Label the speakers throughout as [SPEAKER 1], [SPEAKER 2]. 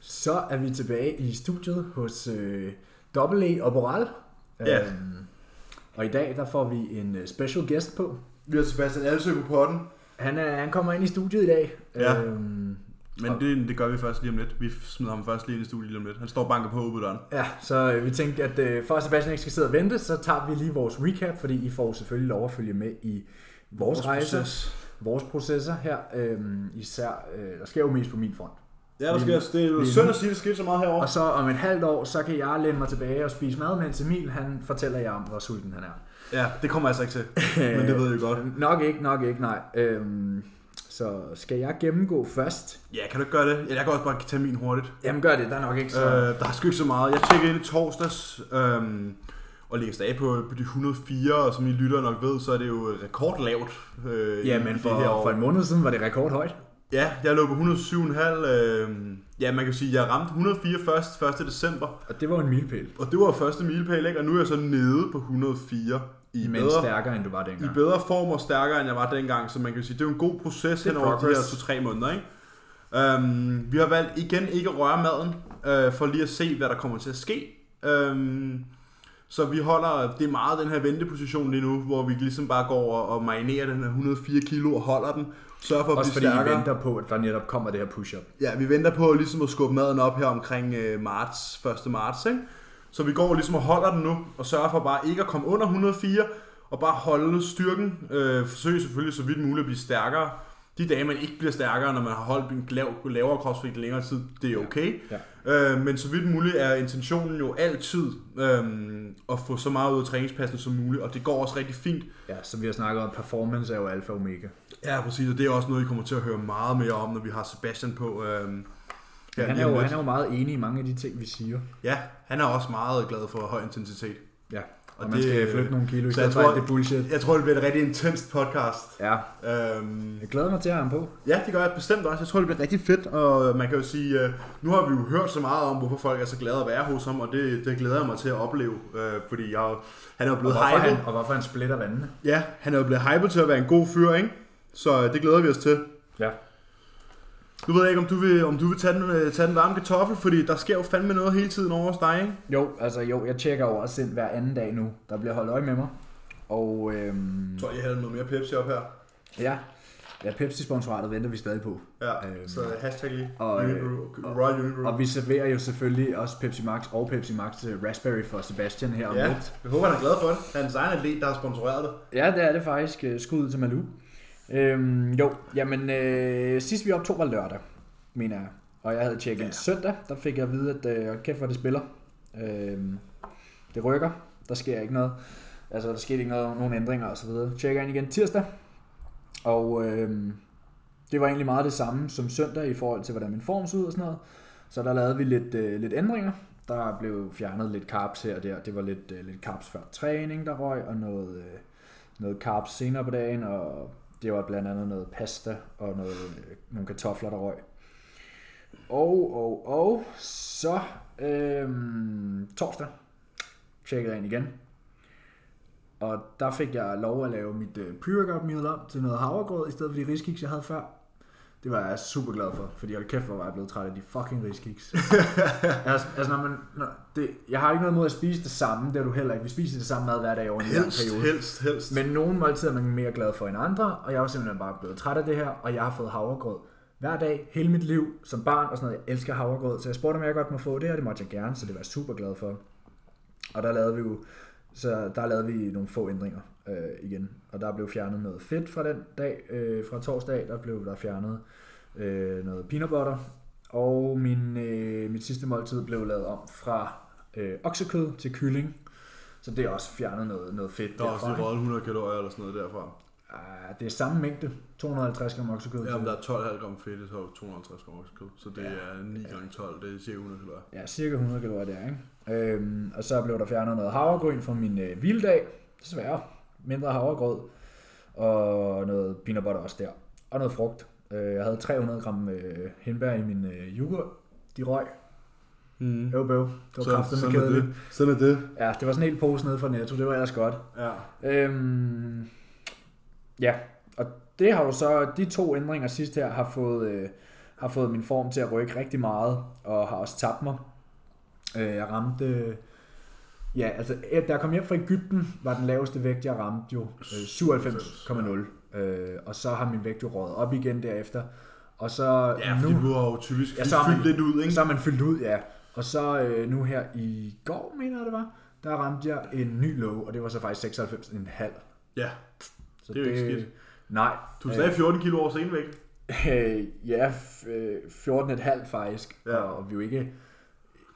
[SPEAKER 1] Så er vi tilbage i studiet hos øh, AA og Boral.
[SPEAKER 2] Ja.
[SPEAKER 1] Øhm, og i dag der får vi en øh, special guest på.
[SPEAKER 3] Vi har Sebastian Alsø på potten.
[SPEAKER 1] Han, er, han kommer ind i studiet i dag.
[SPEAKER 2] Ja.
[SPEAKER 1] Øhm,
[SPEAKER 2] Men det, det gør vi først lige om lidt. Vi smider ham først lige ind i studiet lige om lidt. Han står og banker på åbent døren.
[SPEAKER 1] ja så øh, vi tænkte, at øh, for at Sebastian ikke skal sidde og vente, så tager vi lige vores recap, fordi I får selvfølgelig lov at følge med i vores, vores rejser, proces. vores processer her. Øhm, især, øh, der sker jo mest på min front.
[SPEAKER 3] Ja, der sker, det er jo
[SPEAKER 1] Lige-
[SPEAKER 3] synd at sige, det skete så meget herovre.
[SPEAKER 1] Og så om et halvt år, så kan jeg læne mig tilbage og spise mad, mens Emil han fortæller jer om, hvor sulten han er.
[SPEAKER 2] Ja, det kommer jeg altså ikke til.
[SPEAKER 1] Øh,
[SPEAKER 2] Men det ved jeg godt.
[SPEAKER 1] Nok ikke, nok ikke, nej. Øhm, så skal jeg gennemgå først?
[SPEAKER 2] Ja, kan du ikke gøre det? Ja, jeg kan også bare tage min hurtigt.
[SPEAKER 1] Jamen gør det, der er nok ikke så... Øh,
[SPEAKER 2] Øh, der er sgu ikke så meget. Jeg tjekkede ind i torsdags øhm, og læste af på, på de 104, og som I lytter nok ved, så er det jo rekordlavt. Øh,
[SPEAKER 1] ja,
[SPEAKER 2] i
[SPEAKER 1] men
[SPEAKER 2] det
[SPEAKER 1] for,
[SPEAKER 2] her år.
[SPEAKER 1] for en måned siden var det rekordhøjt.
[SPEAKER 2] Ja, jeg lå på 107,5. Øh, ja, man kan sige, jeg ramte 104 først 1. december,
[SPEAKER 1] Og det var en milepæl.
[SPEAKER 2] og det var første milepæl, ikke? Og nu er jeg så nede på 104 i
[SPEAKER 1] Men
[SPEAKER 2] bedre
[SPEAKER 1] stærkere, end du var dengang.
[SPEAKER 2] i bedre form og stærkere, end jeg var dengang. Så man kan sige, det er jo en god proces
[SPEAKER 1] Det er
[SPEAKER 2] hen over de her
[SPEAKER 1] progress.
[SPEAKER 2] 2-3 måneder. Ikke? Um, vi har valgt igen ikke at røre maden, øh, for lige at se, hvad der kommer til at ske. Um, så vi holder, det er meget den her venteposition lige nu, hvor vi ligesom bare går og, og marinerer den her 104 kilo og holder den. Sørger for at
[SPEAKER 1] Også
[SPEAKER 2] blive
[SPEAKER 1] fordi vi
[SPEAKER 2] stærkere.
[SPEAKER 1] venter på, at der netop kommer det her push-up.
[SPEAKER 2] Ja, vi venter på ligesom at skubbe maden op her omkring øh, marts, 1. marts, ikke? Så vi går ligesom og holder den nu, og sørger for bare ikke at komme under 104, og bare holde styrken. Øh, forsøg selvfølgelig så vidt muligt at blive stærkere. De dage, man ikke bliver stærkere, når man har holdt en lav, lavere kropsvægt i længere tid, det er okay.
[SPEAKER 1] Ja.
[SPEAKER 2] Øh, men så vidt muligt er intentionen jo altid øh, at få så meget ud af træningspassen som muligt, og det går også rigtig fint.
[SPEAKER 1] Ja, så vi har snakket om, at performance er jo alfa og omega.
[SPEAKER 2] Ja, præcis, og det er også noget, I kommer til at høre meget mere om, når vi har Sebastian på. Øh,
[SPEAKER 1] Ja, han,
[SPEAKER 2] lige
[SPEAKER 1] er
[SPEAKER 2] om
[SPEAKER 1] jo,
[SPEAKER 2] lidt.
[SPEAKER 1] han er jo meget enig i mange af de ting, vi siger.
[SPEAKER 2] Ja, han er også meget glad for høj intensitet.
[SPEAKER 1] Ja, og,
[SPEAKER 2] Og
[SPEAKER 1] og man
[SPEAKER 2] det-
[SPEAKER 1] skal flytte nogle kilo, i
[SPEAKER 2] så
[SPEAKER 1] stedet
[SPEAKER 2] jeg
[SPEAKER 1] for alt
[SPEAKER 2] tror-
[SPEAKER 1] det bullshit.
[SPEAKER 2] Jeg tror, det bliver et rigtig intenst podcast.
[SPEAKER 1] Ja,
[SPEAKER 2] Øhm,
[SPEAKER 1] jeg glæder mig til at have ham på.
[SPEAKER 2] ja, det gør jeg bestemt også. Jeg tror, det bliver rigtig fedt, og man kan jo sige, øh, nu har vi jo hørt så meget om, hvorfor folk er så glade at være hos ham, og det, det glæder jeg mig til at opleve, øh, fordi jeg, han er jo
[SPEAKER 1] Og
[SPEAKER 2] blevet
[SPEAKER 1] hvorfor,
[SPEAKER 2] hypet.
[SPEAKER 1] han, og hvorfor han splitter vandene.
[SPEAKER 2] Ja, han er jo blevet hypet til at være en god fyr, ikke? Så øh, det glæder vi os til.
[SPEAKER 1] Ja.
[SPEAKER 2] Nu ved jeg ikke, om du vil, om du vil tage, den, øh, tage den varme kartoffel, fordi der sker jo fandme noget hele tiden over hos dig, ikke?
[SPEAKER 1] Jo, altså jo, jeg tjekker over også ind hver anden dag nu. Der bliver holdt øje med mig. Og øhm,
[SPEAKER 2] Jeg tror, jeg havde noget mere Pepsi op her.
[SPEAKER 1] ja, ja Pepsi-sponsoratet venter vi stadig på.
[SPEAKER 2] Ja,
[SPEAKER 1] Øhm,
[SPEAKER 2] så hashtag lige.
[SPEAKER 1] og, øh,
[SPEAKER 2] Unibrew, Royal Unibrew.
[SPEAKER 1] Og vi serverer jo selvfølgelig også Pepsi Max og Pepsi Max øh, Raspberry for Sebastian her om
[SPEAKER 2] Ja,
[SPEAKER 1] lidt.
[SPEAKER 2] jeg håber, han er glad for det. Han er en egen atlet, der har sponsoreret det.
[SPEAKER 1] Ja, det er det faktisk. Øh, Skud ud til Malou. Øhm, jo, jamen øh, sidst vi optog var lørdag, mener jeg. Og jeg havde tjekket ja. søndag, der fik jeg at vide, at øh, hold kæft hvor det spiller. Øhm, det rykker, der sker ikke noget. Altså der skete ikke noget, nogen ændringer og så videre. Tjekker ind igen tirsdag. Og øhm, det var egentlig meget det samme som søndag i forhold til, hvordan min form så ud og sådan noget. Så der lavede vi lidt, øh, lidt ændringer. Der blev fjernet lidt carbs her og der. Det var lidt, øh, lidt carbs før træning, der røg, og noget, øh, noget carbs senere på dagen, og det var blandt andet noget pasta og noget, øh, nogle kartofler, der røg. Og, og, og, så øhm, torsdag tjekkede jeg ind igen. Og der fik jeg lov at lave mit øh, pre-workout meal om til noget havregrød, i stedet for de riskiks, jeg havde før. Det var jeg super glad for, fordi hold kæft, hvor var jeg blevet træt af de fucking riskiks. altså, altså, når man, når, det, jeg har ikke noget mod at spise det samme, det er du heller ikke. Vi spiser det samme mad hver dag over en lang
[SPEAKER 2] Helst,
[SPEAKER 1] periode.
[SPEAKER 2] helst, helst.
[SPEAKER 1] Men nogle måltider er man mere glad for end andre, og jeg er jo simpelthen bare blevet træt af det her, og jeg har fået havregrød hver dag, hele mit liv, som barn og sådan noget. Jeg elsker havregrød, så jeg spurgte, om jeg godt må få det, og det måtte jeg gerne, så det var jeg super glad for. Og der lavede vi jo, så der lavede vi nogle få ændringer øh, igen, og der blev fjernet noget fedt fra den dag, øh, fra torsdag, der blev der fjernet øh, noget peanut butter, og min, øh, mit sidste måltid blev lavet om fra øh, oksekød til kylling, så det er også fjernet noget, noget fedt
[SPEAKER 2] der er også
[SPEAKER 1] derfra,
[SPEAKER 2] lige
[SPEAKER 1] ikke?
[SPEAKER 2] røget 100 kalorier eller sådan noget derfra.
[SPEAKER 1] Ah, det er samme mængde. 250 gram oksekød.
[SPEAKER 2] Ja,
[SPEAKER 1] Ja,
[SPEAKER 2] men der er 12,5 gram fedt, så er der 250 gram oksekød. Så det er 9 gange 12, det er cirka 100 kalorier.
[SPEAKER 1] ja, cirka 100 kalorier der, ikke? Øhm, og så blev der fjernet noget havregryn fra min øh, hviledag. Desværre. Mindre havregrød. Og noget peanut butter også der. Og noget frugt. Øh, jeg havde 300 gram øh, hindbær i min øh, yoghurt. De røg.
[SPEAKER 2] Mm.
[SPEAKER 1] Øv, bøv. Det var
[SPEAKER 2] Så,
[SPEAKER 1] kraftigt
[SPEAKER 2] sådan er
[SPEAKER 1] kedeligt.
[SPEAKER 2] det. Sådan er det.
[SPEAKER 1] Ja, det var sådan en hel pose nede fra Netto. Det var ellers godt.
[SPEAKER 2] Ja.
[SPEAKER 1] Øhm, ja, og det har jo så, de to ændringer sidst her har fået, øh, har fået min form til at rykke rigtig meget, og har også tabt mig. Øh, jeg ramte... øh, Ja, altså, eh, da jeg kom hjem fra Ægypten, var den laveste vægt, jeg ramte jo øh, 97,0. Øh, og så har min vægt jo røget op igen derefter. Og så
[SPEAKER 2] Ja, fordi du har jo typisk
[SPEAKER 1] Ja,
[SPEAKER 2] ja,
[SPEAKER 1] så har man-
[SPEAKER 2] fyldt lidt ud, ikke?
[SPEAKER 1] så har man fyldt ud, ja. Og så øh, nu her i går, mener jeg det var, der ramte jeg en ny low, og det var så faktisk 96,5.
[SPEAKER 2] Ja,
[SPEAKER 1] Så
[SPEAKER 2] Det er jo ikke skidt.
[SPEAKER 1] Nej.
[SPEAKER 2] du er stadig 14 kilo over senvægt.
[SPEAKER 1] Øh, ja, f- øh, 14,5 faktisk. Ja.
[SPEAKER 2] Ja.
[SPEAKER 1] Og vi er jo ikke... Jeg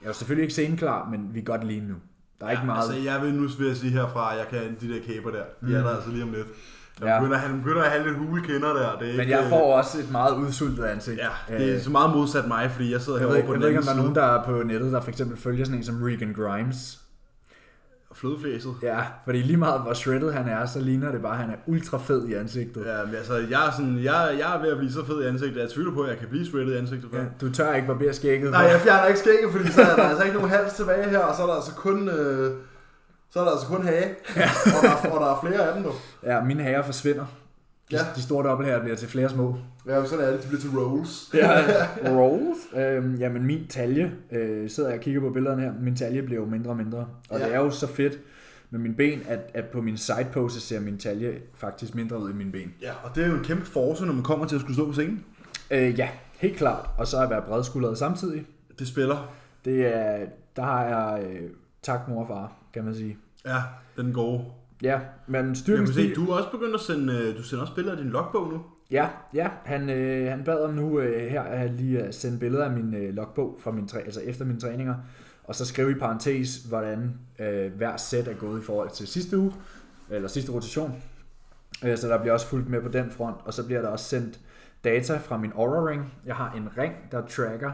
[SPEAKER 1] er jo selvfølgelig ikke sceneklar, men vi er godt lige nu. Der er ja, ikke meget... Mm.
[SPEAKER 2] Altså, jeg vil nu vil jeg sige herfra, at jeg kan de der kæber der. De er der altså lige om lidt. Jeg
[SPEAKER 1] Ja.
[SPEAKER 2] ja. begynder, han begynder at have lidt hulekinder der. Det er
[SPEAKER 1] men
[SPEAKER 2] ikke,
[SPEAKER 1] jeg får også et meget udsultet ansigt.
[SPEAKER 2] Ja,
[SPEAKER 1] Øh,
[SPEAKER 2] det er så meget modsat mig, fordi jeg sidder
[SPEAKER 1] jeg ved,
[SPEAKER 2] herovre
[SPEAKER 1] ikke,
[SPEAKER 2] på
[SPEAKER 1] jeg
[SPEAKER 2] den
[SPEAKER 1] ved ikke,
[SPEAKER 2] anden
[SPEAKER 1] om der er
[SPEAKER 2] side.
[SPEAKER 1] nogen, der er på nettet, der for eksempel følger sådan en som Regan Grimes.
[SPEAKER 2] Flødeflæset.
[SPEAKER 1] Ja, fordi lige meget hvor shredded han er, så ligner det bare, at han er ultra fed i ansigtet.
[SPEAKER 2] Ja, men altså, jeg er, sådan, jeg, jeg er ved at blive så fed i ansigtet, at jeg tvivler på, at jeg kan blive shredded i ansigtet. Ja.
[SPEAKER 1] Ja, du tør ikke barbere skægget.
[SPEAKER 3] Nej,
[SPEAKER 1] hva'?
[SPEAKER 3] jeg fjerner ikke skægget, fordi så er der altså ikke nogen hals tilbage her, og så er der altså kun... Øh, så er der altså kun hage, og, der, og der er flere af dem nu.
[SPEAKER 1] Ja, mine hager forsvinder. De,
[SPEAKER 3] Ja.
[SPEAKER 1] de store dobbelt her bliver til flere små.
[SPEAKER 3] Ja, men sådan er det, de bliver til rolls.
[SPEAKER 1] Ja. Rolls. Øhm, jamen min talje, øh, sidder jeg og kigger på billederne her, min talje bliver jo mindre og mindre. Og ja.
[SPEAKER 3] Ja.
[SPEAKER 1] det er jo så fedt med mine ben, at, at på min side pose ser min talje faktisk mindre ud i mine ben.
[SPEAKER 2] ja, og det er jo en kæmpe force, når man kommer til at skulle stå på scenen.
[SPEAKER 1] Øh, ja, helt klart. Og så at være bredskuldret samtidig.
[SPEAKER 2] Det spiller.
[SPEAKER 1] Det er, der har jeg øh, tak mor og far, kan man sige.
[SPEAKER 2] Ja, den gode.
[SPEAKER 1] Ja, men
[SPEAKER 2] Jeg
[SPEAKER 1] styrken
[SPEAKER 2] kan se, du er også begyndt at sende, øh, du sender også billeder af din logbog nu.
[SPEAKER 1] Ja, ja. Han, øh, han bad om nu øh, her at lige at sende billeder af min øh, logbog fra min træ, altså efter mine træninger, og så skrive i parentes, hvordan øh, hver sæt er gået i forhold til sidste uge, eller sidste rotation. Øh, så der bliver også fulgt med på den front, og så bliver der også sendt data fra min Aura Ring. Jeg har en ring, der tracker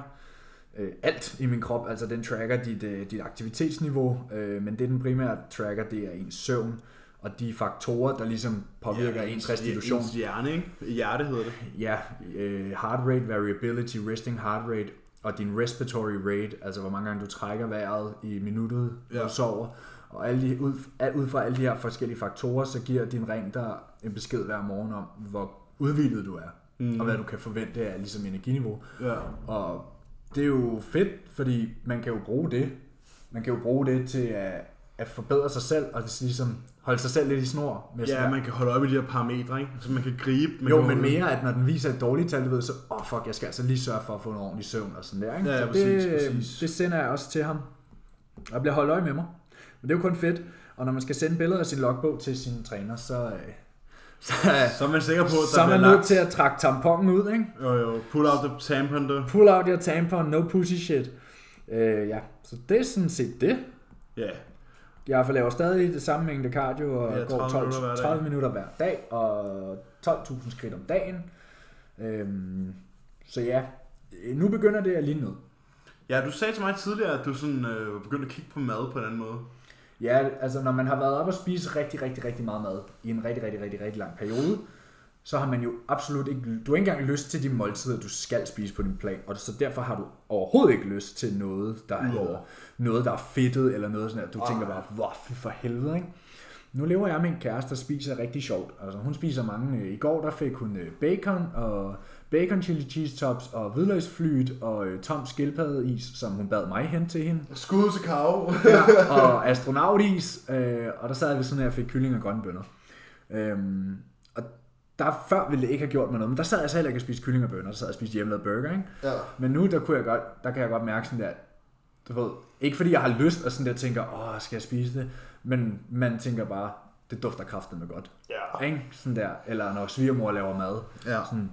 [SPEAKER 1] øh, alt i min krop, altså den tracker dit, øh, dit aktivitetsniveau, øh, men det den primære tracker, det er ens søvn, og de faktorer, der ligesom påvirker ja, ens restitution.
[SPEAKER 2] Ens hjerne, ikke? Hjerte hedder det.
[SPEAKER 1] Ja, øh, heart rate variability, resting heart rate og din respiratory rate, altså hvor mange gange du trækker vejret i minuttet, ja.
[SPEAKER 2] Ja.
[SPEAKER 1] du sover. Og alle de, ud, al- ud fra alle de her forskellige faktorer, så giver din ring dig en besked hver morgen om, hvor udvildet du er, mm. og hvad du kan forvente af ligesom energiniveau.
[SPEAKER 2] Ja.
[SPEAKER 1] Og det er jo fedt, fordi man kan jo bruge det. Man kan jo bruge det til at, at forbedre sig selv, og ligesom holde sig selv lidt i snor. Med sådan
[SPEAKER 2] Ja, man kan holde op i de her parametre, ikke? Så man kan gribe. Man
[SPEAKER 1] jo,
[SPEAKER 2] kan
[SPEAKER 1] men mere, at når den viser et dårligt tal, du ved, så, åh oh, fuck, jeg skal altså lige sørge for at få en ordentlig søvn og sådan der, ikke?
[SPEAKER 2] Ja,
[SPEAKER 1] så
[SPEAKER 2] ja,
[SPEAKER 1] det,
[SPEAKER 2] præcis, præcis.
[SPEAKER 1] det sender jeg også til ham. Og bliver holdt øje med mig. Men det er jo kun fedt. Og når man skal sende billeder af sin logbog til sin træner, så, øh, så,
[SPEAKER 2] Så er man sikker på, at der
[SPEAKER 1] så er man
[SPEAKER 2] bliver
[SPEAKER 1] nødt
[SPEAKER 2] lagt.
[SPEAKER 1] til at trække tamponen ud, ikke?
[SPEAKER 2] Jo, jo. Pull out the tampon der.
[SPEAKER 1] Pull out your tampon, no pussy shit. Øh, ja, så det er sådan set det.
[SPEAKER 2] Ja.
[SPEAKER 1] Jeg laver stadig det samme mængde cardio og
[SPEAKER 2] Ja,
[SPEAKER 1] ja, går
[SPEAKER 2] 30
[SPEAKER 1] 12,
[SPEAKER 2] minutter hver dag.
[SPEAKER 1] 30 minutter hver dag og 12.000 skridt om dagen. Øhm, så ja, øh, nu begynder det at ligne noget.
[SPEAKER 2] Ja, du sagde til mig tidligere, at du sådan, øh, var begyndt at kigge på mad på en anden måde.
[SPEAKER 1] Ja, altså når man har været op og spise rigtig, rigtig, rigtig meget mad i en rigtig, rigtig, rigtig, rigtig lang periode, så har man jo absolut ikke, du har ikke engang lyst til de måltider, du skal spise på din plan, og så derfor har du overhovedet ikke lyst til noget, der
[SPEAKER 2] Udover.
[SPEAKER 1] er, noget, der er fedtet, eller noget sådan der. Du tænker bare, hvor fy for helvede, ikke? Nu lever jeg med en kæreste, der spiser rigtig sjovt. Altså, hun spiser mange. øh, I går der fik hun øh, bacon og bacon chili cheese tops og hvidløgsflyt og øh, tom skildpaddeis, som hun bad mig hen til hende
[SPEAKER 3] Skud til kave.
[SPEAKER 1] ja, og astronautis, øh, og der sad jeg ved sådan her og fik kylling og grønne bønner. Øhm, og der før ville det ikke have gjort mig noget, men der sad jeg så heller ikke og spiste kylling og bønner, der sad jeg og spiste hjemmelavet burger, ikke?
[SPEAKER 3] Ja.
[SPEAKER 1] Men nu, der, kunne jeg godt, der kan jeg godt mærke sådan der, du ved, ikke fordi jeg har lyst og sådan der tænker, åh, skal jeg spise det? Men man tænker bare, det dufter kraftedeme godt.
[SPEAKER 2] Ja.
[SPEAKER 1] Ikke? Sådan der, eller når svigermor laver mad.
[SPEAKER 2] Ja.
[SPEAKER 1] Sådan,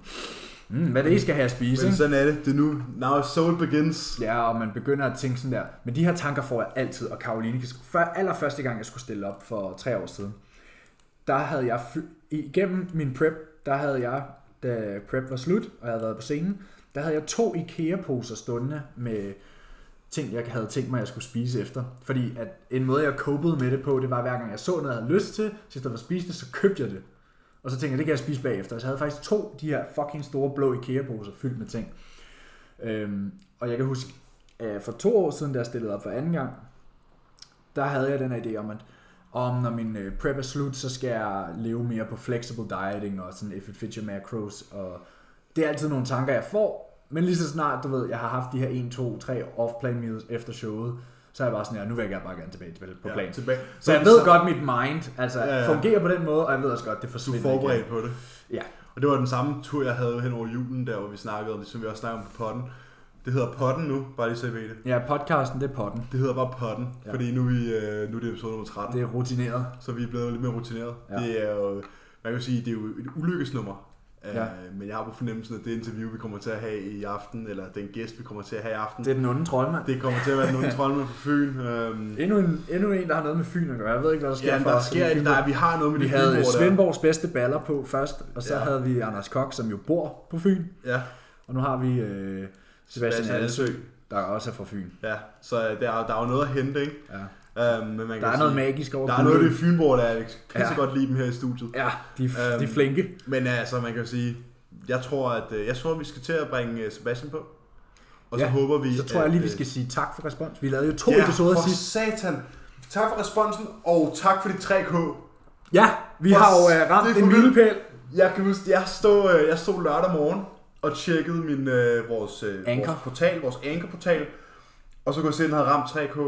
[SPEAKER 1] mm, hvad er det, I skal have at spise?
[SPEAKER 2] Men
[SPEAKER 1] ikke?"
[SPEAKER 2] sådan er det. Det er nu. Now soul begins.
[SPEAKER 1] Ja, og man begynder at tænke sådan der, men de her tanker får jeg altid, og Karoline, kan sgu- før allerførste gang, jeg skulle stille op for tre år siden, der havde jeg, fy- igennem min prep, der havde jeg, da prep var slut, og jeg havde været på scenen, der havde jeg to IKEA-poser stående med ting, jeg havde tænkt mig, jeg skulle spise efter. Fordi at en måde, jeg copede med det på, det var, hver gang jeg så noget, jeg havde lyst til, så i stedet for at spise det, så købte jeg det. Og så tænkte jeg, det kan jeg spise bagefter. Så jeg havde faktisk to de her fucking store blå IKEA-poser fyldt med ting. Øhm, og jeg kan huske, øh, for to år siden, da jeg stillede op for anden gang, der havde jeg den her idé om, at om når min øh, prep er slut, så skal jeg leve mere på flexible dieting og sådan if it fits your macros. Og det er altid nogle tanker, jeg får, Men lige så snart, du ved, jeg har haft de her 1, 2, 3 off-plan meals efter showet, så er jeg bare sådan her, nu vil jeg gerne bare gerne tilbage til på plan.
[SPEAKER 2] Ja, tilbage.
[SPEAKER 1] Så jeg ved godt, mit mind altså,
[SPEAKER 2] Ja,
[SPEAKER 1] ja,
[SPEAKER 2] ja.
[SPEAKER 1] ja. fungerer på den måde, og jeg ved også godt, det
[SPEAKER 2] Du er
[SPEAKER 1] forsvinder
[SPEAKER 2] forberedt
[SPEAKER 1] igen.
[SPEAKER 2] på det.
[SPEAKER 1] øh, Ja.
[SPEAKER 2] Og det var den samme tur, jeg havde hen over julen, der hvor vi snakkede om det, som vi også snakkede om på potten. Det hedder potten nu, bare lige så I ved det.
[SPEAKER 1] ja, podcasten, det er potten.
[SPEAKER 2] Det hedder bare potten, ja.
[SPEAKER 1] Ja.
[SPEAKER 2] fordi nu er, vi, øh, nu er det episode nummer 13,
[SPEAKER 1] Det
[SPEAKER 2] det.
[SPEAKER 1] er rutineret.
[SPEAKER 2] så vi er blevet lidt mere rutineret. Ja.
[SPEAKER 1] Ja.
[SPEAKER 2] Det er jo, man kan sige, det er jo et ulykkesnummer. Ja.
[SPEAKER 1] Ja.
[SPEAKER 2] Øh, men jeg har på fornemmelsen, at det interview, vi kommer til at have i aften, eller den gæst, vi kommer til at have i aften,
[SPEAKER 1] Det
[SPEAKER 2] det,
[SPEAKER 1] er den onde troldmand.
[SPEAKER 2] det kommer til at være nogen troldmand på Fyn. Øhm,
[SPEAKER 1] Endnu en, endnu en, der har noget med Fyn at gøre. Jeg ved ikke, hvad der sker.
[SPEAKER 2] ja,
[SPEAKER 1] for
[SPEAKER 2] der
[SPEAKER 1] os i
[SPEAKER 2] sker ikke,
[SPEAKER 1] Fyn.
[SPEAKER 2] der, er- vi har noget med
[SPEAKER 1] Vi
[SPEAKER 2] det
[SPEAKER 1] havde øh,
[SPEAKER 2] Fynboer der.
[SPEAKER 1] Svendborgs bedste baller på først, og så
[SPEAKER 2] Ja.
[SPEAKER 1] ja. havde vi Anders Kok, som jo bor på Fyn.
[SPEAKER 2] Ja,
[SPEAKER 1] Og nu har vi øh, Sebastian
[SPEAKER 2] Sebastian
[SPEAKER 1] Alsø,
[SPEAKER 2] Alsø.
[SPEAKER 1] der også er fra Fyn.
[SPEAKER 2] Ja, så øh, der, er- der er jo noget at hente, ikke?
[SPEAKER 1] Ja.
[SPEAKER 2] Øhm, men man kan
[SPEAKER 1] Der er
[SPEAKER 2] sige,
[SPEAKER 1] noget magisk over
[SPEAKER 2] Der er noget af
[SPEAKER 1] Gulerod.
[SPEAKER 2] det Fynborg, der er. Jeg kan så
[SPEAKER 1] Ja.
[SPEAKER 2] godt lide dem her i studiet.
[SPEAKER 1] Ja, de,
[SPEAKER 2] Øhm,
[SPEAKER 1] øhm, de er flinke.
[SPEAKER 2] Men altså, man kan jo sige, jeg tror, at øh, jeg tror, vi skal til at bringe øh, Sebastian på. Og så
[SPEAKER 1] Ja,
[SPEAKER 2] håber vi,
[SPEAKER 1] Så tror jeg lige,
[SPEAKER 2] at,
[SPEAKER 1] vi
[SPEAKER 2] øh,
[SPEAKER 1] skal sige tak for respons. Vi lavede jo to
[SPEAKER 2] Ja,
[SPEAKER 1] ja, episoder
[SPEAKER 2] for
[SPEAKER 1] sidst.
[SPEAKER 4] Satan. Tak for responsen, og tak for de 3K.
[SPEAKER 1] Ja, vi
[SPEAKER 2] for
[SPEAKER 1] har jo uh,
[SPEAKER 2] det
[SPEAKER 1] ramt
[SPEAKER 2] er for
[SPEAKER 1] en
[SPEAKER 2] vildt.
[SPEAKER 1] milepæl.
[SPEAKER 2] Jeg kan huske, jeg stod, øh, jeg stod lørdag morgen og tjekkede min, øh, vores, øh,
[SPEAKER 1] Anchor.
[SPEAKER 2] vores portal, vores ankerportal. Og så kunne jeg se, at den havde ramt 3K.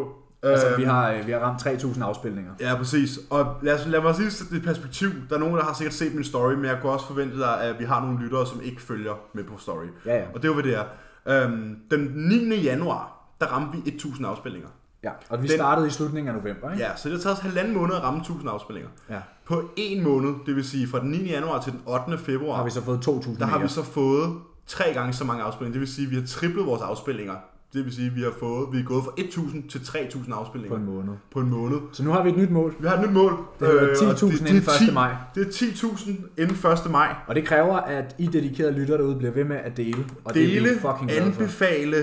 [SPEAKER 1] Altså,
[SPEAKER 2] Øhm,
[SPEAKER 1] vi har, øh, vi har ramt 3.000 afspilninger.
[SPEAKER 2] Ja, præcis. Og lad, os, lad mig sige det i perspektiv. Der er nogen, der har sikkert set min story, men jeg kunne også forvente dig, at vi har nogle lyttere, som ikke følger med på story.
[SPEAKER 1] Ja, ja.
[SPEAKER 2] Og det er jo, hvad det er. Øhm, den 9. januar, der ramte vi 1000 afspillinger.
[SPEAKER 1] ja. Og vi
[SPEAKER 2] Den-
[SPEAKER 1] startede i slutningen af november, ikke?
[SPEAKER 2] Ja, så det har taget os halvanden måned at ramme 1000 afspillinger.
[SPEAKER 1] ja.
[SPEAKER 2] På en måned, det vil sige fra den 9. januar til den 8. februar,
[SPEAKER 1] Har vi så fået 2.000
[SPEAKER 2] der har vi
[SPEAKER 1] mere.
[SPEAKER 2] så fået tre gange så mange afspillinger. Det vil sige, at vi har triplet vores afspillinger. Det vil sige, at vi har fået, vi er gået fra 1000 til 3000
[SPEAKER 1] på
[SPEAKER 2] afspillinger
[SPEAKER 1] en måned.
[SPEAKER 2] på en måned.
[SPEAKER 1] Så nu har vi et nyt mål.
[SPEAKER 2] Vi har et nyt mål. Øh,
[SPEAKER 1] Det er
[SPEAKER 2] og
[SPEAKER 1] 10.000
[SPEAKER 2] det- det er
[SPEAKER 1] inden 1.
[SPEAKER 2] 10
[SPEAKER 1] maj.
[SPEAKER 2] Det er 10.000 inden 1. maj.
[SPEAKER 1] Og det kræver, at I dedikerede lytter derude bliver ved med at dele. Og det er
[SPEAKER 2] Dele,
[SPEAKER 1] vi fucking glade for.
[SPEAKER 2] anbefale,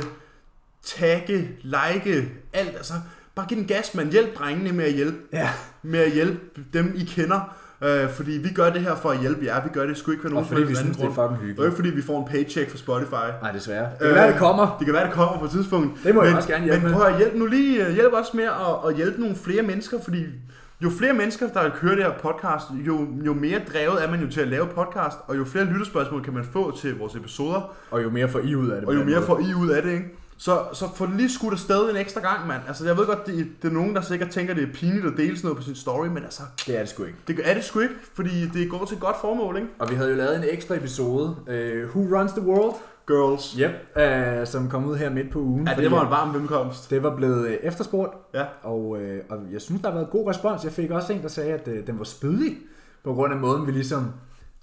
[SPEAKER 2] tagge, like, alt. Altså, bare giv den gas, man. Hjælp drengene med at hjælpe,
[SPEAKER 1] Ja.
[SPEAKER 2] med at hjælpe dem, I kender. Øh, fordi vi gør det her for at hjælpe jer. Vi gør det sgu ikke for nogen
[SPEAKER 1] Og fordi vi
[SPEAKER 2] fornemmelse
[SPEAKER 1] synes, det
[SPEAKER 2] anden
[SPEAKER 1] er
[SPEAKER 2] grund.
[SPEAKER 1] fucking
[SPEAKER 2] Det er jo
[SPEAKER 1] hyggeligt.
[SPEAKER 2] ikke fordi, vi får en paycheck fra Spotify.
[SPEAKER 1] Nej, desværre. Det kan være, det kommer.
[SPEAKER 2] Det kan være, det kommer på et tidspunkt.
[SPEAKER 1] Det må jeg
[SPEAKER 2] men,
[SPEAKER 1] også gerne hjælpe
[SPEAKER 2] Men
[SPEAKER 1] med.
[SPEAKER 2] prøv at hjælpe nu lige, øh, hjælp os med at, at hjælpe nogle flere mennesker, fordi jo flere mennesker, der kører det her podcast, jo, jo mere drevet er man jo til at lave podcast, og jo flere lyttespørgsmål kan man få til vores episoder,
[SPEAKER 1] Og jo mere får I ud af det.
[SPEAKER 2] og
[SPEAKER 1] på
[SPEAKER 2] jo
[SPEAKER 1] den
[SPEAKER 2] mere
[SPEAKER 1] måde.
[SPEAKER 2] får I ud af det, ikke? Så, så få det lige skudt afsted en ekstra gang, mand. Altså, jeg ved godt, det, det er nogen, der sikkert tænker, det er pinligt at dele sådan noget på sin story, men altså,
[SPEAKER 1] Det er det sgu ikke.
[SPEAKER 2] det er det sgu ikke, fordi det går til et godt formål, ikke?
[SPEAKER 1] Og vi havde jo lavet en ekstra episode, uh, Who Runs the World,
[SPEAKER 2] Girls.
[SPEAKER 1] yep. uh, som kom ud her midt på ugen.
[SPEAKER 2] Ja,
[SPEAKER 1] fordi
[SPEAKER 2] det var en varm velkomst.
[SPEAKER 1] det var blevet øh, efterspurgt,
[SPEAKER 2] Ja.
[SPEAKER 1] og, øh, og jeg synes, der har været god respons. Jeg fik også en, der sagde, at øh, den var spydig, på grund af måden, vi ligesom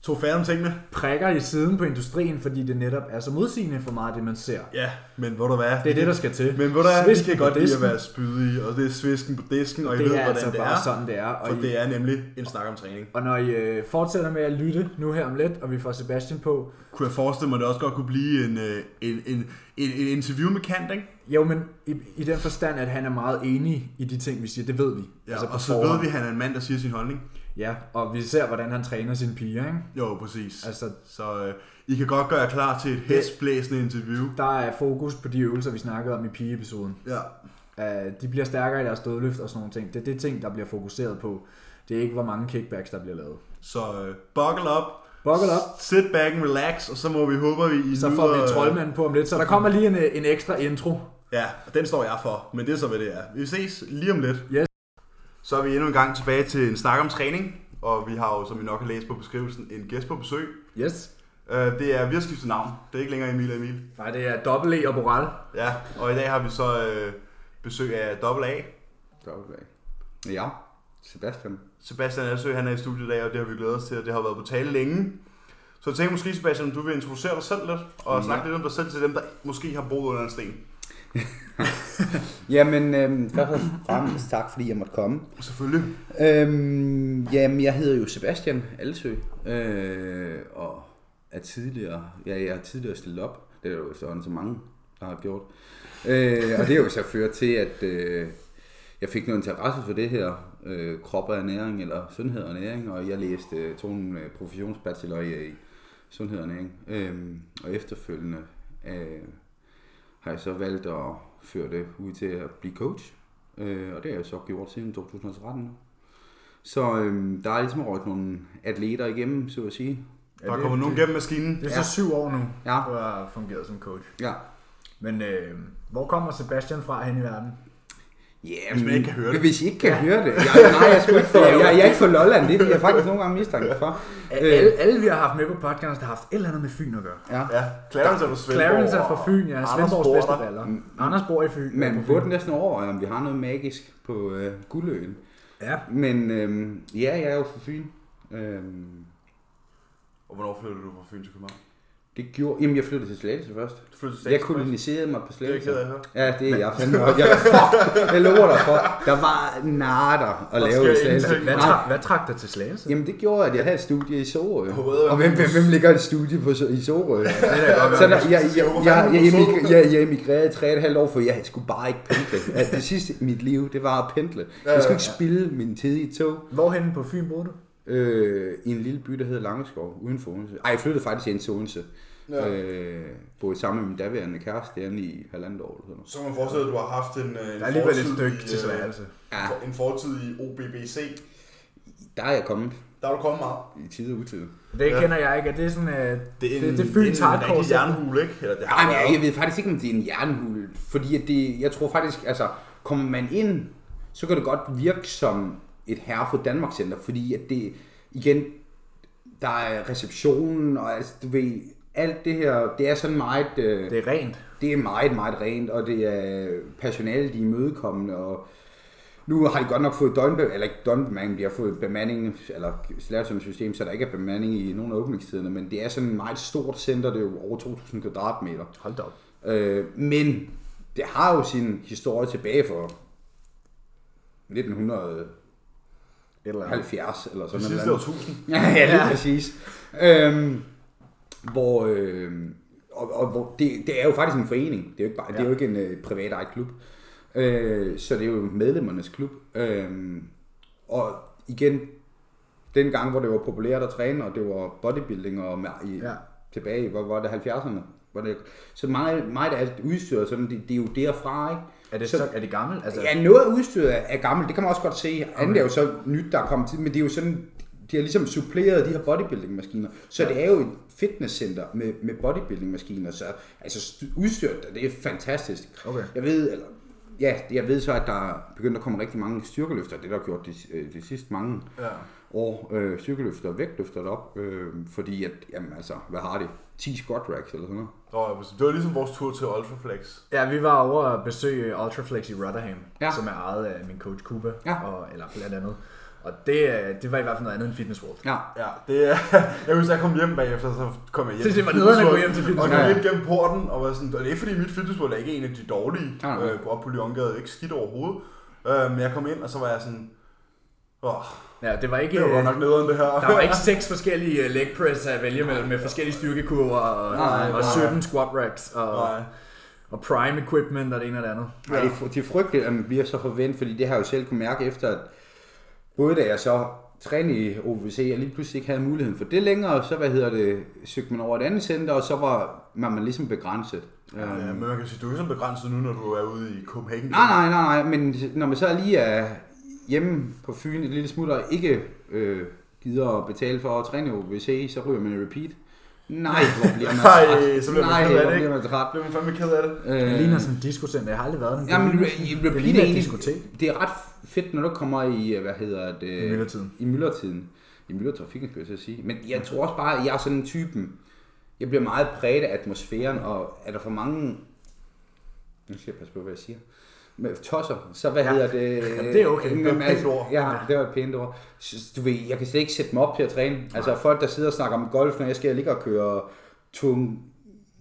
[SPEAKER 2] To færre om tingene.
[SPEAKER 1] prikker i siden på industrien, fordi det netop er så modsigende for meget af det, man ser.
[SPEAKER 2] Ja, men hvor du hvad?
[SPEAKER 1] Det er det, der skal til.
[SPEAKER 2] Men ved du hvad, vi
[SPEAKER 1] Svisken
[SPEAKER 2] kan
[SPEAKER 1] på
[SPEAKER 2] godt lide at
[SPEAKER 1] disken.
[SPEAKER 2] være spydige, og det er svisken på disken, og I ved,
[SPEAKER 1] Det er
[SPEAKER 2] hvordan
[SPEAKER 1] altså
[SPEAKER 2] det
[SPEAKER 1] bare
[SPEAKER 2] er.
[SPEAKER 1] sådan, det er. Og,
[SPEAKER 2] For
[SPEAKER 1] I,
[SPEAKER 2] det er nemlig en snak om træning.
[SPEAKER 1] og når I øh, fortsætter med at lytte nu her om lidt, og vi får Sebastian på,
[SPEAKER 2] Kunne jeg forestille mig, at det også godt kunne blive en, øh, en, en, en, en interview med Kant, ikke?
[SPEAKER 1] jo, men i, i den forstand, at han er meget enig i de ting, vi siger, det ved vi.
[SPEAKER 2] Ja, altså,
[SPEAKER 1] på
[SPEAKER 2] og så
[SPEAKER 1] forhånd.
[SPEAKER 2] ved vi, at han er en mand, der siger sin holdning.
[SPEAKER 1] Ja, og vi ser, hvordan han træner sine piger, ikke?
[SPEAKER 2] Jo, præcis. Altså,
[SPEAKER 1] Altså,
[SPEAKER 2] så øh, I kan godt gøre jer klar til et hæsblæsende interview.
[SPEAKER 1] der er fokus på de øvelser, vi snakkede om i pigeepisoden.
[SPEAKER 2] Ja.
[SPEAKER 1] Uh, de bliver stærkere i deres dødløft og sådan nogle ting. Det er det ting, der bliver fokuseret på. Det er ikke, hvor mange kickbacks, der bliver lavet.
[SPEAKER 2] Så øh, buckle up.
[SPEAKER 1] Buckle up,
[SPEAKER 2] Sit back and relax, og så må vi håbe, at I
[SPEAKER 1] så får vi
[SPEAKER 2] nyder, øh,
[SPEAKER 1] troldmanden på om lidt. Så der kommer lige en, øh, en ekstra intro.
[SPEAKER 2] Ja, og den står jeg for, men det er så, hvad det er. Vi ses lige om lidt.
[SPEAKER 1] Yes.
[SPEAKER 2] Så er vi endnu en gang tilbage til en snak om træning, og vi har jo, som I nok har læst på beskrivelsen, en gæst på besøg.
[SPEAKER 1] Yes.
[SPEAKER 2] Øh, Det er, vi har skiftet navn. Det er ikke længere Emil og Emil.
[SPEAKER 1] Nej, det er dobbelt E og Boral.
[SPEAKER 2] Ja, og i dag har vi så øh, besøg af dobbelt A.
[SPEAKER 3] Dobbeltbag. Ja, Sebastian.
[SPEAKER 2] Sebastian Alsø, han er i studiet i dag, og det har vi glædet os til, og det har været på tale længe. Så jeg tænker måske, Sebastian, om du vil introducere dig selv lidt, og
[SPEAKER 1] Mm,
[SPEAKER 3] Ja.
[SPEAKER 2] snakke lidt om dig selv til dem, der måske har boet under en sten.
[SPEAKER 3] Jamen, øhm, først og fremmest tak, fordi jeg måtte komme.
[SPEAKER 2] Selvfølgelig.
[SPEAKER 3] Øhm, jamen, jeg hedder jo Sebastian Alsø, øh, og er tidligere, ja, jeg har tidligere stillet op. Det er jo sådan så mange, der har gjort. Øh, og det er jo så ført til, at øh, jeg fik noget interesse for det her, øh, krop og ernæring, eller sundhed og ernæring, og jeg læste, øh, tog en øh, professionsbachelor i, i sundhed og ernæring, øh, og efterfølgende øh, har jeg så valgt at føre det ud til at blive coach, øh, og det har jeg så gjort siden 2013 nu. Så øhm, der er ligesom røgt nogle atleter igennem, så at sige.
[SPEAKER 2] Der er kommet nogen gennem maskinen.
[SPEAKER 1] Det er så syv år nu,
[SPEAKER 3] Ja.
[SPEAKER 1] du har fungeret som coach.
[SPEAKER 3] Ja.
[SPEAKER 1] Men øh, hvor kommer Sebastian fra hen i verden?
[SPEAKER 3] Yeah,
[SPEAKER 2] Hvis man ikke kan høre det.
[SPEAKER 3] Hvis I ikke kan høre det. Jeg, nej, jeg, skulle ikke for, jeg, jeg er ikke for Lolland. Det er jeg faktisk nogle gange mistanke for.
[SPEAKER 1] Alle, alle, vi har haft med på podcast, har haft et eller andet med Fyn at gøre.
[SPEAKER 2] Ja, Clarence er fra Svendborg.
[SPEAKER 1] Clarence er fra Fyn, ja.
[SPEAKER 2] Anders
[SPEAKER 1] Svendborgs
[SPEAKER 2] bor
[SPEAKER 1] bedste
[SPEAKER 2] der.
[SPEAKER 1] baller. Anders bor i Fyn.
[SPEAKER 3] Man
[SPEAKER 1] på
[SPEAKER 3] burde
[SPEAKER 1] Fyn.
[SPEAKER 3] næsten overveje, om vi har noget magisk på øh, Guldøen.
[SPEAKER 1] Ja.
[SPEAKER 3] Men øhm, ja, jeg er jo fra Fyn. Øhm,
[SPEAKER 2] Og hvornår flyttede du fra Fyn til København?
[SPEAKER 3] det gjorde... Jamen, jeg flyttede til Slagelse først.
[SPEAKER 2] Du flyttede til
[SPEAKER 3] Jeg
[SPEAKER 2] Slagelse først.
[SPEAKER 3] koloniserede mig på
[SPEAKER 2] Det er jeg
[SPEAKER 3] Slagelse.
[SPEAKER 2] ked af at høre.
[SPEAKER 3] Ja, det er jeg fandme også. Jeg, fuck, jeg lover dig for. Der var narter at
[SPEAKER 2] Der
[SPEAKER 3] lave
[SPEAKER 2] sker
[SPEAKER 3] i Slagelse.
[SPEAKER 2] ingenting.
[SPEAKER 1] Hvad,
[SPEAKER 3] Nej,
[SPEAKER 1] tra- hvad trak dig til Slagelse?
[SPEAKER 3] Jamen det gjorde, at jeg havde et studie i Sorø.
[SPEAKER 2] Hovedet er
[SPEAKER 3] Og hvem, hvem, hvem ligger et studie på, Sor- i Sorø? Så der, jeg, jeg, jeg, jeg, jeg, emig- jeg, jeg emigrerede i tre et halvt år, for jeg skulle bare ikke pendle. At det sidste i mit liv, det var at pendle. Jeg skulle ikke spille min tid i et tog
[SPEAKER 1] Hvorhen på Fyn boede du?
[SPEAKER 3] øh, i en lille by, der hedder Langeskov, uden for Odense. Ej, jeg flyttede faktisk ind til Odense. Ja. Øh, boede sammen med min daværende kæreste derinde i halvandet år. Eller sådan noget.
[SPEAKER 2] Så kan man forestille sig, at du har haft en, øh, en
[SPEAKER 1] Der er alligevel et
[SPEAKER 2] fortid
[SPEAKER 1] stykke
[SPEAKER 2] i,
[SPEAKER 1] til altså.
[SPEAKER 2] øh,
[SPEAKER 1] Slagelse.
[SPEAKER 3] Ja.
[SPEAKER 2] En fortid i OBBC.
[SPEAKER 3] Der er jeg kommet
[SPEAKER 2] Der er du kommet meget.
[SPEAKER 3] i tide og utide.
[SPEAKER 1] Det kender jeg ikke. Er det sådan, øh,
[SPEAKER 2] en,
[SPEAKER 1] det, det er Fyns hardcore.
[SPEAKER 2] rigtig jernhul, ikke? Eller det har
[SPEAKER 3] Ej, men
[SPEAKER 2] været.
[SPEAKER 3] jeg, jeg ved faktisk ikke, om det er en jernhul, fordi at det, jeg tror faktisk, altså, kommer man ind, så kan det godt virke som et herre fra Danmarks Center, fordi at det, igen, der er receptionen, og altså, du ved, alt det her, det er sådan meget... Øh,
[SPEAKER 1] Det er rent.
[SPEAKER 3] det er meget, meget rent, og det er personale, de er imødekommende, og nu har de godt nok fået døgnbe eller ikke døgnbemanding, de har fået bemanding, eller slaget som system, så der ikke er bemanding i nogle af åbningstiderne, men det er sådan et meget stort center, det er jo over 2.000 kvadratmeter.
[SPEAKER 1] Hold da op.
[SPEAKER 3] Øh, men det har jo sin historie tilbage for 1970
[SPEAKER 1] Eller
[SPEAKER 3] eller sådan
[SPEAKER 2] Det
[SPEAKER 3] noget.
[SPEAKER 2] sidste år 1000.
[SPEAKER 3] Ja, ja, lige præcis. Øhm, hvor, øh, og, og, hvor det, det er jo faktisk en forening. Det er jo ikke, bare, ja. det er jo ikke en øh, privat ejet klub. Øh, så det er jo medlemmernes klub. Øh, og igen, den gang, hvor det var populært at træne, og det var bodybuilding og med, i, ja.
[SPEAKER 1] Ja.
[SPEAKER 3] tilbage i, hvor var det 70'erne? Var det, så meget, meget af udstyret, sådan, det, det er jo derfra, ikke?
[SPEAKER 1] Er det, så, er det gammelt? Altså,
[SPEAKER 3] Ja, noget af udstyret er er gammelt, det kan man også godt se. Andet er jo så nyt, der er kommet til, men det er jo sådan, de har ligesom suppleret de her bodybuilding-maskiner. Så det er jo et fitnesscenter med, med bodybuilding-maskiner, så altså, st- udstyret, der, det er fantastisk.
[SPEAKER 1] Okay.
[SPEAKER 3] Jeg ved, eller, ja, jeg ved så, at der er begyndt at komme rigtig mange styrkeløfter, det er der har gjort de, øh, de sidste mange ja. år, øh, styrkeløfter og vægtløfter op, øh, fordi at, jamen altså, hvad har de? 10 squat racks eller sådan noget.
[SPEAKER 2] Nå, ja, præcis. det var ligesom vores tur til Ultraflex.
[SPEAKER 1] Ja, vi var over at besøge Ultraflex i Rotherham,
[SPEAKER 3] Ja.
[SPEAKER 1] ja. som er ejet af min coach Kuba,
[SPEAKER 3] Ja.
[SPEAKER 1] og, eller blandt andet. Og det, øh, det var i hvert fald noget andet end Fitness World.
[SPEAKER 3] Ja,
[SPEAKER 2] Ja, det er... Jeg husker, jeg kom hjem bagefter, så kom jeg hjem.
[SPEAKER 1] Så det
[SPEAKER 2] til
[SPEAKER 1] var nederen at gå
[SPEAKER 2] fitnessworld,
[SPEAKER 1] hjem til
[SPEAKER 2] Og
[SPEAKER 1] fitnessworld.
[SPEAKER 2] kom hjem gennem porten, og var sådan... Og det er fordi, mit fitnessmål er ikke en af de dårlige.
[SPEAKER 1] Ah,
[SPEAKER 3] Nej, nej.
[SPEAKER 2] Øh, op på Lyongade, ikke skidt overhovedet. Øh, men jeg kom ind, og så var jeg sådan... Åh,
[SPEAKER 1] Ja, det var ikke...
[SPEAKER 2] det var
[SPEAKER 1] øh,
[SPEAKER 2] godt nok nederen det her.
[SPEAKER 1] der var ikke seks forskellige øh, leg press at vælge mellem med forskellige styrkekurver og,
[SPEAKER 3] Nej,
[SPEAKER 1] og
[SPEAKER 3] nej.
[SPEAKER 1] 17 squat racks og,
[SPEAKER 2] Nej.
[SPEAKER 1] og prime equipment og det ene og det andet.
[SPEAKER 3] Ja. Det, er, fry- det er frygteligt, at man bliver så forventet, fordi det har jeg jo selv kunne mærke efter, at både da jeg så trænede i OVC, jeg lige pludselig ikke havde muligheden for det længere, så hvad hedder det, søgte man over et andet center, og så var man, man ligesom begrænset. Ja.
[SPEAKER 2] Ja, men man kan sige, du er ikke så begrænset nu, når du er ude i Copenhagen.
[SPEAKER 3] Nej, nej, nej, nej, men når man så lige er hjemme på Fyn et lille smut, og ikke øh, gider at betale for at træne i OVC, så ryger man i repeat. Nej, hvor bliver man
[SPEAKER 2] Nej,
[SPEAKER 3] træt.
[SPEAKER 2] så bliver man
[SPEAKER 3] Nej,
[SPEAKER 2] ked af
[SPEAKER 3] hvor
[SPEAKER 2] det,
[SPEAKER 3] bliver man træt.
[SPEAKER 2] Jeg blev fandme ked af det.
[SPEAKER 3] Øh,
[SPEAKER 1] Det ligner sådan en discocenter. Jeg har aldrig været i den.
[SPEAKER 3] Ja, men
[SPEAKER 1] Altså, Det ligner-
[SPEAKER 3] re-
[SPEAKER 1] det
[SPEAKER 3] repeat
[SPEAKER 1] ligner
[SPEAKER 3] er
[SPEAKER 1] et
[SPEAKER 3] egentlig,
[SPEAKER 1] diskotek.
[SPEAKER 3] det er ret fedt, når du kommer i, øh, hvad hedder det?
[SPEAKER 1] I myldretiden.
[SPEAKER 3] I myldretiden. I myldretrafikken, skulle jeg til at sige. Men jeg tror også bare, at jeg er sådan en typen. Jeg bliver meget præget af atmosfæren, og er der for mange... Nu skal jeg passe på, hvad jeg siger. Men tosser, så hvad ja.
[SPEAKER 1] Ja.
[SPEAKER 3] hedder det?
[SPEAKER 1] Ja, det er okay.
[SPEAKER 3] Men
[SPEAKER 2] Det var et
[SPEAKER 3] altså-
[SPEAKER 2] pænt ord.
[SPEAKER 3] Ja, det var et pænt ord. Så Du ved, jeg kan slet ikke sætte mig op til at træne. Altså folk, der sidder og snakker om golf, når jeg skal ligge og køre tung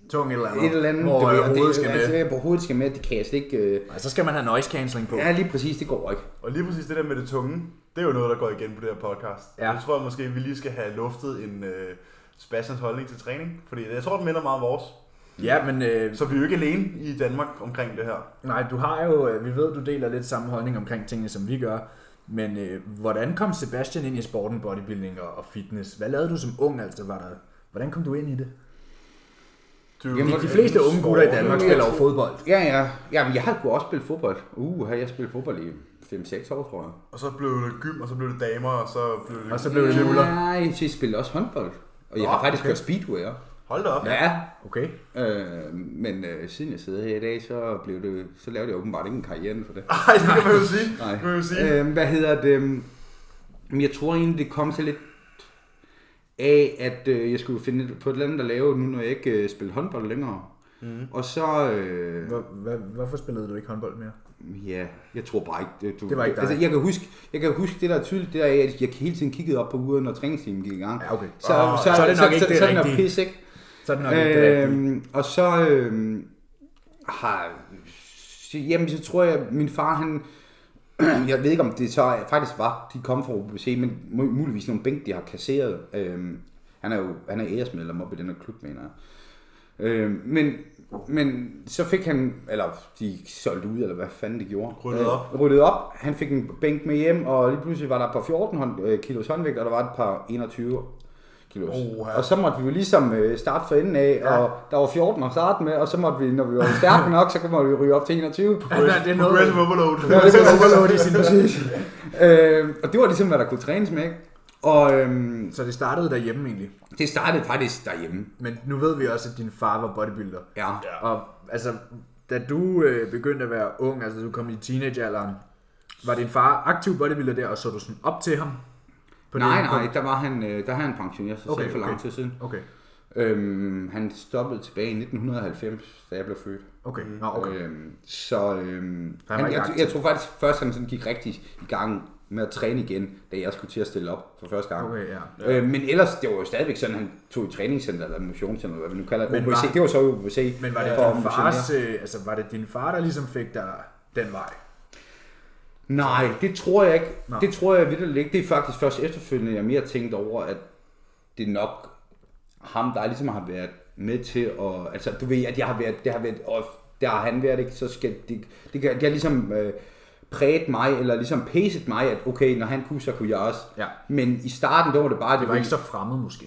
[SPEAKER 1] Tung eller andet.
[SPEAKER 3] et eller andet,
[SPEAKER 1] Hvor
[SPEAKER 3] du ved,
[SPEAKER 1] øh,
[SPEAKER 3] og det-
[SPEAKER 1] hovedet skal med.
[SPEAKER 3] altså, på hovedet skal med, det kan jeg slet ikke... Øh,
[SPEAKER 1] Og så skal man have noise cancelling på.
[SPEAKER 3] Ja, lige præcis, det går ikke.
[SPEAKER 2] Og lige præcis det der med det tunge, det er jo noget, der går igen på det her podcast.
[SPEAKER 1] Ja.
[SPEAKER 2] Jeg tror jeg måske, vi lige skal have luftet en øh, Sebastians holdning til træning. Fordi jeg tror, den minder meget om vores.
[SPEAKER 1] Ja, men øh,
[SPEAKER 2] Så vi er jo ikke alene i Danmark omkring det her.
[SPEAKER 1] Nej, du har jo, øh, vi ved, du deler lidt samme holdning omkring tingene, som vi gør. Men øh, hvordan kom Sebastian ind i sporten, bodybuilding og, og fitness? Hvad lavede du som ung, altså? Var der, hvordan kom du ind i det?
[SPEAKER 2] Du,
[SPEAKER 3] Jamen,
[SPEAKER 1] De fleste unge gutter i Danmark
[SPEAKER 3] jeg
[SPEAKER 1] spiller jo
[SPEAKER 3] tror-
[SPEAKER 1] fodbold.
[SPEAKER 3] Ja, ja. Jamen, jeg har kunne også spillet fodbold. Uh, har jeg spillet fodbold i 5-6 år, tror jeg.
[SPEAKER 2] Og så blev det gym, og så blev det damer, og så blev det...
[SPEAKER 1] Og så blev det
[SPEAKER 3] Ja,
[SPEAKER 1] luller.
[SPEAKER 3] Nej, så jeg spillede også håndbold. Og jeg har
[SPEAKER 2] Nå,
[SPEAKER 3] faktisk
[SPEAKER 2] okay.
[SPEAKER 3] kørt speedway også.
[SPEAKER 2] Hold da op.
[SPEAKER 3] Ja,
[SPEAKER 1] Okay.
[SPEAKER 3] øh, men øh, siden jeg sidder her i dag, så, blev det, så lavede jeg åbenbart ikke en karriere inden for det.
[SPEAKER 2] Nej, det kan man jo sige. Ah, Det kan man jo sige.
[SPEAKER 1] Øh,
[SPEAKER 3] Nej. Øhm, hvad hedder det? Jamen, Jeg tror egentlig, det kom til lidt af, at øh, jeg skulle finde på et eller andet at lave, nu når jeg ikke øh, spillede håndbold længere. Mm. Og så... Øh,
[SPEAKER 1] Hvor, hvad, hvorfor spillede du ikke håndbold mere?
[SPEAKER 3] Ja, jeg tror bare ikke. Det, du,
[SPEAKER 1] Det var ikke dig.
[SPEAKER 3] Altså, jeg kan huske, jeg kan huske det der er tydeligt, det der er, at jeg hele tiden kiggede op på uret, når træningstimen gik i gang.
[SPEAKER 1] Ja, okay.
[SPEAKER 3] Så,
[SPEAKER 1] Åh, så er det nok ikke det
[SPEAKER 3] så, er nok
[SPEAKER 1] rigtige.
[SPEAKER 3] pis, ikke?
[SPEAKER 1] Så er det nok øh, ikke det rigtige.
[SPEAKER 3] Øhm, og så øhm, har... Jamen, så tror jeg, min far, han... Jeg ved ikke, om det så faktisk var, de kom fra OBC, men mu- muligvis nogle bænk, de har kasseret. Øhm, han er jo han er æresmedlem oppe i den her klub, mener jeg. Øhm, men, men så fik han, eller de solgte ud, eller hvad fanden de gjorde.
[SPEAKER 2] Ryddede op.
[SPEAKER 3] Øh, ryddede op. Han fik en bænk med hjem, og lige pludselig var der et par 14 hånd, øh, kilos håndvægt, og der var et par 21 kilos.
[SPEAKER 2] Oha.
[SPEAKER 3] Og så måtte vi jo ligesom øh, starte fra enden af, ja. og der var 14 at starte med, og så måtte vi, når vi var stærke nok, så kunne vi jo ryge op til 21.
[SPEAKER 1] Ja, det er noget-
[SPEAKER 2] Progressive overload.
[SPEAKER 3] Ja, det var overload
[SPEAKER 1] i sin
[SPEAKER 3] øh, og det var ligesom, hvad der kunne trænes med, ikke? Og øhm,
[SPEAKER 1] Så det startede derhjemme egentlig.
[SPEAKER 3] det startede faktisk derhjemme.
[SPEAKER 1] Men nu ved vi også, at din far var bodybuilder.
[SPEAKER 3] Ja.
[SPEAKER 1] Og altså, da du øh, begyndte at være ung, altså du kom i teenagealderen, var din far aktiv bodybuilder der, og så du sådan op til ham? På
[SPEAKER 3] Nej,
[SPEAKER 1] det
[SPEAKER 3] nej,
[SPEAKER 1] punkt?
[SPEAKER 3] der var han, øh, der havde han pensioneret sig
[SPEAKER 1] Okay,
[SPEAKER 3] okay, selv for
[SPEAKER 1] okay.
[SPEAKER 3] lang tid siden.
[SPEAKER 1] Okay,
[SPEAKER 3] Øhm, han stoppede tilbage i 1990, da jeg blev født.
[SPEAKER 1] okay. Nå, okay.
[SPEAKER 3] Øhm, så øhm,
[SPEAKER 1] var
[SPEAKER 3] han,
[SPEAKER 1] ikke
[SPEAKER 3] jeg,
[SPEAKER 1] aktiv.
[SPEAKER 3] jeg tror faktisk først, han sådan gik rigtig i gang med at træne igen, da jeg skulle til at stille op for første gang.
[SPEAKER 1] Okay, ja.
[SPEAKER 3] Øh, men ellers, det var jo stadigvæk sådan, han tog i træningscenter eller motionscenter, eller hvad vi nu kalder det.
[SPEAKER 1] Men
[SPEAKER 3] OBC,
[SPEAKER 1] var-
[SPEAKER 3] det var så OBC.
[SPEAKER 1] Men var det
[SPEAKER 3] for
[SPEAKER 1] din
[SPEAKER 3] at
[SPEAKER 1] fars, øh, altså var det din far, der ligesom fik dig den vej?
[SPEAKER 3] Nej, det tror jeg ikke.
[SPEAKER 1] Nå.
[SPEAKER 3] Det tror jeg virkelig ikke. Det er faktisk først efterfølgende, jeg mere tænkt over, at det er nok ham, der ligesom har været med til at... Altså, du ved, at jeg har været... Det har været og der har han været, ikke? Så skal det... Det, kan, det har ligesom øh, præget mig, eller ligesom pacet mig, at okay, når han kunne, så kunne jeg også.
[SPEAKER 1] Ja.
[SPEAKER 3] Men i starten, der var det bare...
[SPEAKER 1] Det var ikke så fremmed måske,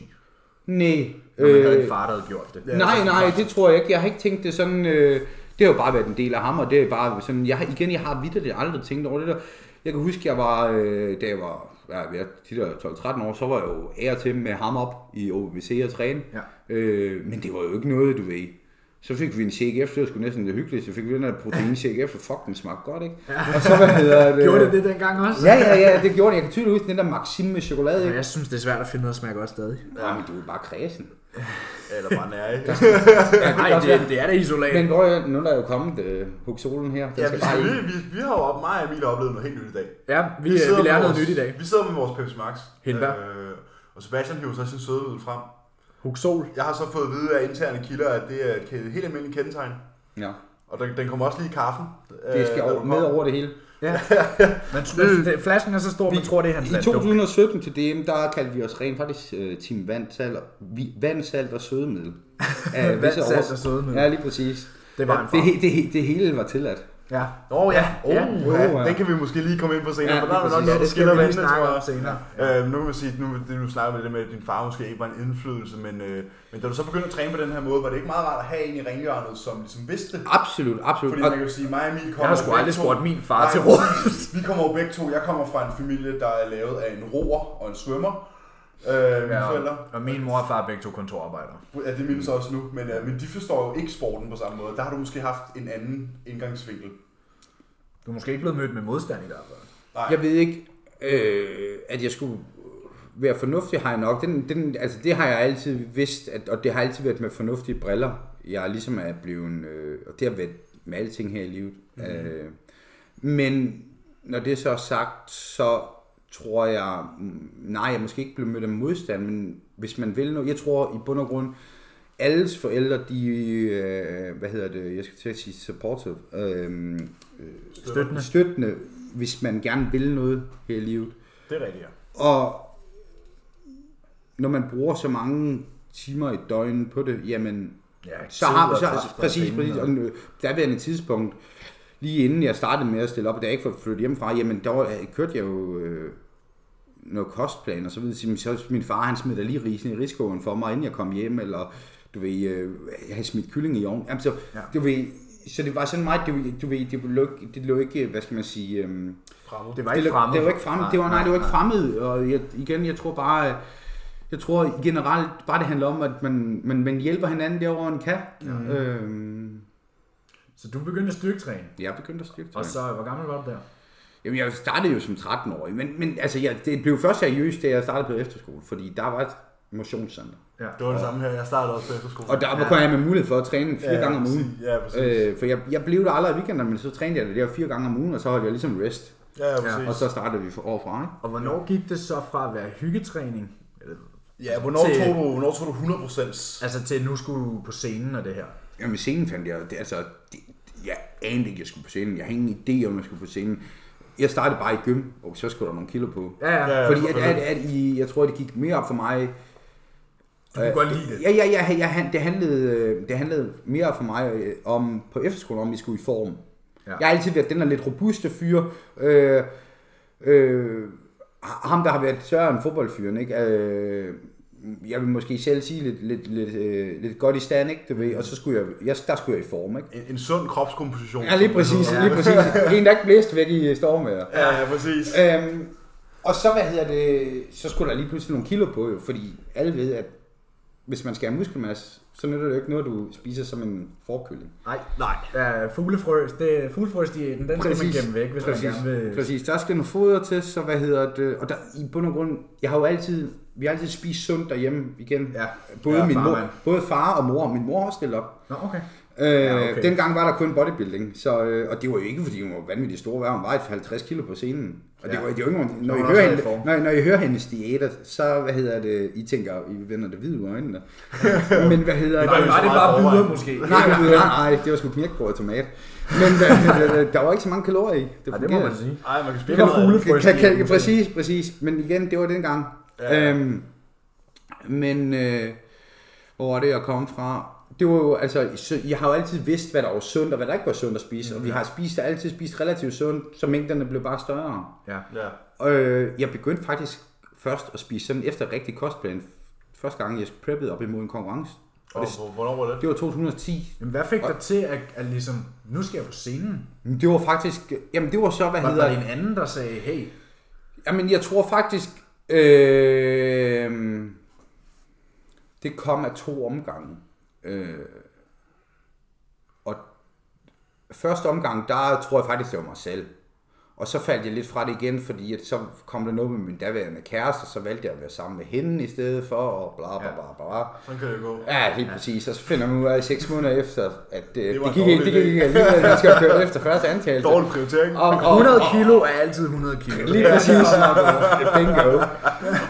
[SPEAKER 3] Nej.
[SPEAKER 1] når man
[SPEAKER 3] øh,
[SPEAKER 1] havde en far, der havde gjort det. Altså,
[SPEAKER 3] Nej, nej, det tror jeg ikke. Jeg har ikke tænkt det sådan... Øh, det har jo bare været en del af ham, og det er bare sådan... Jeg, har- igen, jeg har vidderligt aldrig tænkt over det der. Jeg kan huske, jeg var, øh, da jeg var ja, jeg, de der 12-13 år, så var jeg jo ære til med ham op i OBC og træne.
[SPEAKER 1] Ja.
[SPEAKER 3] Øh, men det var jo ikke noget, du ved. Så fik vi en shake efter, det var sgu næsten lidt hyggeligt. Så fik vi den her protein shake efter, fuck, den smagte godt, ikke? Ja. Og så, hvad hedder det?
[SPEAKER 1] Gjorde det det dengang også?
[SPEAKER 3] Ja, ja, ja, det gjorde det. Jeg kan tydeligt huske den der Maxim med chokolade,
[SPEAKER 1] Og
[SPEAKER 3] ikke?
[SPEAKER 1] Jeg synes, det er svært at finde noget, der smager godt stadig.
[SPEAKER 3] Øh, Ja. men du er bare kredsen.
[SPEAKER 2] Eller bare nære, ikke?
[SPEAKER 1] Nej,
[SPEAKER 3] godt
[SPEAKER 1] det, det er da isolat.
[SPEAKER 3] Men hvor er, nu er der jo kommet øh, hugsolen her. Der
[SPEAKER 2] Ja,
[SPEAKER 3] skal
[SPEAKER 2] vi,
[SPEAKER 3] bare
[SPEAKER 2] vi,
[SPEAKER 3] ind.
[SPEAKER 2] vi, vi har jo op, mig og Emil har oplevet noget helt nyt i dag.
[SPEAKER 1] Ja, vi, vi, vi
[SPEAKER 2] sidder
[SPEAKER 1] lærer
[SPEAKER 2] med
[SPEAKER 1] noget
[SPEAKER 2] vores-
[SPEAKER 1] nyt i dag.
[SPEAKER 2] Vi sidder med vores Pepsi Max.
[SPEAKER 1] Hindbær.
[SPEAKER 2] Øh, og Sebastian hiver så sin sødemiddel frem.
[SPEAKER 1] Huxol.
[SPEAKER 2] Jeg har så fået at vide af interne kilder, at det er et ke- helt almindeligt kendetegn.
[SPEAKER 3] Ja.
[SPEAKER 2] Og den, den kommer også lige i kaffen.
[SPEAKER 3] Det skal
[SPEAKER 2] øh,
[SPEAKER 3] over, med over det hele.
[SPEAKER 1] Man tror, det, flasken er så stor, man tror, Altså, det er hans
[SPEAKER 3] I 2017 til DM, der kaldte vi os rent faktisk uh, Team Vandsalt og, vi, vandsalt og Sødemiddel. Af visse
[SPEAKER 1] Vandsalt
[SPEAKER 3] års-
[SPEAKER 1] og sødemiddel.
[SPEAKER 3] Ja, lige præcis.
[SPEAKER 1] Det var en
[SPEAKER 3] det,
[SPEAKER 1] farm.
[SPEAKER 3] he- det, he- det, hele var tilladt.
[SPEAKER 1] Ja.
[SPEAKER 2] Nå ja, oh, ja.
[SPEAKER 3] Oh, ja.
[SPEAKER 2] ja. den kan vi måske lige komme ind på senere,
[SPEAKER 3] Ja,
[SPEAKER 2] ja, for der
[SPEAKER 3] lige
[SPEAKER 2] er nok
[SPEAKER 3] præcis.
[SPEAKER 2] noget,
[SPEAKER 1] Ja,
[SPEAKER 2] der
[SPEAKER 1] det skal vi
[SPEAKER 2] skiller
[SPEAKER 1] lige
[SPEAKER 2] vandene,
[SPEAKER 1] snakke om
[SPEAKER 2] tror jeg.
[SPEAKER 1] senere.
[SPEAKER 2] Øh, nu kan man sige, nu, det, du snakker med det med, at din far måske ikke var en indflydelse, men, øh, men da du så begyndte at træne på den her måde, var det ikke meget rart at have en i ringhjørnet, som ligesom vidste det?
[SPEAKER 3] Absolut, absolut.
[SPEAKER 2] Fordi
[SPEAKER 3] Og,
[SPEAKER 2] man kan jo sige, mig og Emil kommer
[SPEAKER 1] Jeg har sgu
[SPEAKER 2] jo begge
[SPEAKER 1] aldrig
[SPEAKER 2] to-
[SPEAKER 1] spurgt min far
[SPEAKER 2] Nej,
[SPEAKER 1] til råd.
[SPEAKER 2] Vi kommer jo begge to, jeg kommer fra en familie, der er lavet af en roer og en svømmer. Øh, mine ja. forældre,
[SPEAKER 1] og min mor og far er begge to kontorarbejdere.
[SPEAKER 2] ja, det mindes jeg også nu, men, øh, men de forstår jo ikke sporten på samme måde. Der har du måske haft en anden indgangsvinkel.
[SPEAKER 1] Du er måske ikke blevet mødt med modstand i hvert fald.
[SPEAKER 3] jeg ved ikke, øh, at jeg skulle være fornuftig, har jeg nok. Den, den, altså, det har jeg altid vidst, at, og det har altid været med fornuftige briller. Jeg ligesom er blevet, øh, og det har været med alting her i livet. Mm-hmm. Øh, men når det så er sagt, så tror jeg, mm, nej, jeg er måske ikke blevet mødt af modstand, men hvis man vil noget, jeg tror i bund og grund, alles forældre, de, øh, hvad hedder det, jeg skal til at sige supportive, øh,
[SPEAKER 1] Støttende.
[SPEAKER 3] støttende, hvis man gerne vil noget her i livet.
[SPEAKER 1] Det er rigtigt, ja.
[SPEAKER 3] Og når man bruger så mange timer i døgnet på det, jamen,
[SPEAKER 1] Ja,
[SPEAKER 3] så har man så, præcis, præcis, og nu- der var et tidspunkt, lige inden jeg startede med at stille op, og da jeg ikke var flyttet hjemmefra, jamen, der var, kørte jeg jo øh, noget kostplan og så videre. Så- Så min far, han smed da lige risen i risikoen for mig, inden jeg kom hjem, eller du ved, øh, jeg havde smidt kylling i ovnen. Jamen, så, ja.
[SPEAKER 1] Ja.
[SPEAKER 3] du ved, så det var sådan meget, du, ved- du ved, det lå, ikke- det lå ikke, hvad skal man sige, øhm,
[SPEAKER 1] Det var ikke
[SPEAKER 3] det,
[SPEAKER 1] fremmed.
[SPEAKER 3] Det var ikke fremmed. Det var, nej, det var ikke fremmed. Og jeg, igen, jeg tror bare, øh, Jeg tror generelt bare det handler om, at man, man, man hjælper hinanden derovre, en kan. Ja. Øhm,
[SPEAKER 1] Så du begyndte at styrketræne,
[SPEAKER 3] jeg begyndte at styrke
[SPEAKER 1] og så, hvor gammel var du der?
[SPEAKER 3] Jamen, jeg startede jo som 13-årig, men, men altså, jeg, det blev først seriøst, da jeg startede på efterskole, fordi der var et motionscenter.
[SPEAKER 1] Ja.
[SPEAKER 5] Det var det samme her. Jeg startede også på efterskole.
[SPEAKER 3] Og der ja. kunne jeg med mulighed for at træne fire ja, gange om ugen.
[SPEAKER 5] præcis. Ja, præcis.
[SPEAKER 3] Øh, for jeg, jeg blev der aldrig i weekenderne, men så trænede jeg det der fire gange om ugen, og så holdt jeg ligesom rest.
[SPEAKER 5] Ja, ja, præcis.
[SPEAKER 3] Og så startede vi for overfra, ikke?
[SPEAKER 1] Og hvornår gik det så fra at være hyggetræning, eller-
[SPEAKER 5] Ja, hvornår
[SPEAKER 1] Til-
[SPEAKER 5] tog du, hvornår tog du 100%?
[SPEAKER 1] altså til nu skulle du på scenen og det her?
[SPEAKER 3] Jamen, scenen fandt jeg, det, altså, det, jeg anede ikke, jeg skulle på scenen. Jeg havde ingen idé om, jeg skulle på scenen. Jeg startede bare i gym, og så skulle der nogle kilo på.
[SPEAKER 1] Ja, ja.
[SPEAKER 5] Ja,
[SPEAKER 3] Fordi at, at,
[SPEAKER 5] selvfølgelig.
[SPEAKER 3] at I, jeg tror, det gik mere op for mig.
[SPEAKER 1] Du kunne godt lide det.
[SPEAKER 3] Ja, ja, ja, ja, han- det, handlede, øh, det handlede mere op for mig øh, om på efterskolen, om vi skulle i form.
[SPEAKER 1] Ja.
[SPEAKER 3] Ja. Jeg har altid været den der lidt robuste fyr. Øh, øh, ham, der har været større end fodboldfyren, ikke? Øh, jeg vil måske selv sige lidt, lidt, lidt, øh, lidt godt i stand, ikke? Du ved, og så skulle jeg, jeg, der skulle jeg i form, ikke?
[SPEAKER 5] En, en sund kropskomposition.
[SPEAKER 3] Ja, lige præcis, lige præcis. En, der ikke blæste væk i stormvejr.
[SPEAKER 5] Ja, ja, præcis.
[SPEAKER 3] Øhm, og så, hvad hedder det, så skulle der lige pludselig nogle kilo på, jo, fordi alle ved, at hvis man skal have muskelmasse, så nytter det jo ikke noget, du spiser som en forkylling.
[SPEAKER 1] Nej, nej. Ja, fuglefrøs, det, fuglefrøsdiæten, den skal man gemme væk, hvis
[SPEAKER 3] præcis,
[SPEAKER 1] man gerne vil.
[SPEAKER 3] præcis. Der skal nogle foder til, så hvad hedder det, og der, i bund og grund, jeg har jo altid, vi har altid spist sundt derhjemme igen.
[SPEAKER 1] Ja.
[SPEAKER 3] Både,
[SPEAKER 1] Ja,
[SPEAKER 3] ja, min
[SPEAKER 1] far,
[SPEAKER 3] mor,
[SPEAKER 1] mand.
[SPEAKER 3] både far og mor, min mor har stillet op.
[SPEAKER 1] Nå, okay.
[SPEAKER 3] Øh,
[SPEAKER 1] Ja,
[SPEAKER 3] ja,
[SPEAKER 1] okay.
[SPEAKER 3] okay. Dengang var der kun bodybuilding, så, øh, og det var jo ikke, fordi hun var vanvittigt stor. Hver hun var et 50 kilo på scenen. Og det
[SPEAKER 1] Ja.
[SPEAKER 3] var, det var ikke, nogen- når, I
[SPEAKER 1] hun
[SPEAKER 3] hører
[SPEAKER 1] også
[SPEAKER 3] hende,
[SPEAKER 1] i form.
[SPEAKER 3] når, I- når I hører hendes diæter, så hvad hedder det, I tænker, I vender det hvide ud af øjnene. Men hvad hedder det?
[SPEAKER 1] Nej,
[SPEAKER 5] jo
[SPEAKER 1] var
[SPEAKER 5] så meget
[SPEAKER 1] det bare
[SPEAKER 5] forvejen.
[SPEAKER 1] byder måske?
[SPEAKER 3] Nej, nej, nej, nej, det var sgu knækbrød og tomat. Men hvad, hedder det, der var ikke så mange kalorier i. Det,
[SPEAKER 1] Ja, det må man sige.
[SPEAKER 5] Ej, man kan spille
[SPEAKER 1] Det var
[SPEAKER 5] noget.
[SPEAKER 1] fuglefrøs.
[SPEAKER 3] Kan, kan, kan, præcis, præcis. Men igen, det var dengang.
[SPEAKER 5] Ja.
[SPEAKER 3] Ja. Øhm, men øh, hvor var det, jeg kom fra? Det var jo, altså, så- jeg har jo altid vidst, hvad der var sundt, og hvad der ikke var sundt at spise. Og vi har spist, altid spist relativt sundt, så mængderne blev bare større.
[SPEAKER 1] Ja.
[SPEAKER 5] Ja.
[SPEAKER 3] Og øh, jeg begyndte faktisk først at spise sådan efter rigtig kostplan. Første gang, jeg preppede op imod en konkurrence.
[SPEAKER 5] Og, hvor- hvornår var det?
[SPEAKER 3] Det var 2010.
[SPEAKER 1] Jamen, hvad fik dig til at, at ligesom, nu skal jeg på scenen?
[SPEAKER 3] Men Det var faktisk, jamen det var så, hvad
[SPEAKER 1] Var
[SPEAKER 3] hedder
[SPEAKER 1] der en anden, der sagde, hey,
[SPEAKER 3] Jamen, jeg tror faktisk, øh, det kom af to omgange. Øh, og første omgang, der tror jeg faktisk, det var mig selv. Og så faldt jeg lidt fra det igen, fordi at så kom der noget med min daværende kæreste, og så valgte jeg at være sammen med hende i stedet for, og bla bla bla bla.
[SPEAKER 5] Sådan kan det gå.
[SPEAKER 3] Ja, helt ja. præcis. Og så finder man ud af seks måneder efter, at det, det,
[SPEAKER 5] var
[SPEAKER 3] det
[SPEAKER 5] en
[SPEAKER 3] gik ikke, det
[SPEAKER 5] dårlig
[SPEAKER 3] gik ikke alligevel, man skal køre efter første antagelse.
[SPEAKER 5] Dårlig prioritering.
[SPEAKER 3] Og, og,
[SPEAKER 1] 100 kilo er altid 100 kilo.
[SPEAKER 3] Lige præcis. Bingo.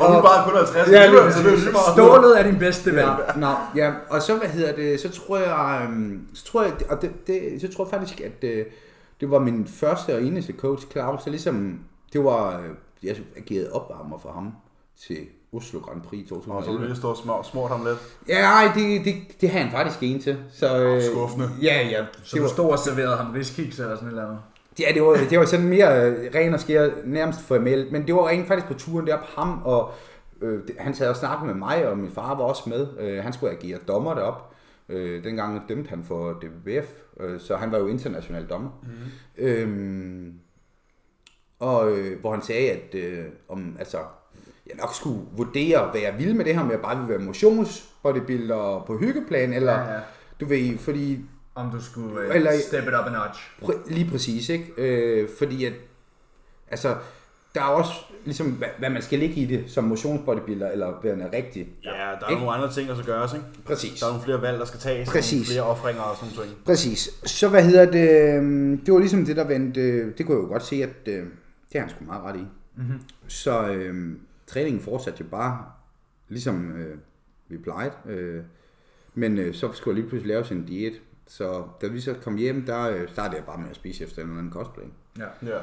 [SPEAKER 5] Og hun bare kun 50
[SPEAKER 3] Ja,
[SPEAKER 5] kilo,
[SPEAKER 3] lige
[SPEAKER 2] altså-
[SPEAKER 5] så det er lige meget.
[SPEAKER 1] Stålet er din bedste ven.
[SPEAKER 3] Ja, nå, ja, og så hvad hedder det, så tror jeg, øhm, så tror jeg, og det, det, så tror jeg faktisk, at øh, det var min første og eneste coach, Claus, så ligesom, det var, øh, jeg agerede opvarmer for ham til Oslo Grand Prix
[SPEAKER 5] Og så vil
[SPEAKER 3] 2011.
[SPEAKER 5] jeg stå og smør- smurt ham lidt.
[SPEAKER 3] Ja, nej, det, det, det havde han faktisk en til. Så, øh,
[SPEAKER 5] skuffende.
[SPEAKER 3] Ja, ja.
[SPEAKER 1] Så
[SPEAKER 3] Det
[SPEAKER 1] du
[SPEAKER 3] var,
[SPEAKER 1] stod og serverede ham riskiks eller sådan et eller andet.
[SPEAKER 3] ja, det var, det var sådan mere øh, ren og skær, nærmest formelt, men det var rent faktisk på turen derop ham, og øh, det- han sad og snakkede med mig, og min far var også med. Øh, han skulle agere dommer derop. Øh, dengang dømte han for DBF, øh, så han var jo international dommer. Mm. Øhm, og øh, hvor han sagde, at øh, om, altså, jeg nok skulle vurdere, hvad jeg ville med det her, om jeg bare ville være motionsbodybuilder på hyggeplan, eller
[SPEAKER 1] Ja,
[SPEAKER 3] ja,
[SPEAKER 1] ja.
[SPEAKER 3] ja. du ved, fordi
[SPEAKER 1] Om du skulle øh,
[SPEAKER 3] Eller-
[SPEAKER 1] step it up a notch.
[SPEAKER 3] Præ- Lige præcis, ikke? Øh, fordi at, altså, der er også, ligesom, hvad, hvad man skal ligge i det som motionsbodybuilder, eller værende rigtig.
[SPEAKER 5] Ja, der er
[SPEAKER 3] Ikke?
[SPEAKER 5] nogle andre ting, der skal gøres, ikke?
[SPEAKER 3] Præcis.
[SPEAKER 5] Der er nogle flere valg, der skal tages.
[SPEAKER 3] Præcis.
[SPEAKER 5] Nogle flere offringer og sådan noget.
[SPEAKER 3] Præcis. Så hvad hedder det, øhm, det var ligesom det, der vendte, øh, det kunne jeg jo godt se, at øh, det har han sgu meget ret i. Mm-hmm. Så øh, træningen fortsatte jo bare, ligesom øh, vi plejede, øh, men øh, så skulle jeg lige pludselig lave sin diæt. Så da vi så kom hjem, der øh, startede jeg bare med at spise efter en eller anden kostplan.
[SPEAKER 1] Ja.
[SPEAKER 5] Ja.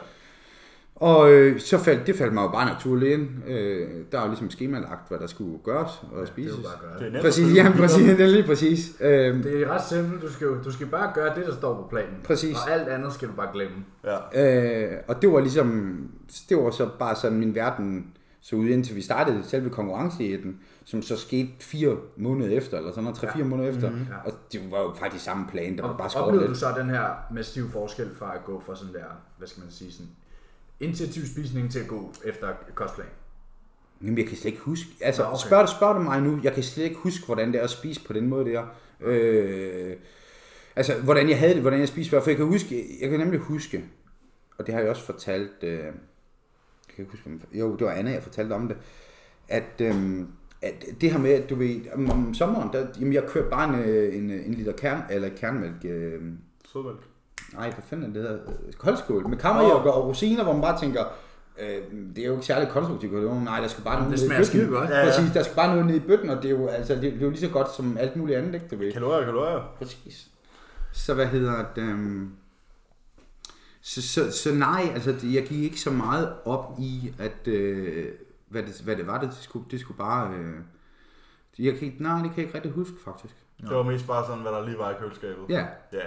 [SPEAKER 3] Og øh, så faldt, det faldt mig jo bare naturligt ind. Øh, der er jo ligesom skemalagt, hvad der skulle gøres og
[SPEAKER 1] Det er
[SPEAKER 3] spises.
[SPEAKER 1] jo bare at gøre det.
[SPEAKER 5] er nemt at
[SPEAKER 3] præcis,
[SPEAKER 5] følge
[SPEAKER 3] ja,
[SPEAKER 5] med.
[SPEAKER 3] præcis, det er lige præcis. Øh,
[SPEAKER 1] Det er ret simpelt. Du skal, jo- du skal bare gøre det, der står på planen.
[SPEAKER 3] Præcis.
[SPEAKER 1] Og alt andet skal du bare glemme.
[SPEAKER 5] Ja.
[SPEAKER 3] øh, og det var ligesom, det var så bare sådan min verden så ud, indtil vi startede selve konkurrencediæten, som så skete fire måneder efter, eller sådan noget, tre-fire måneder efter. Mm-hmm. Og det var jo faktisk samme plan, der var bare
[SPEAKER 1] Mhm. Og
[SPEAKER 3] skåret
[SPEAKER 1] oplevede du
[SPEAKER 3] lidt.
[SPEAKER 1] så den her massive forskel fra at gå fra sådan der, hvad skal man sige, sådan initiativ spisning til at gå efter kostplan?
[SPEAKER 3] Jamen, jeg kan slet ikke huske. Altså, okay. spørg, spørg du mig nu, jeg kan slet ikke huske, hvordan det er at spise på den måde der. Øh, altså, hvordan jeg havde det, hvordan jeg spiste før. For jeg kan, huske, jeg kan nemlig huske, og det har jeg også fortalt, øh, jeg kan ikke huske, om- jo, det var Anna, jeg fortalte om det, at, øhm, at det her med, at du ved, om, om sommeren, der, jamen, jeg kørte bare en, øh, en, øh, en liter kern, eller kernemælk, øh,
[SPEAKER 2] Sødmælk.
[SPEAKER 3] nej, hvad fanden er det hedder, Øh, koldskål, med kammerjokker og rosiner, hvor man bare tænker, øh, det er jo ikke særlig konstruktivt, og det er jo, nej, der skal bare noget
[SPEAKER 1] Det
[SPEAKER 3] ned i
[SPEAKER 1] smager
[SPEAKER 3] bøtten.
[SPEAKER 1] skide godt.
[SPEAKER 3] Ja, ja. Præcis, der skal bare noget ned i bøtten, og det er jo, altså, det, det er jo lige så godt som alt muligt andet, ikke, du ved.
[SPEAKER 2] Kalorier, kalorier.
[SPEAKER 3] Præcis. Så hvad hedder det? øhm, Så, så, så nej, altså det- jeg gik ikke så meget op i, at øh, hvad, det, hvad det var, det skulle, det skulle bare... Øh, jeg kan ikke, nej, det kan jeg ikke rigtig huske, faktisk.
[SPEAKER 2] Det var mest bare sådan, hvad der lige var i køleskabet.
[SPEAKER 3] Ja,
[SPEAKER 2] Ja,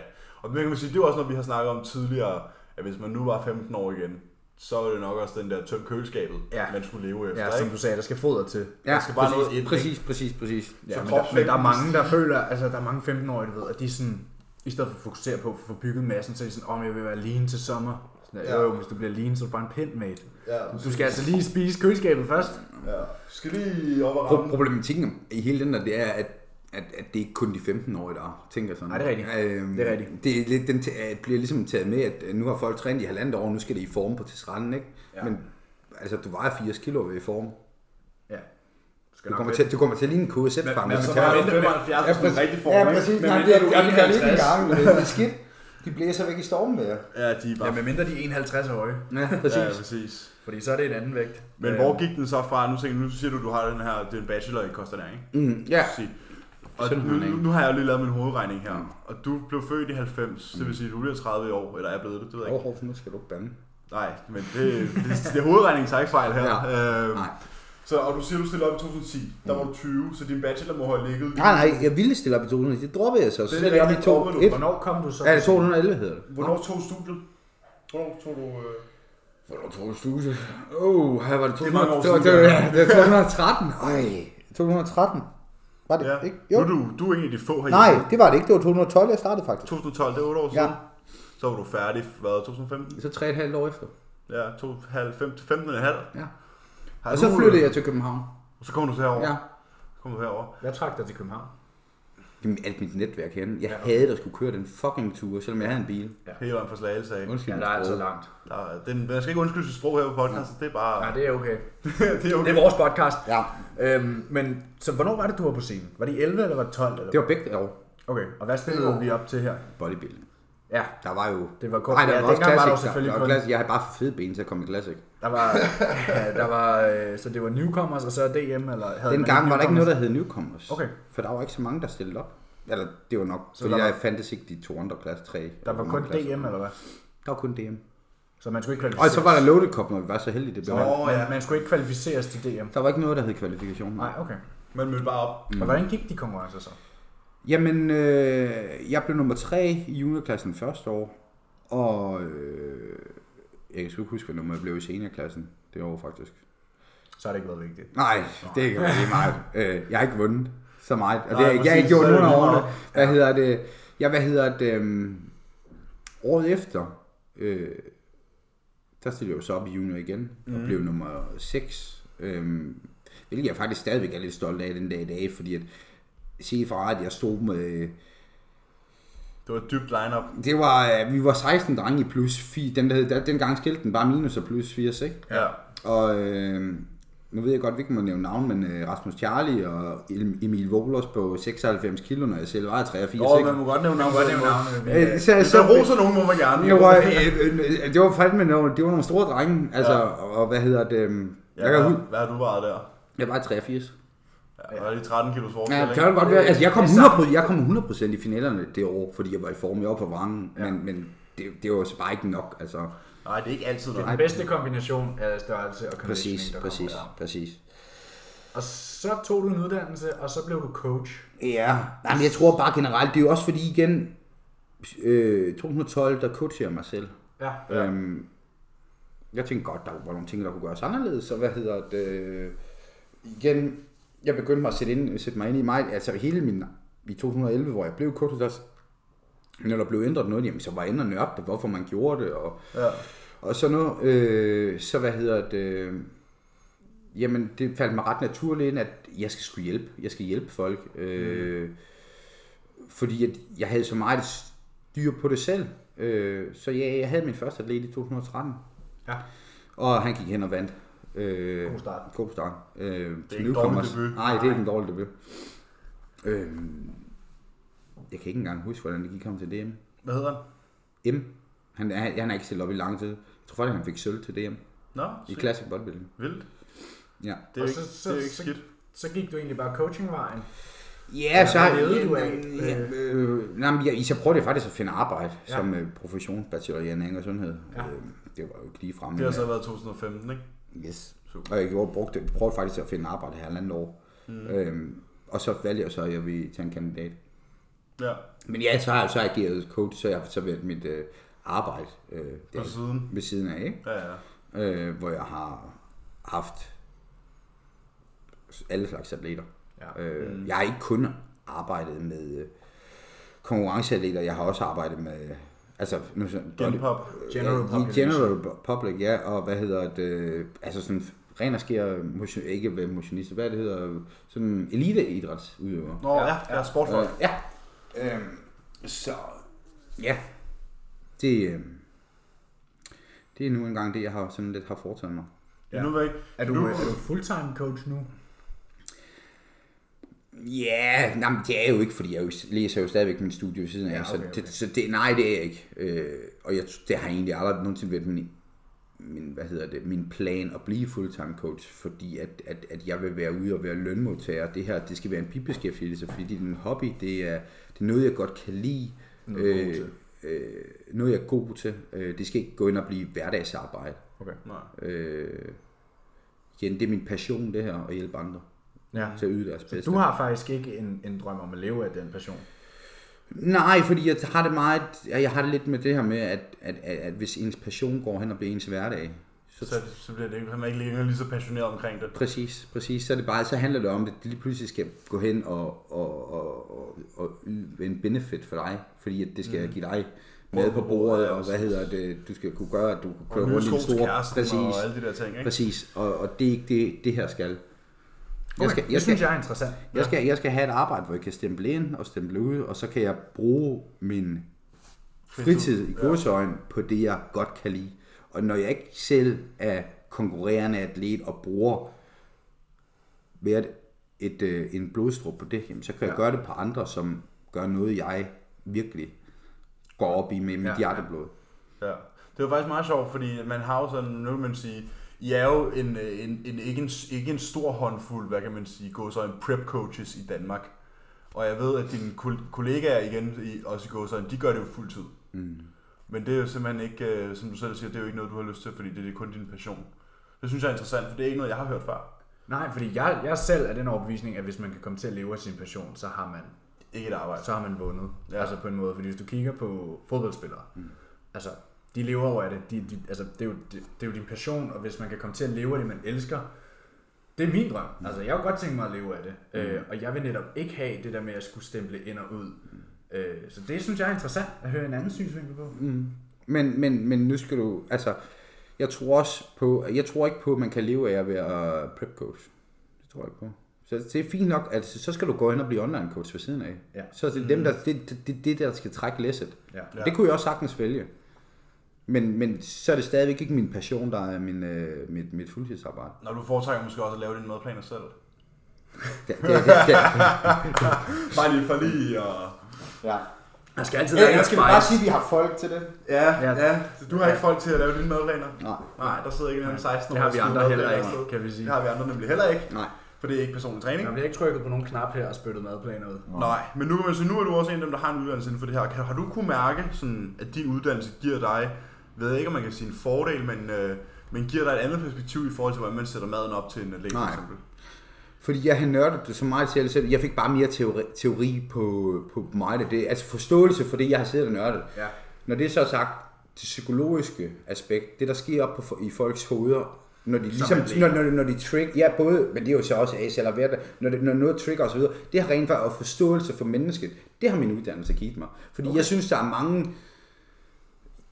[SPEAKER 2] og man kan sige, det er jo også noget, vi har snakket om tidligere, at hvis man nu var 15 år igen, så var det nok også den der tøm køleskabet,
[SPEAKER 1] Ja.
[SPEAKER 2] man skulle leve efter,
[SPEAKER 1] Ja,
[SPEAKER 2] ja,
[SPEAKER 1] som
[SPEAKER 2] ikke?
[SPEAKER 1] du sagde, der skal foder til.
[SPEAKER 3] ja
[SPEAKER 2] Der skal bare
[SPEAKER 3] præcis,
[SPEAKER 2] noget ind, ikke?
[SPEAKER 3] præcis, præcis, præcis.
[SPEAKER 1] Ja,
[SPEAKER 2] Så
[SPEAKER 1] men, der,
[SPEAKER 2] kropsvægten
[SPEAKER 1] men der er mange, der føler, altså der er mange 15-årige, du ved, og de er sådan, i stedet for at fokusere på at få bygget massen, så er de sådan, om oh, jeg vil være lean til sommer. Sådan,
[SPEAKER 5] Ja.
[SPEAKER 1] ja. Jo, jo, hvis du bliver lean, så er du bare en pind, mate.
[SPEAKER 5] Ja,
[SPEAKER 1] Du skal altså lige spise køleskabet først.
[SPEAKER 5] ja. Skal lige op og
[SPEAKER 3] Pro-
[SPEAKER 5] ramme.
[SPEAKER 3] Problematikken i hele den der, det er, at at, at det er ikke kun de 15-årige, der tænker sådan.
[SPEAKER 1] Nej, det er rigtigt.
[SPEAKER 3] Øhm,
[SPEAKER 1] Det er rigtigt.
[SPEAKER 3] Det, er lidt- den t- at bliver ligesom taget med, at øh, nu har folk trænet i halvandet år, nu skal de i form på til stranden, ikke? Ja. Men altså, du vejer 80 kilo ved i form.
[SPEAKER 1] Ja.
[SPEAKER 3] Du kommer, til, du kommer til at ligne en KSF-fange.
[SPEAKER 2] Men så var jeg jo 75, ja, hvis
[SPEAKER 3] præcis.
[SPEAKER 2] man rigtig får
[SPEAKER 3] Ja,
[SPEAKER 2] dem, ikke?
[SPEAKER 3] præcis.
[SPEAKER 2] Men
[SPEAKER 3] Nej, det
[SPEAKER 2] mindre
[SPEAKER 3] er du
[SPEAKER 2] er
[SPEAKER 3] ikke lige en
[SPEAKER 2] 50.
[SPEAKER 3] gang. men Det er skidt. De blæser væk i stormen med jer.
[SPEAKER 2] Ja, de er bare...
[SPEAKER 1] Ja, medmindre de er 51 høje,
[SPEAKER 3] Ja,
[SPEAKER 2] Ja, ja,
[SPEAKER 3] præcis.
[SPEAKER 2] præcis.
[SPEAKER 1] fordi så er det en anden vægt. Øh,
[SPEAKER 2] Men
[SPEAKER 3] Øh.
[SPEAKER 2] hvor gik den så fra? Nu, tænker, nu siger du, du har den her, det er en bachelor i Costa ikke?
[SPEAKER 3] Mm, ja.
[SPEAKER 2] Sige. Og
[SPEAKER 3] Sådan
[SPEAKER 2] nu,
[SPEAKER 3] har jeg
[SPEAKER 2] nu,
[SPEAKER 3] ikke.
[SPEAKER 2] nu, har jeg jo lige lavet min hovedregning
[SPEAKER 3] Mm.
[SPEAKER 2] her, og du blev født i 90, det vil sige, du bliver 30 i år, eller er blevet det, det ved jeg
[SPEAKER 3] Hov,
[SPEAKER 2] ikke.
[SPEAKER 3] hov, nu skal du ikke bande.
[SPEAKER 2] Nej, men det, det, det er hovedregningen, tager ikke fejl her. Ja.
[SPEAKER 3] Nej.
[SPEAKER 2] Så, og du siger, du stillede op i 2010. Der var du 20, så din bachelor må have ligget.
[SPEAKER 3] Nej, nej, jeg ville stille op i 2000. Det droppede jeg så. Så
[SPEAKER 2] er
[SPEAKER 3] stillede jeg op i
[SPEAKER 2] rigtigt,
[SPEAKER 3] to-
[SPEAKER 2] droppede du.
[SPEAKER 3] et-
[SPEAKER 1] Hvornår kom du så?
[SPEAKER 3] Ja, det er 211 hedder det.
[SPEAKER 2] Hvornår tog studiet? Hvornår tog du... Øh...
[SPEAKER 3] Hvornår tog Stuse? Åh, her var det
[SPEAKER 2] er mange år
[SPEAKER 3] 200 det var-
[SPEAKER 2] siden,
[SPEAKER 3] det var- ja, det var 213. Ej, 213. Var det
[SPEAKER 2] Ja.
[SPEAKER 3] ikke?
[SPEAKER 2] Jo.
[SPEAKER 3] Jo.
[SPEAKER 2] Nu er du, du er en af de få her.
[SPEAKER 3] Nej, det var det ikke. Det var 212, jeg startede faktisk.
[SPEAKER 2] 2012, det er 8 år siden.
[SPEAKER 3] Ja.
[SPEAKER 2] Ja. Så var du færdig, hvad, 2015?
[SPEAKER 3] Så 3,5 år efter.
[SPEAKER 2] Ja, 2015, 15 og halv.
[SPEAKER 3] Ja.
[SPEAKER 2] Har
[SPEAKER 3] Og
[SPEAKER 2] du-
[SPEAKER 3] så flyttede jeg til København.
[SPEAKER 2] Og så kom du så herover.
[SPEAKER 3] Ja.
[SPEAKER 2] Ja. Kom du herover.
[SPEAKER 1] Hvad trak dig til København?
[SPEAKER 3] Jamen, alt mit netværk herinde. Jeg havde der skulle køre den fucking tur, selvom jeg havde en bil.
[SPEAKER 2] Hele vejen fra Slagelse af.
[SPEAKER 3] Undskyld.
[SPEAKER 1] Ja, der er altså langt.
[SPEAKER 2] Der, er- den, man skal ikke undskylde sit sprog her på podcasten. Det er bare...
[SPEAKER 1] Nej, Ah, det er okay.
[SPEAKER 2] det er
[SPEAKER 1] Det
[SPEAKER 2] okay.
[SPEAKER 1] er vores podcast.
[SPEAKER 3] Ja,
[SPEAKER 1] Øhm, men så hvornår var det, du var på scenen? Var det 11 eller var det 12? Eller?
[SPEAKER 3] det var begge år.
[SPEAKER 1] Okay, og hvad stillede vi op til her?
[SPEAKER 3] Bodybuilding.
[SPEAKER 1] Ja,
[SPEAKER 3] Der var jo...
[SPEAKER 1] Det var kun-
[SPEAKER 3] Nej, der
[SPEAKER 1] ja,
[SPEAKER 3] var også
[SPEAKER 1] dengang var der jo
[SPEAKER 3] klassik.
[SPEAKER 1] selvfølgelig
[SPEAKER 3] der, der var
[SPEAKER 1] kun-
[SPEAKER 3] klassik. Jeg havde bare for fede ben til at komme i klassik.
[SPEAKER 1] der var, ja, der var øh, så det var newcomers, og så DM, eller havde man
[SPEAKER 3] Dengang var der ikke
[SPEAKER 1] newcomers?
[SPEAKER 3] noget, der hed Newcomers.
[SPEAKER 1] Okay.
[SPEAKER 3] For der var ikke så mange, der stillede op. Eller det var nok, så
[SPEAKER 1] der
[SPEAKER 3] fordi
[SPEAKER 1] var-
[SPEAKER 3] jeg fandtes ikke de to andre klasse 3.
[SPEAKER 1] Der var kun DM, eller hvad?
[SPEAKER 3] Der var kun DM.
[SPEAKER 1] Så man skulle ikke kvalificeres.
[SPEAKER 3] Og så var der Loaded Cup, når vi var så heldige, det blev.
[SPEAKER 2] Nå.
[SPEAKER 3] valgt.
[SPEAKER 2] Åh,
[SPEAKER 1] man,
[SPEAKER 2] ja.
[SPEAKER 1] man skulle ikke kvalificeres til DM.
[SPEAKER 3] Der var ikke noget, der hed kvalifikation.
[SPEAKER 1] Nej, okay.
[SPEAKER 2] Man mødte bare op.
[SPEAKER 1] Og
[SPEAKER 3] Mm.
[SPEAKER 1] hvordan gik de konkurrencer så?
[SPEAKER 3] Jamen, øh, jeg blev nummer 3 i juniorklassen første år. Og øh, jeg kan sgu ikke huske, hvad nummer jeg blev i seniorklassen. Det år faktisk.
[SPEAKER 1] Så har det ikke været vigtigt.
[SPEAKER 3] Nej, det er ikke lige meget. Øh, jeg har ikke vundet så meget. Og det, Nej,
[SPEAKER 2] Nej,
[SPEAKER 3] jeg, jeg har ikke
[SPEAKER 2] præcis,
[SPEAKER 3] gjort
[SPEAKER 2] så er det
[SPEAKER 3] nogen
[SPEAKER 2] lige
[SPEAKER 3] af
[SPEAKER 2] meget.
[SPEAKER 3] årene. Hvad ja. hedder det? Jeg, hvad hedder det? øhm, året efter, øh, der stillede jeg jo så op i junior igen. Og
[SPEAKER 2] Mhm.
[SPEAKER 3] blev nummer 6. Øhm, hvilket jeg faktisk stadigvæk er lidt stolt af den dag i dag. Fordi at se fra, at jeg stod med...
[SPEAKER 2] Det var et dybt line-up.
[SPEAKER 3] Det var, øh, vi var 16 drenge i plus 4. Dem, der hed, der, dengang skilte den bare minus og plus 80, ikke?
[SPEAKER 2] Ja.
[SPEAKER 3] Og øh, nu ved jeg godt, at vi ikke må nævne navn, men øh, Rasmus Charlie og El- Emil Wohlers på 96 kilo, når jeg selv vejer 83.
[SPEAKER 2] Åh,
[SPEAKER 3] ikke?
[SPEAKER 2] man må godt nævne navn.
[SPEAKER 1] Det er jo navnet, vi-
[SPEAKER 3] Øh, så,
[SPEAKER 2] Hvis
[SPEAKER 3] så,
[SPEAKER 2] man roser nogen, må man gerne.
[SPEAKER 3] det var, øh, øh, det var fandme nogle, det var nogle store drenge, altså, ja. og, og hvad hedder det, øh,
[SPEAKER 2] Ja,
[SPEAKER 3] jeg, kan,
[SPEAKER 2] hvad,
[SPEAKER 3] hu-
[SPEAKER 2] hvad har du vejet der?
[SPEAKER 3] jeg vejer 83.
[SPEAKER 2] Ja, var lige 13 kilos forskel,
[SPEAKER 3] Ja,
[SPEAKER 2] ikke?
[SPEAKER 3] det kan godt være, altså jeg kom 100%, jeg kom 100 i finalerne det år, fordi jeg var i form, jeg var på vrangen, ja. men, men det, det var så bare ikke nok, altså.
[SPEAKER 2] Nej, det er ikke altid noget.
[SPEAKER 1] Den bedste kombination af størrelse og conditioning,
[SPEAKER 3] Præcis,
[SPEAKER 1] der
[SPEAKER 3] præcis,
[SPEAKER 1] kommer
[SPEAKER 3] præcis.
[SPEAKER 1] der. Og så tog du en uddannelse, og så blev du coach.
[SPEAKER 3] Ja, nej, men jeg tror bare generelt, det er jo også fordi igen, øh, 2012, der coachede jeg mig selv.
[SPEAKER 1] Ja.
[SPEAKER 3] Ja. Øhm, jeg tænkte godt, der var nogle ting, der kunne gøres anderledes, så hvad hedder det, øh, igen, jeg begyndte mig at sætte, ind, sætte mig ind i mig, altså hele min, i 2011, hvor jeg blev coachet, der, når der blev ændret noget, jamen så var ændrene op, hvorfor man gjorde det, og, ja. og så noget, øh, så hvad hedder det, øh, Jamen, det faldt mig ret naturligt ind, at jeg skal skulle hjælpe. Jeg skal hjælpe folk. Øh, mm. Fordi jeg, jeg havde så meget styr på det selv. Øh, så jeg, jeg havde min første atlet i 2013.
[SPEAKER 2] Ja.
[SPEAKER 3] Og han gik hen og vandt. Øh,
[SPEAKER 1] God start.
[SPEAKER 3] God start. Øh, det er
[SPEAKER 2] ikke en dårlig debut.
[SPEAKER 3] Nej, det er ikke en dårlig debut. Øh, jeg kan ikke engang huske, hvordan det gik ham til DM.
[SPEAKER 2] Hvad hedder han?
[SPEAKER 3] M. Han, han, han er ikke stillet op i lang tid. Jeg tror faktisk, han fik sølv til DM.
[SPEAKER 2] Nå,
[SPEAKER 3] I
[SPEAKER 2] sygt.
[SPEAKER 3] Classic Bodybuilding.
[SPEAKER 2] Vildt.
[SPEAKER 3] Ja.
[SPEAKER 2] Det er,
[SPEAKER 1] Og
[SPEAKER 2] ikke,
[SPEAKER 1] så- så-
[SPEAKER 2] det er ikke
[SPEAKER 1] så-
[SPEAKER 2] skidt.
[SPEAKER 1] Så gik du egentlig bare coachingvejen.
[SPEAKER 3] Ja, så har
[SPEAKER 1] levede du af?
[SPEAKER 3] ja, øh, nej, men jeg, så prøvede jeg faktisk at finde arbejde ja.
[SPEAKER 1] Ja.
[SPEAKER 3] som øh, professionsbachelor i ernæring og sundhed.
[SPEAKER 1] Ja.
[SPEAKER 3] Øh, det var jo ikke lige fremme.
[SPEAKER 2] Det har så været 2015, ikke?
[SPEAKER 3] Yes.
[SPEAKER 2] Super.
[SPEAKER 3] Og jeg gjorde, brugte, prøvede faktisk at finde arbejde her halvandet år. Mm. Øhm, og så valgte jeg så, at jeg ville tage en kandidat.
[SPEAKER 2] Ja,
[SPEAKER 3] Men ja, så har jeg så ageret coach, så jeg har så været mit øh, arbejde øh,
[SPEAKER 2] på siden.
[SPEAKER 3] ved siden af, ikke?
[SPEAKER 2] Ja, ja.
[SPEAKER 3] Øh, hvor jeg har haft alle slags atleter.
[SPEAKER 1] Ja.
[SPEAKER 3] Øh, Jeg har ikke kun arbejdet med øh, konkurrenceatleter, jeg har også arbejdet med, altså nu sådan,
[SPEAKER 2] Genpop.
[SPEAKER 1] General
[SPEAKER 3] general,
[SPEAKER 1] population.
[SPEAKER 3] Øh, general public, ja, og hvad hedder det, altså sådan ren og skær, motion, ikke hvad motionister, hvad det hedder, sådan eliteidrætsudøver.
[SPEAKER 2] Nå, ja, ja,
[SPEAKER 3] Øh,
[SPEAKER 2] sportfolk.
[SPEAKER 3] ja, øh, så ja, det, øh, det er nu engang det, jeg har sådan lidt har foretaget mig.
[SPEAKER 2] Ja. Nu ved jeg ikke.
[SPEAKER 1] Er du,
[SPEAKER 2] nu,
[SPEAKER 1] er du fulltime coach nu?
[SPEAKER 3] Ja, nej, men det er jo ikke, fordi jeg jo s- læser jo stadigvæk min studie ved siden af,
[SPEAKER 1] Ja,
[SPEAKER 3] ja, okay,
[SPEAKER 1] okay,
[SPEAKER 3] okay. så,
[SPEAKER 1] okay.
[SPEAKER 3] det, så det, nej, det er jeg ikke. Øh, og jeg, det har egentlig aldrig nogensinde været min, min, hvad hedder det, min plan at blive fulltime coach, fordi at, at, at jeg vil være ude og være lønmodtager. Det her, det skal være en bibeskæftigelse, fordi det er en hobby, det er, det er noget, jeg godt kan lide.
[SPEAKER 1] Noget, du er god til.
[SPEAKER 3] øh, noget jeg er god til. Øh, det skal ikke gå ind og blive hverdagsarbejde.
[SPEAKER 1] Okay.
[SPEAKER 2] Nej.
[SPEAKER 3] Øh, igen, det er min passion, det her, at hjælpe andre
[SPEAKER 1] Ja.
[SPEAKER 3] til at yde deres bedste.
[SPEAKER 1] Du har faktisk ikke en, en drøm om at leve af den passion.
[SPEAKER 3] Nej, fordi jeg har det meget, jeg har det lidt med det her med, at, at, at, at hvis ens passion går hen og bliver ens hverdag, så,
[SPEAKER 2] Så, så bliver det ikke, han er ikke længere lige så passioneret omkring det.
[SPEAKER 3] præcis, præcis, så er det bare, så handler det om, at det lige pludselig skal gå hen og, og, og, og, og yde en benefit for dig, fordi at det skal mm. give dig mad på bordet, og hvad hedder det, du skal kunne gøre, at du kan køre
[SPEAKER 2] Og nye
[SPEAKER 3] rundt i
[SPEAKER 2] sko
[SPEAKER 3] en
[SPEAKER 2] til
[SPEAKER 3] stor,
[SPEAKER 2] kæresten
[SPEAKER 3] præcis,
[SPEAKER 2] og alle de der ting, ikke?
[SPEAKER 3] præcis, og, og det er ikke det, det her skal.
[SPEAKER 1] Okay. det synes jeg er interessant.
[SPEAKER 3] Jeg skal, jeg skal have et arbejde, hvor jeg kan stemple ind og stemple ud, og så kan jeg bruge min fritid i godsøjen på det, jeg godt kan lide. Og når jeg ikke selv er konkurrerende atlet og bruger været et, øh, en blodstrup på det, jamen, så kan jeg gøre det på andre, som gør noget, jeg virkelig går op i med mit
[SPEAKER 1] Ja, ja.
[SPEAKER 3] hjerteblod.
[SPEAKER 2] Ja. Det var faktisk meget sjovt, fordi man har jo sådan, nu kan man sige, I er jo en, øh, en, en, ikke, en, ikke en stor håndfuld, hvad kan man sige, gå så en prep coaches i Danmark. Og jeg ved, at dine kol- kollegaer igen, i, også i gåsøjne, de gør det jo fuldtid.
[SPEAKER 3] Mm.
[SPEAKER 2] Men det er jo simpelthen ikke, øh, som du selv siger, det er jo ikke noget, du har lyst til, fordi det er kun din passion. Det synes jeg er interessant, for det er ikke noget, jeg har hørt før.
[SPEAKER 1] Nej, fordi jeg, jeg selv er den overbevisning, at hvis man kan komme til at leve af sin passion, så har man,
[SPEAKER 2] Ikke et arbejde.
[SPEAKER 1] så har man vundet.
[SPEAKER 2] Ja.
[SPEAKER 1] Ja. Altså på en måde. Fordi hvis du kigger på fodboldspillere, mm. altså de lever over af det. De, de, altså, det, er jo, det, det er jo din passion, og hvis man kan komme til at leve af det, man elsker, det er min drøm. Mm. Altså jeg kunne godt tænke mig at leve af det. Mm. Øh, og jeg vil netop ikke have det der med at skulle stemple ind og ud. Øh, så det synes jeg er interessant at høre en anden synsvinkel på.
[SPEAKER 3] Men, men, men nu skal du, altså, jeg tror også på, jeg tror ikke på, at man kan leve af at være øh, prep coach. Det tror jeg ikke på. Så det er fint nok, at så skal du gå hen og blive online coach ved siden af.
[SPEAKER 1] Ja.
[SPEAKER 3] Så er det er dem, der, det, det, det, det, der skal trække læsset.
[SPEAKER 1] Ja.
[SPEAKER 3] Ja. Det kunne jeg også sagtens vælge. Men, men så er det stadigvæk ikke min passion, der er min, øh, mit, mit fuldtidsarbejde.
[SPEAKER 2] Når du foretrækker måske også at lave dine madplaner selv.
[SPEAKER 3] Det, det, det, det.
[SPEAKER 2] Bare lige for lige og...
[SPEAKER 5] Ja.
[SPEAKER 1] Der skal altid være en spice.
[SPEAKER 5] at vi har folk til det.
[SPEAKER 2] Ja,
[SPEAKER 1] Ja.
[SPEAKER 2] ja. Du har ikke folk til at lave dine madplaner?
[SPEAKER 3] Nej,
[SPEAKER 2] Nej, der sidder ikke en anden 16 år.
[SPEAKER 1] Det har vi
[SPEAKER 2] der
[SPEAKER 1] andre
[SPEAKER 2] skriver
[SPEAKER 1] heller
[SPEAKER 2] madplaner
[SPEAKER 1] ikke,
[SPEAKER 2] afsted.
[SPEAKER 1] kan vi sige.
[SPEAKER 2] Det har vi andre nemlig heller ikke,
[SPEAKER 3] nej.
[SPEAKER 2] for det er ikke personlig træning.
[SPEAKER 1] Der bliver ikke trykket på nogen knap her og spyttet madplaner ud.
[SPEAKER 2] Nej, men nu kan man sige, nu er du også en af dem, der har en uddannelse inden for det her. Kan, har du kunne mærke, sådan, at din uddannelse giver dig, ved jeg ikke om man kan sige en fordel, men, øh, men giver dig et andet perspektiv i forhold til, hvordan man sætter maden op til en atlet for
[SPEAKER 3] Nej.
[SPEAKER 2] eksempel?
[SPEAKER 3] Fordi jeg havde nørdet det så meget til, så jeg fik bare mere teori, teori på, på mig. Det, altså forståelse for det, jeg har siddet og nørdet.
[SPEAKER 1] Ja.
[SPEAKER 3] Når det så er sagt, det psykologiske aspekt, det der sker op på, i folks hoveder, når de ligesom,
[SPEAKER 1] atlet.
[SPEAKER 3] når, når, når de trigger, ja både, men det er jo så også AS eller hverdag, når, det, når noget trigger osv., det har rent faktisk og forståelse for mennesket, det har min uddannelse givet mig. Fordi okay. jeg synes, der er mange,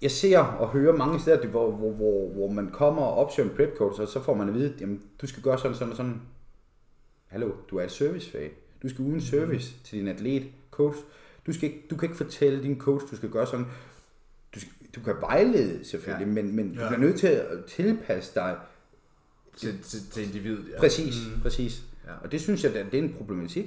[SPEAKER 3] jeg ser og hører mange steder, det- hvor, hvor, hvor, hvor man kommer og opsøger en prep coach, og så får man at vide, jamen, du skal gøre sådan, sådan og sådan. Hallo, du er et servicefag. Du skal uden service til din atlet, coach. Du, skal ikke, du kan ikke fortælle din coach, du skal gøre sådan. Du, skal, du kan vejlede selvfølgelig, ja. men, men ja. du
[SPEAKER 1] Ja.
[SPEAKER 3] er nødt til at tilpasse dig
[SPEAKER 1] Til, til, til individet, ja.
[SPEAKER 3] Præcis, mm. præcis.
[SPEAKER 1] Ja.
[SPEAKER 3] Og det synes jeg, at det er en problematik.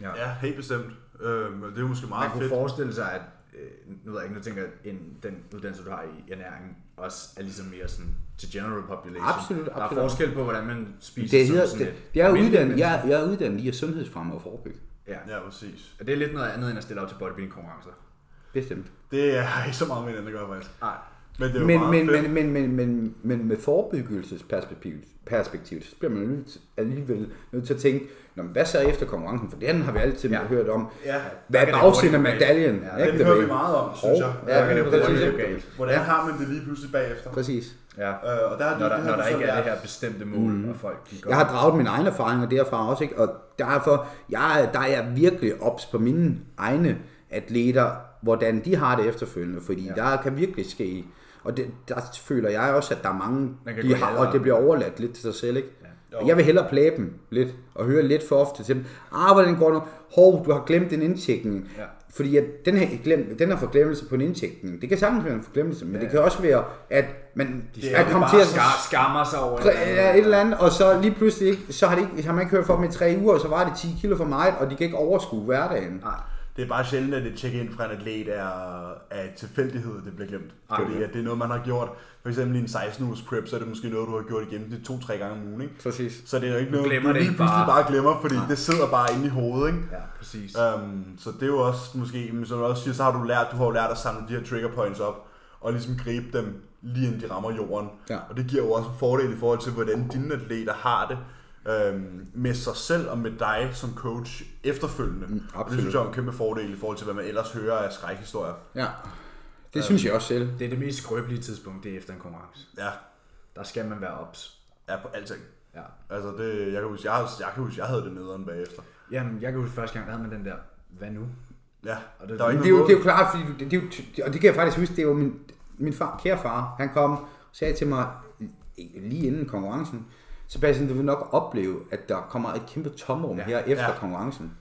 [SPEAKER 1] Ja.
[SPEAKER 2] Ja, helt bestemt. Øhm, og det er måske
[SPEAKER 1] Man
[SPEAKER 2] meget
[SPEAKER 1] kunne
[SPEAKER 2] fedt.
[SPEAKER 1] forestille sig, at øh, nu ved jeg ikke, nu tænker jeg, at en, den uddannelse, du har i ernæring, også er ligesom mere sådan til general population.
[SPEAKER 3] Absolut,
[SPEAKER 1] Der er
[SPEAKER 3] absolut.
[SPEAKER 1] forskel på, hvordan man spiser
[SPEAKER 3] Det
[SPEAKER 1] som
[SPEAKER 3] hedder,
[SPEAKER 1] sådan
[SPEAKER 3] det,
[SPEAKER 1] et
[SPEAKER 3] jeg, er
[SPEAKER 1] almindeligt
[SPEAKER 3] uddannet,
[SPEAKER 1] menneske.
[SPEAKER 3] jeg, jeg er uddannet i at sundhedsfremme og forebygge.
[SPEAKER 1] Ja.
[SPEAKER 2] Ja, præcis.
[SPEAKER 1] Og det er lidt noget andet, end at stille op til bodybuilding-konkurrencer.
[SPEAKER 3] Bestemt.
[SPEAKER 2] Det er ikke så meget med hinanden, der gør faktisk.
[SPEAKER 1] Nej.
[SPEAKER 2] Men det er jo
[SPEAKER 3] Men,
[SPEAKER 2] meget
[SPEAKER 3] men,
[SPEAKER 2] fedt.
[SPEAKER 3] men, men, men, men, men med forebyggelsesperspektiv, perspektiv, så bliver man jo nødt til- alligevel nødt til at tænke, Nå, men hvad så efter konkurrencen? For den har vi altid ja. hørt om.
[SPEAKER 2] Ja,
[SPEAKER 3] Hvad er
[SPEAKER 1] kan det
[SPEAKER 3] bagsiden af
[SPEAKER 1] hurtigt gå
[SPEAKER 3] medaljen?
[SPEAKER 1] galt. Ja,
[SPEAKER 3] Ikke?
[SPEAKER 2] den
[SPEAKER 3] Der
[SPEAKER 2] hører vi
[SPEAKER 3] ved-
[SPEAKER 2] meget om,
[SPEAKER 3] Hov,
[SPEAKER 2] synes jeg.
[SPEAKER 3] Ja,
[SPEAKER 1] kan
[SPEAKER 3] det
[SPEAKER 1] det hurtigt
[SPEAKER 3] præcis.
[SPEAKER 1] gå galt.
[SPEAKER 2] Hvordan har man det lige pludselig bagefter?
[SPEAKER 3] Præcis.
[SPEAKER 1] Ja.
[SPEAKER 2] Øh, og der er
[SPEAKER 1] Når der,
[SPEAKER 2] det,
[SPEAKER 1] når der ikke er det
[SPEAKER 2] her.
[SPEAKER 1] her bestemte mål, mm. og folk de går...
[SPEAKER 3] Jeg har draget mine egne erfaringer derfra også, ikke? og derfor jeg, der er jeg virkelig ops på mine egne atleter, hvordan de har det efterfølgende, fordi ja. der kan virkelig ske. Og det, der føler jeg også, at der er mange,
[SPEAKER 1] Man kan
[SPEAKER 3] de
[SPEAKER 1] gå i
[SPEAKER 3] har, og
[SPEAKER 1] alderen.
[SPEAKER 3] det bliver overladt lidt til sig selv. Ikke? Ja. Jeg vil hellere plage dem lidt, og høre lidt for ofte til dem, ah, hvordan går det nu? Hov, du har glemt din indtjekning.
[SPEAKER 1] Ja.
[SPEAKER 3] Fordi at den, her, glem, den her forglemmelse på en indtjekning, det kan sagtens være en forglemmelse, men ja. det kan også være, at man
[SPEAKER 1] de
[SPEAKER 3] er kommet til at
[SPEAKER 1] skar, skammer sig over
[SPEAKER 3] Præ- Ja, et eller andet, og så lige pludselig ikke, så har, det ikke, har man ikke hørt fra dem i tre uger, og så var det 10 kilo for meget, og de kan ikke overskue hverdagen.
[SPEAKER 1] Nej.
[SPEAKER 2] Det er bare sjældent, at et check-in fra en atlet er, er et tilfældighed, det bliver glemt. Ej, fordi at det er noget, man har gjort. For eksempel i en 16 ugers prep, så er det måske noget, du har gjort igennem de to-tre gange om ugen. Ikke?
[SPEAKER 3] Præcis.
[SPEAKER 2] Så det er jo ikke noget,
[SPEAKER 1] glemmer
[SPEAKER 2] du
[SPEAKER 1] det
[SPEAKER 2] lige
[SPEAKER 1] ikke
[SPEAKER 2] pludselig
[SPEAKER 1] bare.
[SPEAKER 2] bare glemmer, fordi det sidder bare inde i hovedet. Ikke?
[SPEAKER 1] Ja, præcis.
[SPEAKER 2] Um, så det er jo også måske, men som du også siger, så har du lært, du har jo lært at samle de her trigger points op, og ligesom gribe dem lige inden de rammer jorden.
[SPEAKER 3] Ja.
[SPEAKER 2] Og det giver jo også en fordel i forhold til, hvordan dine atleter har det um, med sig selv og med dig som coach efterfølgende. Mm, og det
[SPEAKER 3] absolut.
[SPEAKER 2] synes jeg er en kæmpe fordel i forhold til, hvad man ellers hører af skrækhistorier.
[SPEAKER 3] Ja, det synes jeg også selv.
[SPEAKER 1] Det er det mest skrøbelige tidspunkt, det er efter en konkurrence.
[SPEAKER 2] Ja,
[SPEAKER 1] Der skal man være ops.
[SPEAKER 2] ja på alting.
[SPEAKER 1] Ja.
[SPEAKER 2] Altså det, jeg kan huske, jeg, jeg kan huske, jeg havde det nederen bagefter.
[SPEAKER 1] Jamen, jeg kan huske første gang, der havde man den der, hvad nu?
[SPEAKER 2] Ja,
[SPEAKER 1] Og det-
[SPEAKER 2] der var
[SPEAKER 3] Men
[SPEAKER 2] ikke
[SPEAKER 3] det er jo,
[SPEAKER 2] noget
[SPEAKER 3] det er jo klart, fordi det, det er jo, og det kan jeg faktisk huske, det er jo min, min far, kære far, han kom og sagde til mig lige inden konkurrencen, Sebastian, du vil nok opleve, at der kommer et kæmpe tomrum ja, her efter ja.
[SPEAKER 2] ja.
[SPEAKER 3] konkurrencen.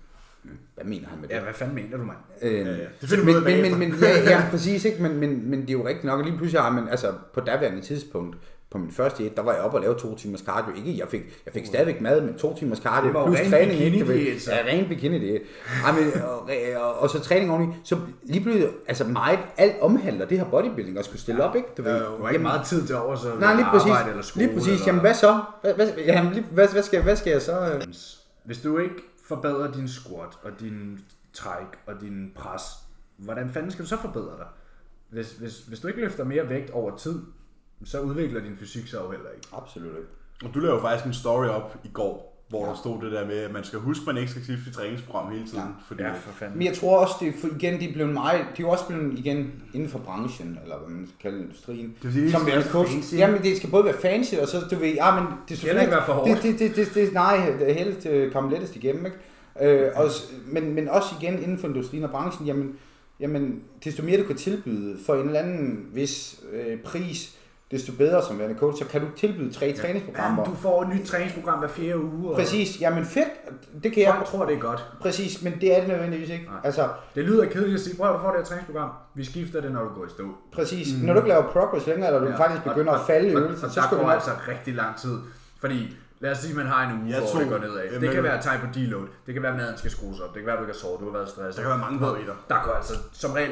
[SPEAKER 3] Mm, Hvad mener han med det?
[SPEAKER 1] Ja, hvad fanden mener du, mand?
[SPEAKER 3] Øhm,
[SPEAKER 2] ja. Det
[SPEAKER 3] så-
[SPEAKER 2] finder vi
[SPEAKER 3] men,
[SPEAKER 2] ud af
[SPEAKER 3] men, men, men, ja, ja, præcis, ikke? Men, men, men det er jo rigtigt nok, at lige pludselig har man, altså på daværende tidspunkt, på min første et, der var jeg oppe og lavede to timers cardio. Ikke, jeg fik, jeg fik stadigvæk mad, men to timers cardio
[SPEAKER 1] Det var jo
[SPEAKER 3] plus
[SPEAKER 1] ren altså.
[SPEAKER 3] træning. ikke? Det var-
[SPEAKER 1] bikini-diæt, så.
[SPEAKER 3] Ja, ren bikini det. Ej, men, og, og, og, så træning oveni. Så lige pludselig, altså meget, alt omhandler det her bodybuilding og skulle stille op, ikke? Du ved.
[SPEAKER 1] Du har ikke meget tid til over, så
[SPEAKER 3] Nej, lige præcis.
[SPEAKER 1] arbejde eller skole.
[SPEAKER 3] lige præcis.
[SPEAKER 1] Eller...
[SPEAKER 3] Jamen, hvad så? Hvad, hvad, jamen, lige, hvad, hvad, skal, hvad skal jeg så? øh?
[SPEAKER 1] Hvis du ikke forbedrer din squat og din træk og din pres, hvordan fanden skal du så forbedre dig? Hvis, hvis, hvis du ikke løfter mere vægt over tid, så udvikler din fysik sig jo heller ikke.
[SPEAKER 3] Absolut ikke.
[SPEAKER 2] Og du lavede faktisk en story op i går, hvor ja. der stod det der med, at man skal huske, at man ikke skal skifte sit træningsprogram hele tiden. Ja. Fordi,
[SPEAKER 1] Ja, for fanden.
[SPEAKER 3] Men jeg tror også, det er, for igen, de er blevet meget, de er jo også blevet igen inden for branchen, eller hvad man skal kalde det, industrien.
[SPEAKER 2] vil sige, det skal
[SPEAKER 3] bliver
[SPEAKER 2] være
[SPEAKER 3] coach-
[SPEAKER 2] fancy.
[SPEAKER 3] Jamen, det skal både være fancy, og så, du ved, ja, men det skal
[SPEAKER 1] heller ikke være for hårdt.
[SPEAKER 3] Det, det, det, det, det, nej, det er helst øh, komme lettest igennem, ikke? Øh, og, s- men, men også igen inden for industrien og branchen, jamen, jamen, desto mere du kan tilbyde for en eller anden vis øh, pris, desto bedre som værende coach, så kan du tilbyde tre ja. træningsprogrammer.
[SPEAKER 1] Jamen, du får et nyt træningsprogram hver fjerde uge. Og...
[SPEAKER 3] Præcis, jamen fedt, det kan jeg,
[SPEAKER 1] Jeg tror, det er godt.
[SPEAKER 3] præcis, men det er det nødvendigvis ikke.
[SPEAKER 1] Nej.
[SPEAKER 3] Altså,
[SPEAKER 1] Det lyder kedeligt at sige, prøv at du får det her træningsprogram. Vi skifter det, når du går i stå.
[SPEAKER 3] Præcis. Mm. Når du ikke laver progress længere, eller du ja. faktisk begynder
[SPEAKER 1] og,
[SPEAKER 3] at falde i
[SPEAKER 1] og,
[SPEAKER 3] øvelsen,
[SPEAKER 1] og,
[SPEAKER 3] så
[SPEAKER 1] der
[SPEAKER 3] skal du
[SPEAKER 1] går
[SPEAKER 3] nok...
[SPEAKER 1] altså rigtig lang tid. Fordi lad os sige, at man har en uge,
[SPEAKER 2] Jeg
[SPEAKER 1] hvor
[SPEAKER 2] tog-
[SPEAKER 1] det går nedad.
[SPEAKER 2] Jamen,
[SPEAKER 1] det kan
[SPEAKER 2] jeg-
[SPEAKER 1] være tegn på deload. Det kan være, at maden skal skrues op. Det kan være, at du ikke har sovet. Du har været stresset.
[SPEAKER 2] Der kan være mange varianter.
[SPEAKER 1] Der går altså som regel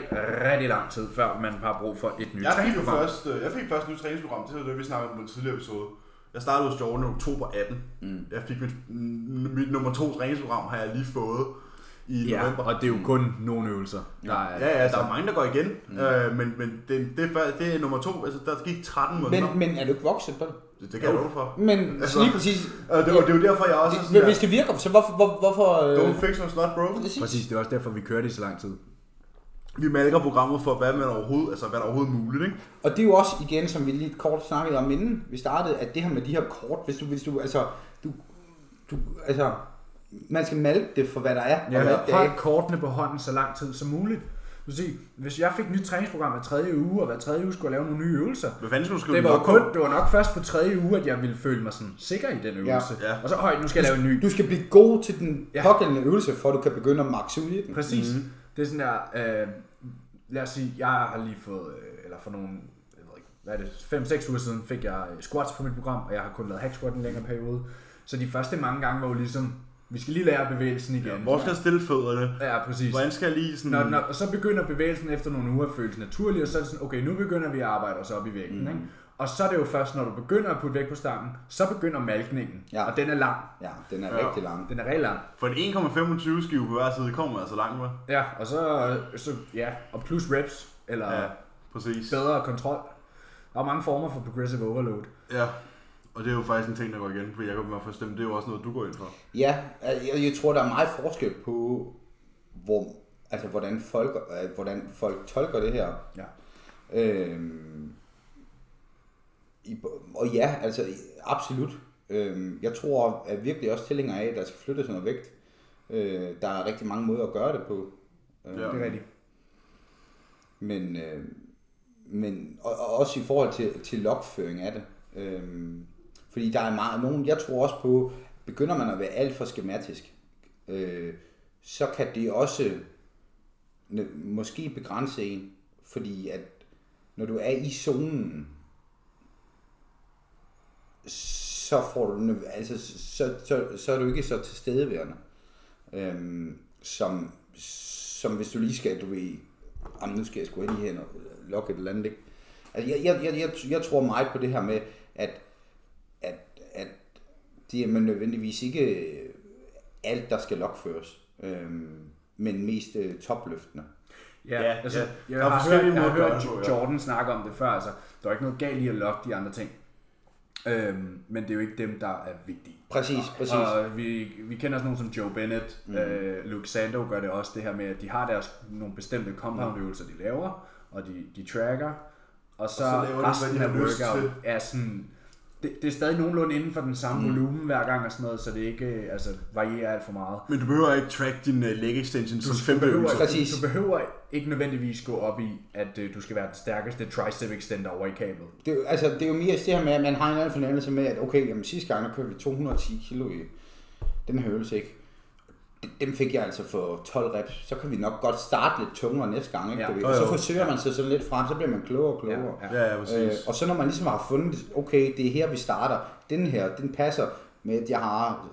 [SPEAKER 1] rigtig lang tid, før man har brug for et nyt
[SPEAKER 2] Jeg fik jo
[SPEAKER 1] program.
[SPEAKER 2] først, øh, jeg fik først et nyt træningsprogram, det var det, vi snakkede om på en tidligere episode. Jeg startede hos Jordan i oktober 18. Mm. Jeg fik mit, n- mit nummer to træningsprogram, har jeg lige fået i
[SPEAKER 1] Ja,
[SPEAKER 2] november.
[SPEAKER 1] og det er jo kun nogle øvelser. Der er,
[SPEAKER 2] Ja, ja, der er mange, der går igen, mm. øh, men, men det, det, er, før- det er nummer to, altså der gik 13 måneder.
[SPEAKER 3] Men, men er du ikke vokset på det?
[SPEAKER 2] det, det kan jeg love for.
[SPEAKER 3] Men
[SPEAKER 2] Altså,
[SPEAKER 3] altså, lige præcis...
[SPEAKER 2] Og det, og det er jo derfor, jeg også er
[SPEAKER 3] Men
[SPEAKER 2] sådan
[SPEAKER 3] hvis
[SPEAKER 2] her,
[SPEAKER 3] det virker, så hvorfor... Hvor, hvorfor øh,
[SPEAKER 2] don't fix what's not broken.
[SPEAKER 3] præcis.
[SPEAKER 1] Præcis, det er også derfor, vi kørte i så lang tid.
[SPEAKER 2] Vi malker programmet for, hvad man overhovedet, altså hvad der overhovedet er muligt, ikke?
[SPEAKER 3] Og det er jo også igen, som vi lige kort snakkede om inden vi startede, at det her med de her kort, hvis du... Hvis du altså, du, du, altså man skal malke det for, hvad der er. og
[SPEAKER 1] Ja,
[SPEAKER 3] hvad der
[SPEAKER 1] hold
[SPEAKER 3] ikke.
[SPEAKER 1] kortene på hånden så lang tid som muligt. Du sige, hvis jeg fik et nyt træningsprogram hver tredje uge, og hver tredje uge skulle jeg lave nogle nye øvelser,
[SPEAKER 2] Hvad fanden skal du skrive
[SPEAKER 1] det var, jo
[SPEAKER 2] log på?
[SPEAKER 1] kun, det var nok først på tredje uge, at jeg ville føle mig sådan sikker i den øvelse.
[SPEAKER 2] Ja. Altså, Ja.
[SPEAKER 1] Og så, høj, nu skal jeg lave en ny.
[SPEAKER 3] Du skal blive god til den
[SPEAKER 1] Ja.
[SPEAKER 3] pågældende øvelse, for at du kan begynde at makse ud i den.
[SPEAKER 1] Præcis.
[SPEAKER 2] Mhm.
[SPEAKER 1] Mm-hmm. Det er sådan der, øh, lad os sige, jeg har lige fået, øh, eller for nogle, jeg ved ikke, hvad er det, 5-6 uger siden fik jeg øh, squats på mit program, og jeg har kun lavet hack squat en længere periode. Så de første mange gange var jo ligesom, vi skal lige lære bevægelsen igen.
[SPEAKER 2] Hvor skal jeg stille fødderne?
[SPEAKER 1] Ja, præcis.
[SPEAKER 2] Hvordan skal jeg lige sådan...
[SPEAKER 1] Når, når, og så begynder bevægelsen efter nogle uger at føles naturlig, og så er det sådan, okay, nu begynder vi at arbejde os op i vægten, mm. ikke? Og så er det jo først, når du begynder at putte vægt på stangen, så begynder malkningen,
[SPEAKER 3] Ja.
[SPEAKER 1] og den er lang.
[SPEAKER 3] Ja, den er
[SPEAKER 2] Ja.
[SPEAKER 3] rigtig lang.
[SPEAKER 1] Den er rigtig lang.
[SPEAKER 2] For en 1,25 skive på hver side kommer altså langt, hva'?
[SPEAKER 1] Ja, og så, så ja, og plus reps, eller
[SPEAKER 2] Ja,
[SPEAKER 1] ja.
[SPEAKER 2] præcis.
[SPEAKER 1] bedre kontrol. Der er mange former for progressive overload.
[SPEAKER 2] Ja, og det er jo faktisk en ting, der går igen, fordi jeg kan bare forstemme, det er jo også noget, du går ind for.
[SPEAKER 3] Ja, jeg, jeg tror, der er meget forskel på, hvor, altså, hvordan, folk, øh, hvordan folk tolker det her.
[SPEAKER 1] Ja.
[SPEAKER 3] Øhm, i, og ja, altså absolut. Øhm, jeg tror at virkelig også tilhænger af, at der skal flyttes noget vægt. Øh, der er rigtig mange måder at gøre det på. Øh,
[SPEAKER 2] Ja.
[SPEAKER 1] Det er rigtigt.
[SPEAKER 3] Men, øh, men og, og også i forhold til, til logføring af det. Øh, fordi der er meget, nogen, jeg tror også på, begynder man at være alt for skematisk, øh, så kan det også nø- måske begrænse en, fordi at når du er i zonen, så får du nø- altså, så, så, så er du ikke så tilstedeværende. Øhm, som, som hvis du lige skal, du ved, jamen nu skal jeg sgu lige hen og lokke et eller andet, ikke? Altså, jeg, jeg, jeg, jeg, jeg tror meget på det her med, at, at, at det er man nødvendigvis ikke alt, der skal lokføres, øhm, men mest øh, topløftende.
[SPEAKER 1] Ja,
[SPEAKER 2] Ja,
[SPEAKER 1] altså,
[SPEAKER 2] ja.
[SPEAKER 1] jeg,
[SPEAKER 2] Der er
[SPEAKER 1] har
[SPEAKER 2] forskellige
[SPEAKER 1] hørt, jeg har
[SPEAKER 2] måder at gøre
[SPEAKER 1] hørt
[SPEAKER 2] det på, ja.
[SPEAKER 1] Jordan snakke om det før, altså, der er ikke noget galt i at lokke de andre ting. Øhm, men det er jo ikke dem, der er vigtige.
[SPEAKER 3] Præcis, præcis.
[SPEAKER 1] Og vi, vi kender sådan nogen som Joe Bennett, mm. øh, Luke Sando gør det også, det her med, at de har deres nogle bestemte compound-øvelser, de laver, og de, de tracker, og så, og
[SPEAKER 2] så
[SPEAKER 1] så
[SPEAKER 2] laver de,
[SPEAKER 1] resten
[SPEAKER 2] hvad
[SPEAKER 1] af
[SPEAKER 2] de har lyst
[SPEAKER 1] workout
[SPEAKER 2] til.
[SPEAKER 1] er sådan, det, det er stadig nogenlunde inden for den samme mm. volumen hver gang og sådan noget, så det ikke øh, altså, varierer alt for meget.
[SPEAKER 2] Men du behøver ikke track din uh, leg extension som femte
[SPEAKER 1] behøver,
[SPEAKER 2] øvelse.
[SPEAKER 3] Præcis.
[SPEAKER 1] Du behøver ikke nødvendigvis gå op i, at øh, du skal være den stærkeste tricep extender over i kablet.
[SPEAKER 3] Det, er jo- altså, det er jo mere det her med, at man har en eller anden fornemmelse med, at okay, jamen, sidste gang, der kørte vi 210 kilo i den her øvelse, ikke? Den- Dem fik jeg altså for 12 reps. Så kan vi nok godt starte lidt tungere næste gang, ikke?
[SPEAKER 1] Ja.
[SPEAKER 3] Ja.
[SPEAKER 2] Jo,
[SPEAKER 3] Og så
[SPEAKER 2] jo.
[SPEAKER 3] forsøger man sig sådan lidt frem, så bliver man klogere og klogere.
[SPEAKER 1] Ja,
[SPEAKER 2] Ja, ja, præcis.
[SPEAKER 3] Øh, og så når man ligesom har fundet, okay, det er her, vi starter. Den her, den passer med, at jeg har,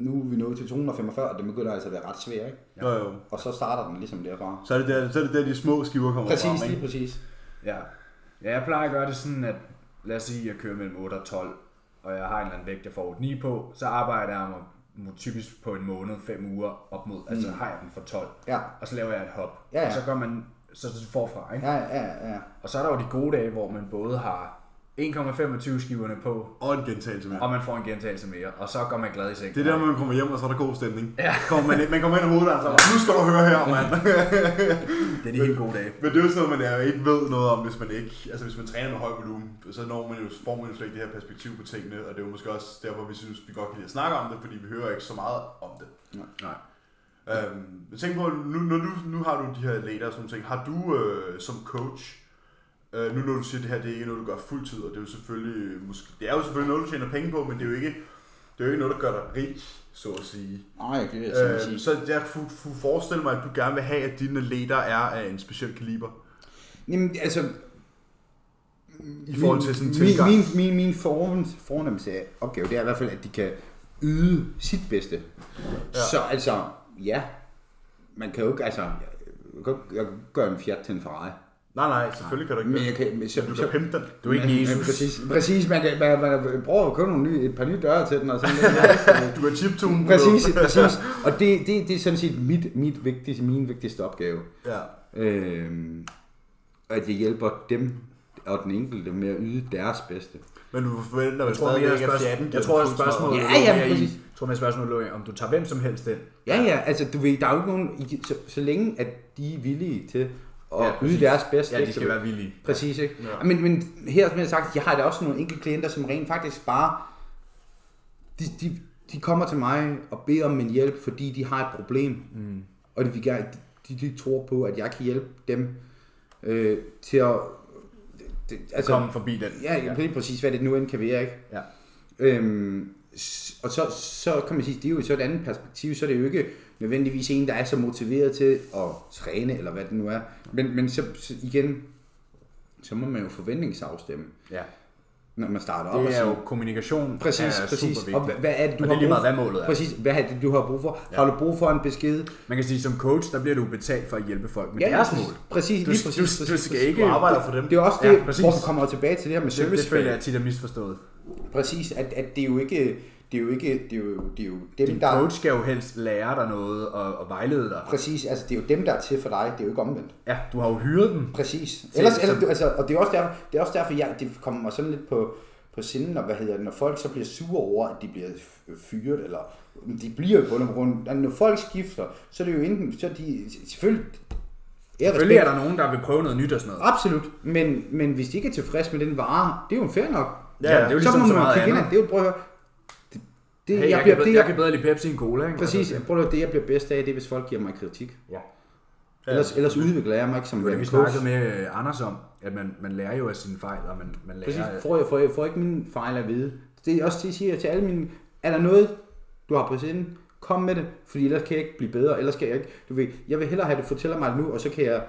[SPEAKER 3] nu er vi nået til 245, og den begynder altså at være ret svær, ikke?
[SPEAKER 2] Jo, jo.
[SPEAKER 3] Og så starter den ligesom derfra.
[SPEAKER 2] Så er, det der, så er det der, de små skiver kommer
[SPEAKER 3] Præcis,
[SPEAKER 2] frem,
[SPEAKER 3] lige
[SPEAKER 2] ikke?
[SPEAKER 3] præcis.
[SPEAKER 1] Ja. ja, jeg plejer at gøre det sådan, at lad os sige, at jeg kører mellem 8 og 12, og jeg har en eller anden vægt, jeg får 9 på, så arbejder jeg mig mo- typisk på en måned, 5 uger op mod, altså har jeg den for 12,
[SPEAKER 3] Mm. Ja.
[SPEAKER 1] og så laver jeg et hop,
[SPEAKER 3] Ja, ja.
[SPEAKER 1] og så gør man så så forfra, ikke?
[SPEAKER 3] Ja, ja, ja.
[SPEAKER 1] Og så er der jo de gode dage, hvor man både har 1,25 skiverne på,
[SPEAKER 2] Og en gentagelse med.
[SPEAKER 1] og man får en gentagelse mere, og så går man glad i seng.
[SPEAKER 2] Det er der, hvor man kommer hjem, og så er der god stemning. Ja. Kommer man, ind- man kommer ind i hovedet, altså, nu skal du høre her, mand.
[SPEAKER 1] det er de helt gode dage.
[SPEAKER 2] Men det er jo sådan noget, man er jo ikke ved noget om, hvis man ikke... Altså, hvis man træner med høj volumen, så når man jo, får man jo slet ikke det her perspektiv på tingene, og det er jo måske også derfor, vi synes, vi godt kan lide at snakke om det, fordi vi hører ikke så meget om det.
[SPEAKER 1] Nej.
[SPEAKER 2] Øhm, men tænk på, nu, når du, nu har du de her atleter og sådan nogle ting. Har du øh, som coach, øh, nu når du siger, at det her det er ikke noget, du gør fuldtid, og det er jo selvfølgelig, øh, måske, det er jo selvfølgelig noget, du tjener penge på, men det er jo ikke, det er jo ikke noget, der gør dig rig, så at sige.
[SPEAKER 3] Nej, det vil jeg sådan
[SPEAKER 2] Øhm,
[SPEAKER 3] sige.
[SPEAKER 2] så jeg kunne fu- forestille mig, at du gerne vil have, at dine atleter er af en speciel kaliber.
[SPEAKER 3] Jamen, altså,
[SPEAKER 2] I forhold til sådan en
[SPEAKER 3] min,
[SPEAKER 2] tilgang.
[SPEAKER 3] min, min, min fornem, fornemmelse af opgave, det er i hvert fald, at de kan yde sit bedste. Ja. Så altså, ja, man kan jo ikke, altså, jeg, jeg, kan jo- jeg kan gøre en Fiat til en Ferrari.
[SPEAKER 2] Nej, nej, selvfølgelig kan du ikke
[SPEAKER 3] Men
[SPEAKER 2] det.
[SPEAKER 3] jeg kan, men så,
[SPEAKER 2] Du
[SPEAKER 3] så,
[SPEAKER 2] kan pimpe den.
[SPEAKER 1] Du er ikke
[SPEAKER 3] Ja,
[SPEAKER 1] Jesus.
[SPEAKER 3] præcis, præcis man, kan, man, man prøver at købe nogle nye, et par nye døre til den, og sådan noget.
[SPEAKER 2] Du kan chiptune.
[SPEAKER 3] præcis, præcis. Og det, det, det er sådan set mit, mit vigtigste, min vigtigste opgave.
[SPEAKER 2] Ja.
[SPEAKER 3] Øh, at jeg hjælper dem og den enkelte med at yde deres bedste.
[SPEAKER 2] Men du forventer vel
[SPEAKER 1] Jeg tror,
[SPEAKER 2] stadig,
[SPEAKER 1] mere,
[SPEAKER 2] at
[SPEAKER 1] at
[SPEAKER 2] ikke er
[SPEAKER 1] spørgsmål,
[SPEAKER 2] fjatten.
[SPEAKER 1] jeg tror, at spørgsmålet
[SPEAKER 3] Ja,
[SPEAKER 1] lå
[SPEAKER 3] ja,
[SPEAKER 1] mere i-
[SPEAKER 3] præcis.
[SPEAKER 1] jeg tror, at spørgsmålet lå i, om du tager hvem som helst ind.
[SPEAKER 3] Ja, ja, altså du ved, der er jo ikke nogen, i- så, så længe at de er villige til at
[SPEAKER 1] Ja,
[SPEAKER 3] ja,
[SPEAKER 1] præcis.
[SPEAKER 3] yde deres bedste.
[SPEAKER 1] Ja, de
[SPEAKER 3] ikke,
[SPEAKER 1] skal
[SPEAKER 3] du ved.
[SPEAKER 1] være villige.
[SPEAKER 3] Præcis, ikke?
[SPEAKER 2] Ja.
[SPEAKER 3] Ja. Men, men her som jeg har sagt, jeg har da også nogle enkelte klienter, som rent faktisk bare, de, de, de kommer til mig og beder om min hjælp, fordi de har et problem. Mm. Og de vil gerne, de, de tror på, at jeg kan hjælpe dem øh, til at... Det,
[SPEAKER 1] Altså, komme forbi den.
[SPEAKER 3] Ja, ja, lige præcis, hvad det nu end kan være, ikke?
[SPEAKER 1] Ja.
[SPEAKER 3] Øhm, s- og så, så kan man sige, det er jo så et andet perspektiv, så er det jo ikke nødvendigvis en, der er så motiveret til at træne, eller hvad det nu er. Men, men så, så igen, så må man jo forventningsafstemme,
[SPEAKER 1] ja.
[SPEAKER 3] når man starter op og
[SPEAKER 1] Det er
[SPEAKER 3] siger,
[SPEAKER 1] jo kommunikation.
[SPEAKER 3] Præcis,
[SPEAKER 1] er
[SPEAKER 3] præcis.
[SPEAKER 1] Super
[SPEAKER 3] Og
[SPEAKER 1] vigtigt.
[SPEAKER 3] hvad er det, du
[SPEAKER 1] og det
[SPEAKER 3] har
[SPEAKER 1] er lige
[SPEAKER 3] brug
[SPEAKER 1] meget, hvad målet er.
[SPEAKER 3] Præcis, hvad er det, du har brug for? Ja. Har du brug for en besked?
[SPEAKER 1] Man kan sige, som coach, der bliver du betalt for at hjælpe folk med deres mål.
[SPEAKER 3] Præcis,
[SPEAKER 1] Du,
[SPEAKER 3] lige præcis.
[SPEAKER 1] du, du
[SPEAKER 3] præcis,
[SPEAKER 1] skal
[SPEAKER 3] præcis.
[SPEAKER 1] ikke...
[SPEAKER 5] Du arbejder for dem.
[SPEAKER 3] Det er også
[SPEAKER 1] Ja,
[SPEAKER 3] det, ja,
[SPEAKER 1] præcis.
[SPEAKER 3] hvor vi kommer tilbage til det her med
[SPEAKER 1] Det, det
[SPEAKER 3] service.
[SPEAKER 1] føler jeg tit er misforstået.
[SPEAKER 3] Præcis, at, at det er jo ikke... Det er jo ikke... Det er jo, det er jo dem,
[SPEAKER 1] Din
[SPEAKER 3] der...
[SPEAKER 1] coach skal jo helst lære dig noget og, og vejlede dig.
[SPEAKER 3] Præcis, altså det er jo dem, der er til for dig, det er jo ikke omvendt.
[SPEAKER 1] Ja, du har jo hyret dem.
[SPEAKER 3] Præcis. Ellers,
[SPEAKER 1] som-
[SPEAKER 3] ellers, du, altså, og det er også derfor, det er også derfor jeg, det kommer mig sådan lidt på, på sinden, og hvad hedder det, når folk så bliver sure over, at de bliver f- fyret, eller de bliver jo på grund af grund. altså, Når folk skifter, så er det jo enten, så er de selvfølgelig... ære og
[SPEAKER 1] Selvfølgelig er
[SPEAKER 3] respekt.
[SPEAKER 1] der nogen, der vil prøve noget nyt og sådan noget.
[SPEAKER 3] Absolut, men, men hvis de ikke er tilfredse med den vare, det er jo fair nok.
[SPEAKER 1] Ja, det er jo ligesom så meget andet.
[SPEAKER 3] kigge ind, og- det er jo, prøv at høre, det, det,
[SPEAKER 1] Hey, jeg,
[SPEAKER 3] bliver,
[SPEAKER 1] kan,
[SPEAKER 3] det,
[SPEAKER 1] bedre, jeg kan bedre lide Pepsi end Cola, ikke?
[SPEAKER 3] Præcis,
[SPEAKER 1] Altså,
[SPEAKER 3] prøv at høre, det jeg bliver bedst af, det er, hvis folk giver mig kritik.
[SPEAKER 1] Ja.
[SPEAKER 3] Ellers, ellers udvikler jeg mig ikke som
[SPEAKER 1] Det var det, vi
[SPEAKER 3] coach.
[SPEAKER 1] snakkede med øh, Anders om, at man, man lærer jo af sine fejl, og man, man lærer...
[SPEAKER 3] Præcis, får jeg, får jeg, får jeg ikke mine fejl at vide. Det er også det, jeg siger til alle mine, er der noget, du har på siden, kom med det, fordi ellers kan jeg ikke blive bedre, ellers kan jeg ikke, du ved, jeg vil hellere have, at du fortæller mig det nu, og så kan jeg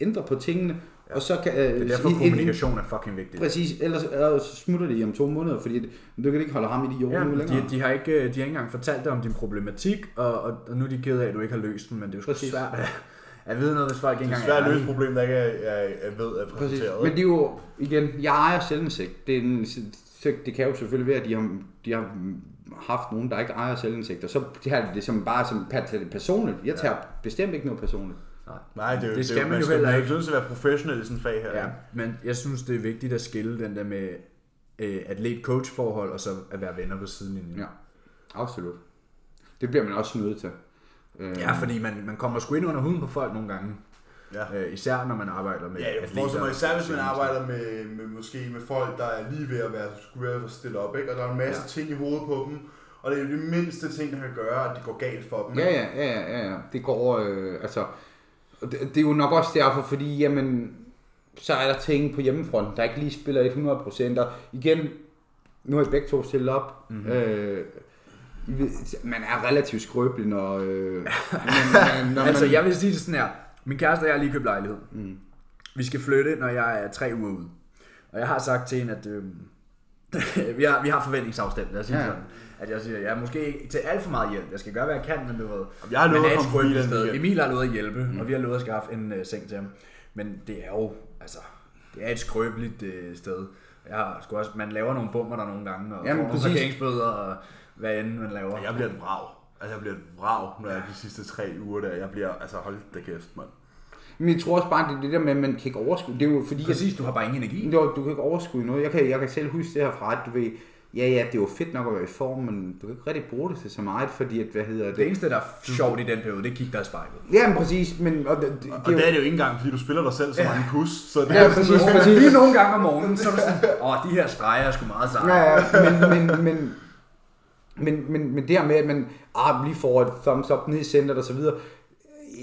[SPEAKER 3] ændre på tingene, ja. og så kan øh,
[SPEAKER 1] Det er derfor,
[SPEAKER 3] i- i-
[SPEAKER 1] kommunikation er fucking vigtigt.
[SPEAKER 3] Præcis, ellers øh, så smutter det om to måneder, fordi det- du kan ikke holde ham i de jorden
[SPEAKER 1] Ja,
[SPEAKER 3] nu længere.
[SPEAKER 1] de, de, har ikke, øh, de har ikke engang fortalt dig om din problematik, og, og, og nu er de ked af, at du ikke har løst den, men det er jo sgu
[SPEAKER 3] Præcis.
[SPEAKER 1] svært at, at vide noget, hvis folk ikke
[SPEAKER 2] Det er
[SPEAKER 1] engang
[SPEAKER 2] svært at
[SPEAKER 1] ærlige.
[SPEAKER 2] løse problemer, der ikke er, er, er ved at
[SPEAKER 3] Præcis.
[SPEAKER 2] præsentere.
[SPEAKER 3] Men det er jo, igen, jeg ejer selvindsigt. Det, er en, så det kan jo selvfølgelig være, at de har, de har haft nogen, der ikke ejer selvindsigt, og så har de det som bare som per- til det personligt. Jeg tager ja. bestemt ikke noget personligt.
[SPEAKER 2] Nej, det, er jo-
[SPEAKER 1] Det skal
[SPEAKER 2] det er
[SPEAKER 1] man jo
[SPEAKER 2] skal-
[SPEAKER 1] heller ikke.
[SPEAKER 2] Man er nødt til at være professionel i sådan et fag her.
[SPEAKER 1] Ja, men jeg synes, det er vigtigt at skille den der med øh, atlet-coach-forhold, og så at være venner ved sidelinjen.
[SPEAKER 3] Ja, absolut. Det bliver man også nødt til. Øh,
[SPEAKER 1] ja fordi man, man kommer sgu ind under huden på folk nogle gange.
[SPEAKER 2] Ja.
[SPEAKER 1] Øh, især når man arbejder med
[SPEAKER 2] Ja, jeg forstår mig, Altså, især hvis man arbejder med, med, måske med folk, der er lige ved at være skulle være for stille op, ikke? og der er en masse
[SPEAKER 1] Ja.
[SPEAKER 2] ja. ting i hovedet på dem, og det er jo det mindste ting, der kan gøre, at det går galt for dem.
[SPEAKER 3] Ja, ja, ja, ja, ja, ja. Det går, øh, altså, og det, det er jo nok også derfor, fordi, jamen, så er der ting på hjemmefronten, der ikke lige spiller 100 Og igen, nu har I begge to stillet op.
[SPEAKER 1] Mhm.
[SPEAKER 3] Mm-hmm. Øh, I ved, man er relativt skrøbelig, når, øh, men, men, når man...
[SPEAKER 1] Altså, jeg vil sige det sådan her. Min kæreste og jeg har lige købt lejlighed. Mm. Vi skal flytte, når jeg er tre uger ude. Og jeg har sagt til hende, at øh, vi, har, vi har forventningsafstemt, lad os sige
[SPEAKER 3] Ja.
[SPEAKER 1] ja. sådan. At jeg siger, jeg er måske ikke til alt for meget hjælp. Jeg skal gøre, hvad jeg kan, men du ved.
[SPEAKER 2] Jeg har
[SPEAKER 1] men
[SPEAKER 2] lovet
[SPEAKER 1] er
[SPEAKER 2] at
[SPEAKER 1] et
[SPEAKER 2] komme
[SPEAKER 1] skrøbeligt
[SPEAKER 2] forbi den
[SPEAKER 1] sted.
[SPEAKER 2] weekend.
[SPEAKER 1] Emil har lovet at hjælpe, mm. og vi har lovet at skaffe en øh, seng til ham. Men det er jo, altså, det er et skrøbeligt øh, sted. Jeg har sgu også, man laver nogle bummer der nogle gange, og
[SPEAKER 3] Jamen,
[SPEAKER 1] Jamen, får nogle
[SPEAKER 3] præcis.
[SPEAKER 1] parkeringsbøder, og hvad end man laver.
[SPEAKER 2] Og jeg bliver et vrag. Altså, jeg bliver et vrag, når jeg de sidste tre uger der. Jeg bliver, altså, hold da kæft, mand.
[SPEAKER 3] Men jeg tror også bare, det er det der med, at man kan ikke overskue. Det er jo fordi,
[SPEAKER 1] Præcis, du har bare ingen energi.
[SPEAKER 3] Du, du kan ikke overskue noget. Jeg kan, jeg kan selv huske det her fra, at du ved, ja, ja, det er jo fedt nok at være i form, men du kan ikke rigtig bruge det til så meget, fordi at, hvad hedder det?
[SPEAKER 1] Det eneste, der er sjovt i den periode, det er at kigge dig i spejlet.
[SPEAKER 3] Ja, men præcis, men... Og, det, det,
[SPEAKER 2] Og det er det jo ikke engang, fordi du spiller dig selv så mange pus. Så det
[SPEAKER 3] Ja,
[SPEAKER 2] er
[SPEAKER 3] præcis,
[SPEAKER 2] sådan,
[SPEAKER 3] præcis.
[SPEAKER 1] Lige nogle gange om morgenen, så er du sådan, åh, de her streger er sgu meget seje.
[SPEAKER 3] Ja, ja, men, men, men, men, men, men det her med, at man ah, lige får et thumbs up ned i centret og så videre,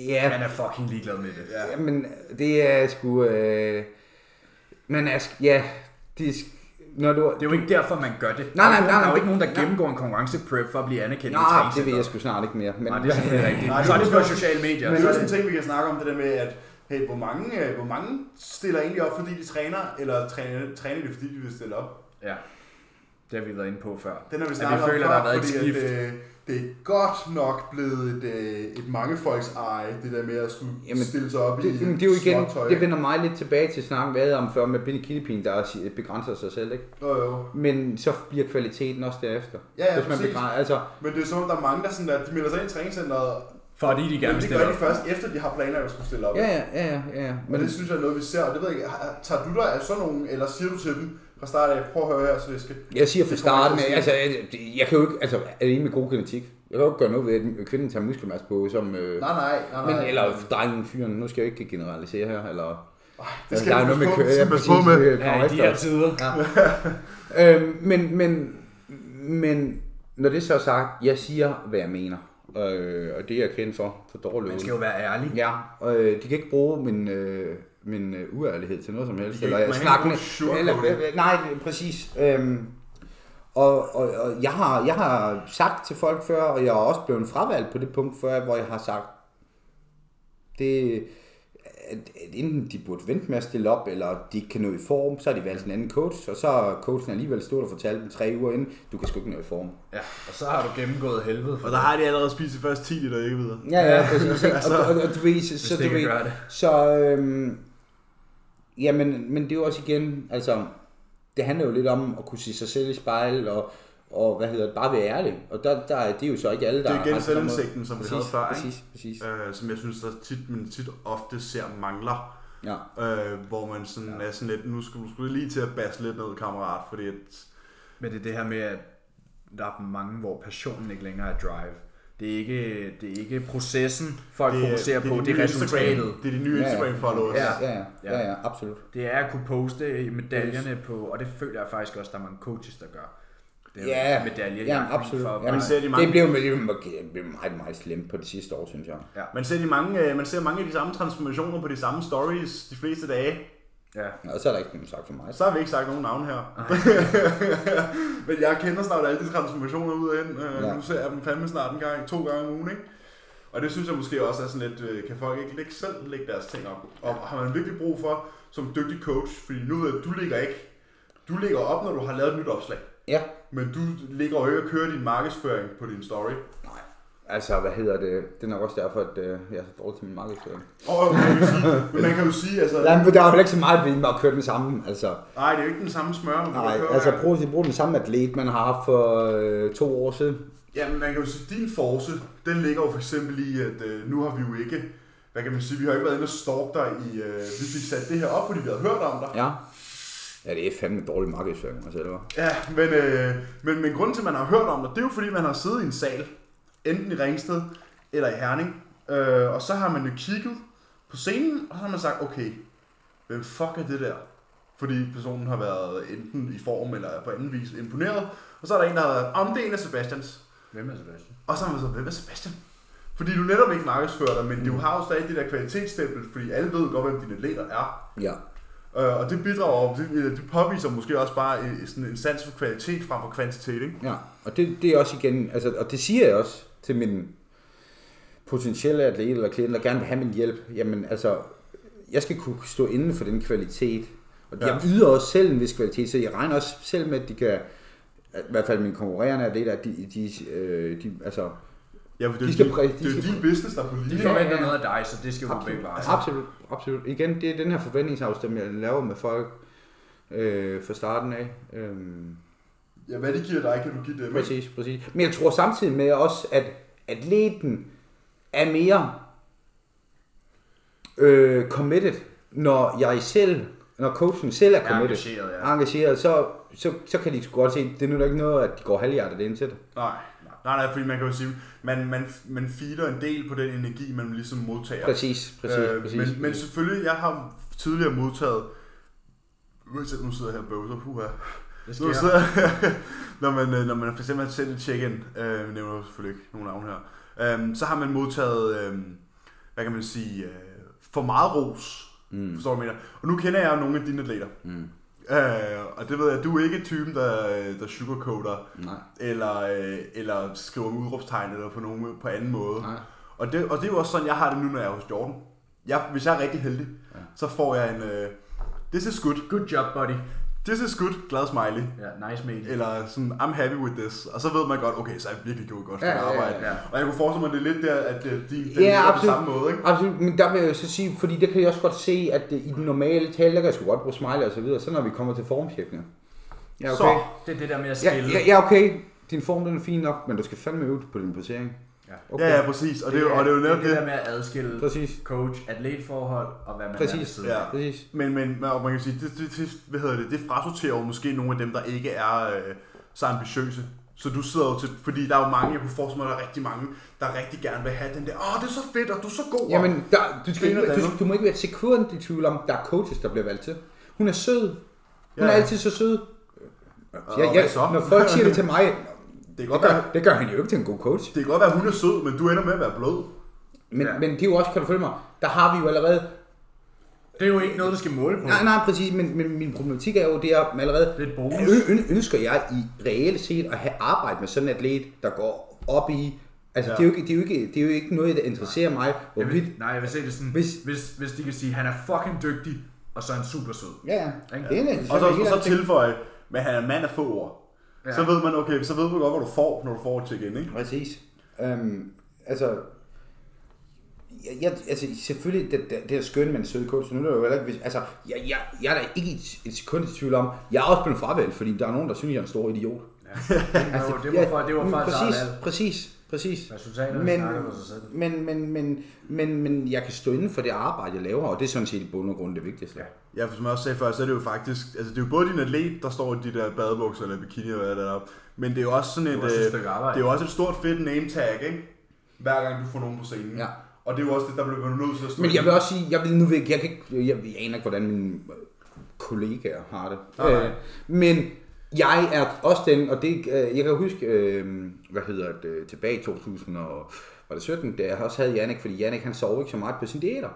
[SPEAKER 3] ja,
[SPEAKER 1] Han er fucking ligeglad med det.
[SPEAKER 3] ja. men det er sgu, øh, man er, sk- ja, det er, sk- når du,
[SPEAKER 1] Det er jo ikke derfor, man gør det.
[SPEAKER 3] nej, nej,
[SPEAKER 1] Der er jo
[SPEAKER 3] nej,
[SPEAKER 1] ikke nogen, der
[SPEAKER 3] nej.
[SPEAKER 1] gennemgår en konkurrenceprep for at blive anerkendt. i
[SPEAKER 3] nej, Ah, det
[SPEAKER 1] træningscenteret.
[SPEAKER 3] vil jeg sgu snart ikke mere, men,
[SPEAKER 1] Nej, det er selvfølgelig rigtigt.
[SPEAKER 2] Nej,
[SPEAKER 1] Så er
[SPEAKER 2] det
[SPEAKER 1] det
[SPEAKER 2] er
[SPEAKER 1] på
[SPEAKER 2] også-
[SPEAKER 1] sociale medier.
[SPEAKER 2] Men det
[SPEAKER 1] Så
[SPEAKER 2] er
[SPEAKER 1] er
[SPEAKER 2] også
[SPEAKER 1] det-
[SPEAKER 2] en ting, vi kan snakke om, det der med, at hey, hvor, mange, øh, hvor mange stiller egentlig op, fordi de træner, eller træner, træner de, fordi de vil stille op?
[SPEAKER 1] Ja, det har vi været inde på før.
[SPEAKER 2] Den har vi
[SPEAKER 1] At
[SPEAKER 2] snakket
[SPEAKER 1] vi føler,
[SPEAKER 2] om
[SPEAKER 1] der
[SPEAKER 2] før,
[SPEAKER 1] har været et
[SPEAKER 2] fordi
[SPEAKER 1] skift.
[SPEAKER 2] At, øh, det er godt nok blevet et, øh, et mangefolks eje, det der med at skulle
[SPEAKER 3] Jamen,
[SPEAKER 2] Jamen, stille sig op
[SPEAKER 3] det,
[SPEAKER 2] i
[SPEAKER 3] jamen, det er jo igen,
[SPEAKER 2] småtøj.
[SPEAKER 3] det vender mig lidt tilbage til snakken, vi havde om før med Benny Killipin, der si- begrænser sig selv, ikke?
[SPEAKER 2] Jo, jo.
[SPEAKER 3] Men så bliver kvaliteten også derefter.
[SPEAKER 2] Ja, ja,
[SPEAKER 3] hvis man
[SPEAKER 2] præcis.
[SPEAKER 3] begrænser, altså,
[SPEAKER 2] Men det er som om, der er mange, der, sådan, der de melder sig ind i træningscenteret,
[SPEAKER 1] Fordi de gerne
[SPEAKER 2] men
[SPEAKER 1] vil
[SPEAKER 2] det
[SPEAKER 1] stille
[SPEAKER 2] gør de
[SPEAKER 1] op.
[SPEAKER 2] først, efter de har planer, at skulle stille op.
[SPEAKER 3] ja, ja, ja, ja, ja.
[SPEAKER 2] Men
[SPEAKER 3] Men,
[SPEAKER 2] det synes jeg er noget, vi ser, og det ved jeg ikke, har- tager du dig af sådan nogen, eller siger du til dem fra start af, prøv at høre her, Svenske.
[SPEAKER 3] Jeg siger fra
[SPEAKER 2] Det kommer
[SPEAKER 3] starten,
[SPEAKER 2] ikke til at
[SPEAKER 3] altså, jeg, jeg kan jo ikke, altså, alene med god genetik, jeg kan jo ikke gøre noget ved, at kvinden tager muskelmasse på, som, øh,
[SPEAKER 2] Nej, nej, nej, nej.
[SPEAKER 3] men, eller drengen, fyren, nu skal jeg ikke generalisere her, eller,
[SPEAKER 2] det skal
[SPEAKER 3] der er
[SPEAKER 2] vi
[SPEAKER 3] noget med
[SPEAKER 2] passe på,
[SPEAKER 3] kø,
[SPEAKER 2] det skal
[SPEAKER 3] ja,
[SPEAKER 2] vi passe
[SPEAKER 3] præcis,
[SPEAKER 2] på med.
[SPEAKER 3] øh,
[SPEAKER 1] Ja,
[SPEAKER 3] kommer
[SPEAKER 1] i de
[SPEAKER 3] efter Øh,
[SPEAKER 1] her
[SPEAKER 3] os.
[SPEAKER 1] tider.
[SPEAKER 3] øhm, men, men, men, når det så er sagt, jeg siger, hvad jeg mener. øh, og det er jeg kendt for, for dårlig
[SPEAKER 1] Man
[SPEAKER 3] øl.
[SPEAKER 1] skal jo være ærlig.
[SPEAKER 3] Ja, og øh, de kan ikke bruge min, øh, min øh, uærlighed til noget som helst.
[SPEAKER 2] kan
[SPEAKER 3] Eller
[SPEAKER 2] ikke-
[SPEAKER 3] jeg
[SPEAKER 2] man kan
[SPEAKER 3] snakker
[SPEAKER 2] ikke
[SPEAKER 3] med,
[SPEAKER 2] bruge sugarcoat.
[SPEAKER 3] eller, øh, nej, det er præcis. Øhm, og, og, og jeg, har, jeg har sagt til folk før, og jeg er også blevet fravalgt på det punkt før, hvor jeg har sagt, det, at, at enten de burde vente med at stille op, eller de ikke kan nå i form, så har de valgt en anden coach, og så har coachen alligevel stået og fortalt dem tre uger inden, du kan sgu ikke nå i form.
[SPEAKER 1] Ja, og så har du gennemgået helvede for
[SPEAKER 2] Og der har de allerede spist de første 10 liter, ikke videre.
[SPEAKER 3] Ja, ja, præcis. ikke?
[SPEAKER 2] Altså,
[SPEAKER 3] og, og, og, du ved, så, så,
[SPEAKER 1] det
[SPEAKER 3] du
[SPEAKER 1] kan
[SPEAKER 3] ved,
[SPEAKER 1] gøre det.
[SPEAKER 3] så øhm, ja, men, men det er jo også igen, altså, det handler jo lidt om at kunne se sig selv i spejl, og, og hvad hedder det, bare være ærlig. Og der, der er det er jo så ikke alle, der
[SPEAKER 2] Det er
[SPEAKER 3] har
[SPEAKER 2] igen
[SPEAKER 3] ret på den måde.
[SPEAKER 2] selvindsigten, som vi havde
[SPEAKER 3] Præcis,
[SPEAKER 2] før, ikke?
[SPEAKER 3] præcis, præcis.
[SPEAKER 2] Øh, som jeg synes, der tit, men tit ofte ser mangler.
[SPEAKER 3] Ja.
[SPEAKER 2] Øh, hvor man sådan er sådan lidt, nu skulle du skulle lige til at basse lidt ned, kammerat, fordi at,
[SPEAKER 1] Men det er det her med, at der er mange, hvor passionen ikke længere er drive. Det er ikke, det er ikke processen, folk det, fokuserer på,
[SPEAKER 2] de
[SPEAKER 1] det er
[SPEAKER 2] nye
[SPEAKER 1] resultatet.
[SPEAKER 2] Instagram, det er de nye
[SPEAKER 3] Ja, ja.
[SPEAKER 2] Instagram-followers.
[SPEAKER 1] Ja.
[SPEAKER 3] Ja, ja, ja, ja, absolut.
[SPEAKER 1] Det er at kunne poste medaljerne på, og det føler jeg faktisk også, der er mange coaches, der gør. Det er
[SPEAKER 3] Ja,
[SPEAKER 1] medaljer,
[SPEAKER 3] ja,
[SPEAKER 1] jagten
[SPEAKER 3] absolut.
[SPEAKER 1] For,
[SPEAKER 3] Ja,
[SPEAKER 1] Jamen,
[SPEAKER 2] ser de mange-
[SPEAKER 3] det blev, det blev, det blev meget, meget slemt på det sidste år, synes jeg.
[SPEAKER 2] Man ser, de mange, øh, man ser mange af de samme transformationer på de samme stories de fleste dage.
[SPEAKER 1] ja.
[SPEAKER 3] Og så er der ikke nogen sagt for mig.
[SPEAKER 2] Så har vi ikke sagt nogen navn her. Men jeg kender snart alle de transformationer ud og ind. Øh,
[SPEAKER 3] Ja.
[SPEAKER 2] Nu ser jeg dem fandme snart en gang, to gange om ugen, ikke? Og det synes jeg måske også er sådan lidt, øh, kan folk ikke lægge, selv lægge deres ting op? Og har man virkelig brug for, som dygtig coach, fordi nu ved jeg, du ligger ikke, du ligger op, når du har lavet et nyt opslag.
[SPEAKER 3] Ja,
[SPEAKER 2] Men du ligger jo ikke og kører din markedsføring på din story.
[SPEAKER 3] altså, hvad hedder det? Den er også derfor, at øh, jeg er så dårlig til min markedsføring.
[SPEAKER 2] Og man kan jo sige, men man kan jo sige altså,
[SPEAKER 3] Ja, men der er jo heller ikke så meget ved at køre den samme, altså.
[SPEAKER 2] nej, det er jo ikke den samme smør, man
[SPEAKER 3] Nej,
[SPEAKER 2] kører.
[SPEAKER 3] altså prøv at bruge den samme atlet, man har haft for øh, to år siden.
[SPEAKER 2] Jamen, man kan jo sige, din force, den ligger jo for eksempel i, at øh, nu har vi jo ikke, hvad kan man sige, vi har jo ikke været inde og stalk dig i, øh, vi fik sat det her op, fordi vi havde hørt om dig.
[SPEAKER 3] Ja. Ja, det er fandme dårlig markedsføring, altså, det var.
[SPEAKER 2] Ja, men, øh, men, men grunden til, at man har hørt om dig, det er jo fordi, man har siddet i en sal, enten i Ringsted eller i Herning, øh, og så har man jo kigget på scenen, og så har man sagt, okay, hvem fuck er det der? Fordi personen har været enten i form eller på anden vis imponeret, og så er der en, der har været, om det er en af Sebastians.
[SPEAKER 1] Hvem er Sebastian?
[SPEAKER 2] Og så har man så, hvem er Sebastian? Fordi du netop ikke markedsfører dig, men
[SPEAKER 3] Mm.
[SPEAKER 2] du har jo stadig det der kvalitetsstempel, fordi alle ved godt, hvem dine atleter er.
[SPEAKER 3] Ja.
[SPEAKER 2] Øh, og det bidrager, det, øh, det påviser måske også bare en, sådan en sans for kvalitet frem for kvantitet, ikke?
[SPEAKER 3] Ja, og det, det er også igen, altså, og det siger jeg også til min potentielle atlet eller klient, der gerne vil have min hjælp. Jamen, altså, jeg skal kunne stå inden for den kvalitet. Og ja. jeg yder også selv en vis kvalitet, så jeg regner også selv med, at de kan, at i hvert fald mine konkurrerende atleter, at de, de, øh, de altså,
[SPEAKER 2] Ja, for det,
[SPEAKER 3] De
[SPEAKER 2] er
[SPEAKER 3] skal
[SPEAKER 2] jo din-
[SPEAKER 3] præ- de
[SPEAKER 2] det er jo
[SPEAKER 3] skal
[SPEAKER 2] din business, der er på
[SPEAKER 1] De
[SPEAKER 2] linje.
[SPEAKER 1] forventer noget af dig, så det skal jo gå begge veje.
[SPEAKER 3] Altså, absolut, absolut. Igen, det er den her forventningsafstemning, jeg laver med folk øh, fra starten af. Øhm,
[SPEAKER 2] Ja, hvad de giver dig, kan du give dem. ikke?
[SPEAKER 3] præcis, præcis. Men jeg tror samtidig med også, at atleten er mere øh, committed, når jeg selv, når coachen selv er committed,
[SPEAKER 1] engageret, ja.
[SPEAKER 3] er engageret så, så, så kan de sgu godt se, det er nu ikke noget, at de går halvhjertet ind til det.
[SPEAKER 2] Nej. Nej, nej, fordi man kan jo sige, man, man, man feeder en del på den energi, man ligesom modtager.
[SPEAKER 3] Præcis, præcis,
[SPEAKER 2] Øh,
[SPEAKER 3] præcis.
[SPEAKER 2] men, men selvfølgelig, jeg har tidligere modtaget... Nu sidder jeg her og bøvser, huha.
[SPEAKER 1] Det sker.
[SPEAKER 2] Nu sidder, når, man, øh, når man for eksempel har sendt et check-in, øh, nævner jeg selvfølgelig ikke nogen navn her, øh, så har man modtaget, øh, hvad kan man sige, øh, for meget ros. Mm. Forstår du, hvad jeg mener? Og nu kender jeg jo nogle af dine atleter.
[SPEAKER 3] Mm.
[SPEAKER 2] Øh, og det ved jeg, du er ikke typen, der, øh, der sugarcoater,
[SPEAKER 3] Nej,
[SPEAKER 2] eller, øh, eller skriver med udråbstegn, eller på, nogen, på anden måde.
[SPEAKER 3] nej.
[SPEAKER 2] Og det, og det er jo også sådan, jeg har det nu, når jeg er hos Jordan. Jeg, hvis jeg er rigtig heldig, ja. så får jeg en, øh, this is good,
[SPEAKER 1] Good job, buddy.
[SPEAKER 2] this is good, glad smiley.
[SPEAKER 1] Ja, nice mate.
[SPEAKER 2] Eller sådan, I'm happy with this. Og så ved man godt, okay, så har jeg virkelig gjort et godt
[SPEAKER 3] Ja,
[SPEAKER 2] stykke
[SPEAKER 3] ja, ja,
[SPEAKER 2] arbejde.
[SPEAKER 1] ja.
[SPEAKER 2] Og jeg kunne forestille mig, det er lidt der, at øh, de, de
[SPEAKER 3] Ja,
[SPEAKER 2] er på
[SPEAKER 3] absolut.
[SPEAKER 2] samme måde, ikke?
[SPEAKER 3] Absolut, men der vil jeg jo så sige, fordi det kan jeg også godt se, at det, i den normale tale, der kan jeg sgu godt bruge smiley og så videre, så når vi kommer til formcheckene. Ja,
[SPEAKER 2] Så,
[SPEAKER 3] okay.
[SPEAKER 1] Det er det der med at
[SPEAKER 3] Ja,
[SPEAKER 1] skille.
[SPEAKER 3] ja, ja, okay. Din form den er fin nok, men du skal fandme øve på din placering.
[SPEAKER 1] Ja.
[SPEAKER 3] Okay.
[SPEAKER 2] ja, ja, præcis. Og det, er jo- og det er
[SPEAKER 1] det,
[SPEAKER 2] jo netop
[SPEAKER 1] det, der
[SPEAKER 2] det.
[SPEAKER 1] med at adskille
[SPEAKER 3] Præcis.
[SPEAKER 1] coach, atletforhold og hvad man er ved
[SPEAKER 3] Præcis.
[SPEAKER 1] siden
[SPEAKER 2] Ja.
[SPEAKER 1] af.
[SPEAKER 3] Præcis.
[SPEAKER 2] Men, men og man kan sige, det, det, det, hvad hedder det, det frasorterer jo måske nogle af dem, der ikke er øh, så ambitiøse. Så du sidder jo til, fordi der er jo mange, jeg kunne forestille mig, der er rigtig mange, der rigtig gerne vil have den der, åh, det er så fedt, og du er så god. og-
[SPEAKER 3] Jamen, der, du, skal
[SPEAKER 2] Det
[SPEAKER 3] ikke,
[SPEAKER 2] er noget
[SPEAKER 3] du, du, må ikke være et sekund i tvivl om, der er coaches, der bliver valgt til. Hun er sød. Hun
[SPEAKER 2] Ja.
[SPEAKER 3] er altid så sød.
[SPEAKER 2] hvad så?
[SPEAKER 3] når folk siger det til mig,
[SPEAKER 2] Det kan
[SPEAKER 3] Det
[SPEAKER 2] godt
[SPEAKER 3] gør,
[SPEAKER 2] være,
[SPEAKER 3] det gør han jo ikke til en god coach.
[SPEAKER 2] det kan godt være, hun er sød, men du ender med at være blød.
[SPEAKER 3] Men,
[SPEAKER 1] Ja.
[SPEAKER 3] ja. men det er jo også, kan du følge mig, der har vi jo allerede...
[SPEAKER 1] Det er jo ikke noget, du skal måle på.
[SPEAKER 3] Nej, nej, præcis, men, men min problematik er jo, det er allerede...
[SPEAKER 1] Det er et bonus.
[SPEAKER 3] Ø- ø- ønsker jeg i reelt set at have arbejde med sådan en atlet, der går op i... Altså, ja. det, er jo ikke, det, er jo ikke, det er jo ikke noget, der interesserer mig.
[SPEAKER 1] Jeg
[SPEAKER 3] Hvorvidt,
[SPEAKER 1] vil, nej, jeg vil se det sådan, hvis,
[SPEAKER 3] Hvis-
[SPEAKER 1] hvis, hvis de kan sige, han er fucking dygtig, og så er han super sød.
[SPEAKER 3] ja, ja.
[SPEAKER 1] Ikke?
[SPEAKER 3] Det er en,
[SPEAKER 2] Og så,
[SPEAKER 3] helt
[SPEAKER 2] og så
[SPEAKER 3] anden ting.
[SPEAKER 2] tilføje, men han er en mand af få ord.
[SPEAKER 1] Ja.
[SPEAKER 2] Ja. Så ved man, okay, så ved du godt, hvad du får, når du får et check-in, ikke?
[SPEAKER 3] Præcis. Øhm, altså, jeg, jeg, altså, selvfølgelig, det, det, det er skønt med en sød coach, nu er det jo heller ikke, hvis- altså, jeg, jeg, jeg er da ikke et, et sekund i tvivl om, jeg er også blevet fravalgt, fordi der er nogen, der synes, jeg er en stor idiot.
[SPEAKER 1] Altså, det var fra, det var
[SPEAKER 3] men
[SPEAKER 1] fra
[SPEAKER 3] præcis,
[SPEAKER 1] Sarah Dahl.
[SPEAKER 3] præcis, præcis.
[SPEAKER 1] Resultaterne
[SPEAKER 3] Men,
[SPEAKER 1] snakker for sig selv.
[SPEAKER 3] men, men, men, men, men jeg kan stå inden for det arbejde, jeg laver, og det er sådan set i bund og grund det vigtigste. Ja.
[SPEAKER 2] Ja, for som jeg også sagde før, så er det jo faktisk, altså det er jo både din atlet, der står i de der badebukser eller bikini eller hvad der er, men det er jo også sådan et,
[SPEAKER 1] er også et
[SPEAKER 2] øh,
[SPEAKER 1] stykke arbejde.
[SPEAKER 2] det er jo også et stort fedt name tag, ikke? Hver gang du får nogen på scenen.
[SPEAKER 3] Ja.
[SPEAKER 2] Og det er jo også det, der bliver du nødt til at stå
[SPEAKER 3] Men jeg
[SPEAKER 2] i.
[SPEAKER 3] vil også sige, jeg vil nu ikke, jeg kan ikke, jeg, jeg aner ikke, hvordan mine øh, kollegaer har det.
[SPEAKER 2] Nej.
[SPEAKER 3] Øh, men jeg er også den, og det, øh, jeg kan huske, øh, hvad hedder det, tilbage i 2017, da jeg også havde Jannik, fordi Jannik han sov ikke så meget på sine diæter.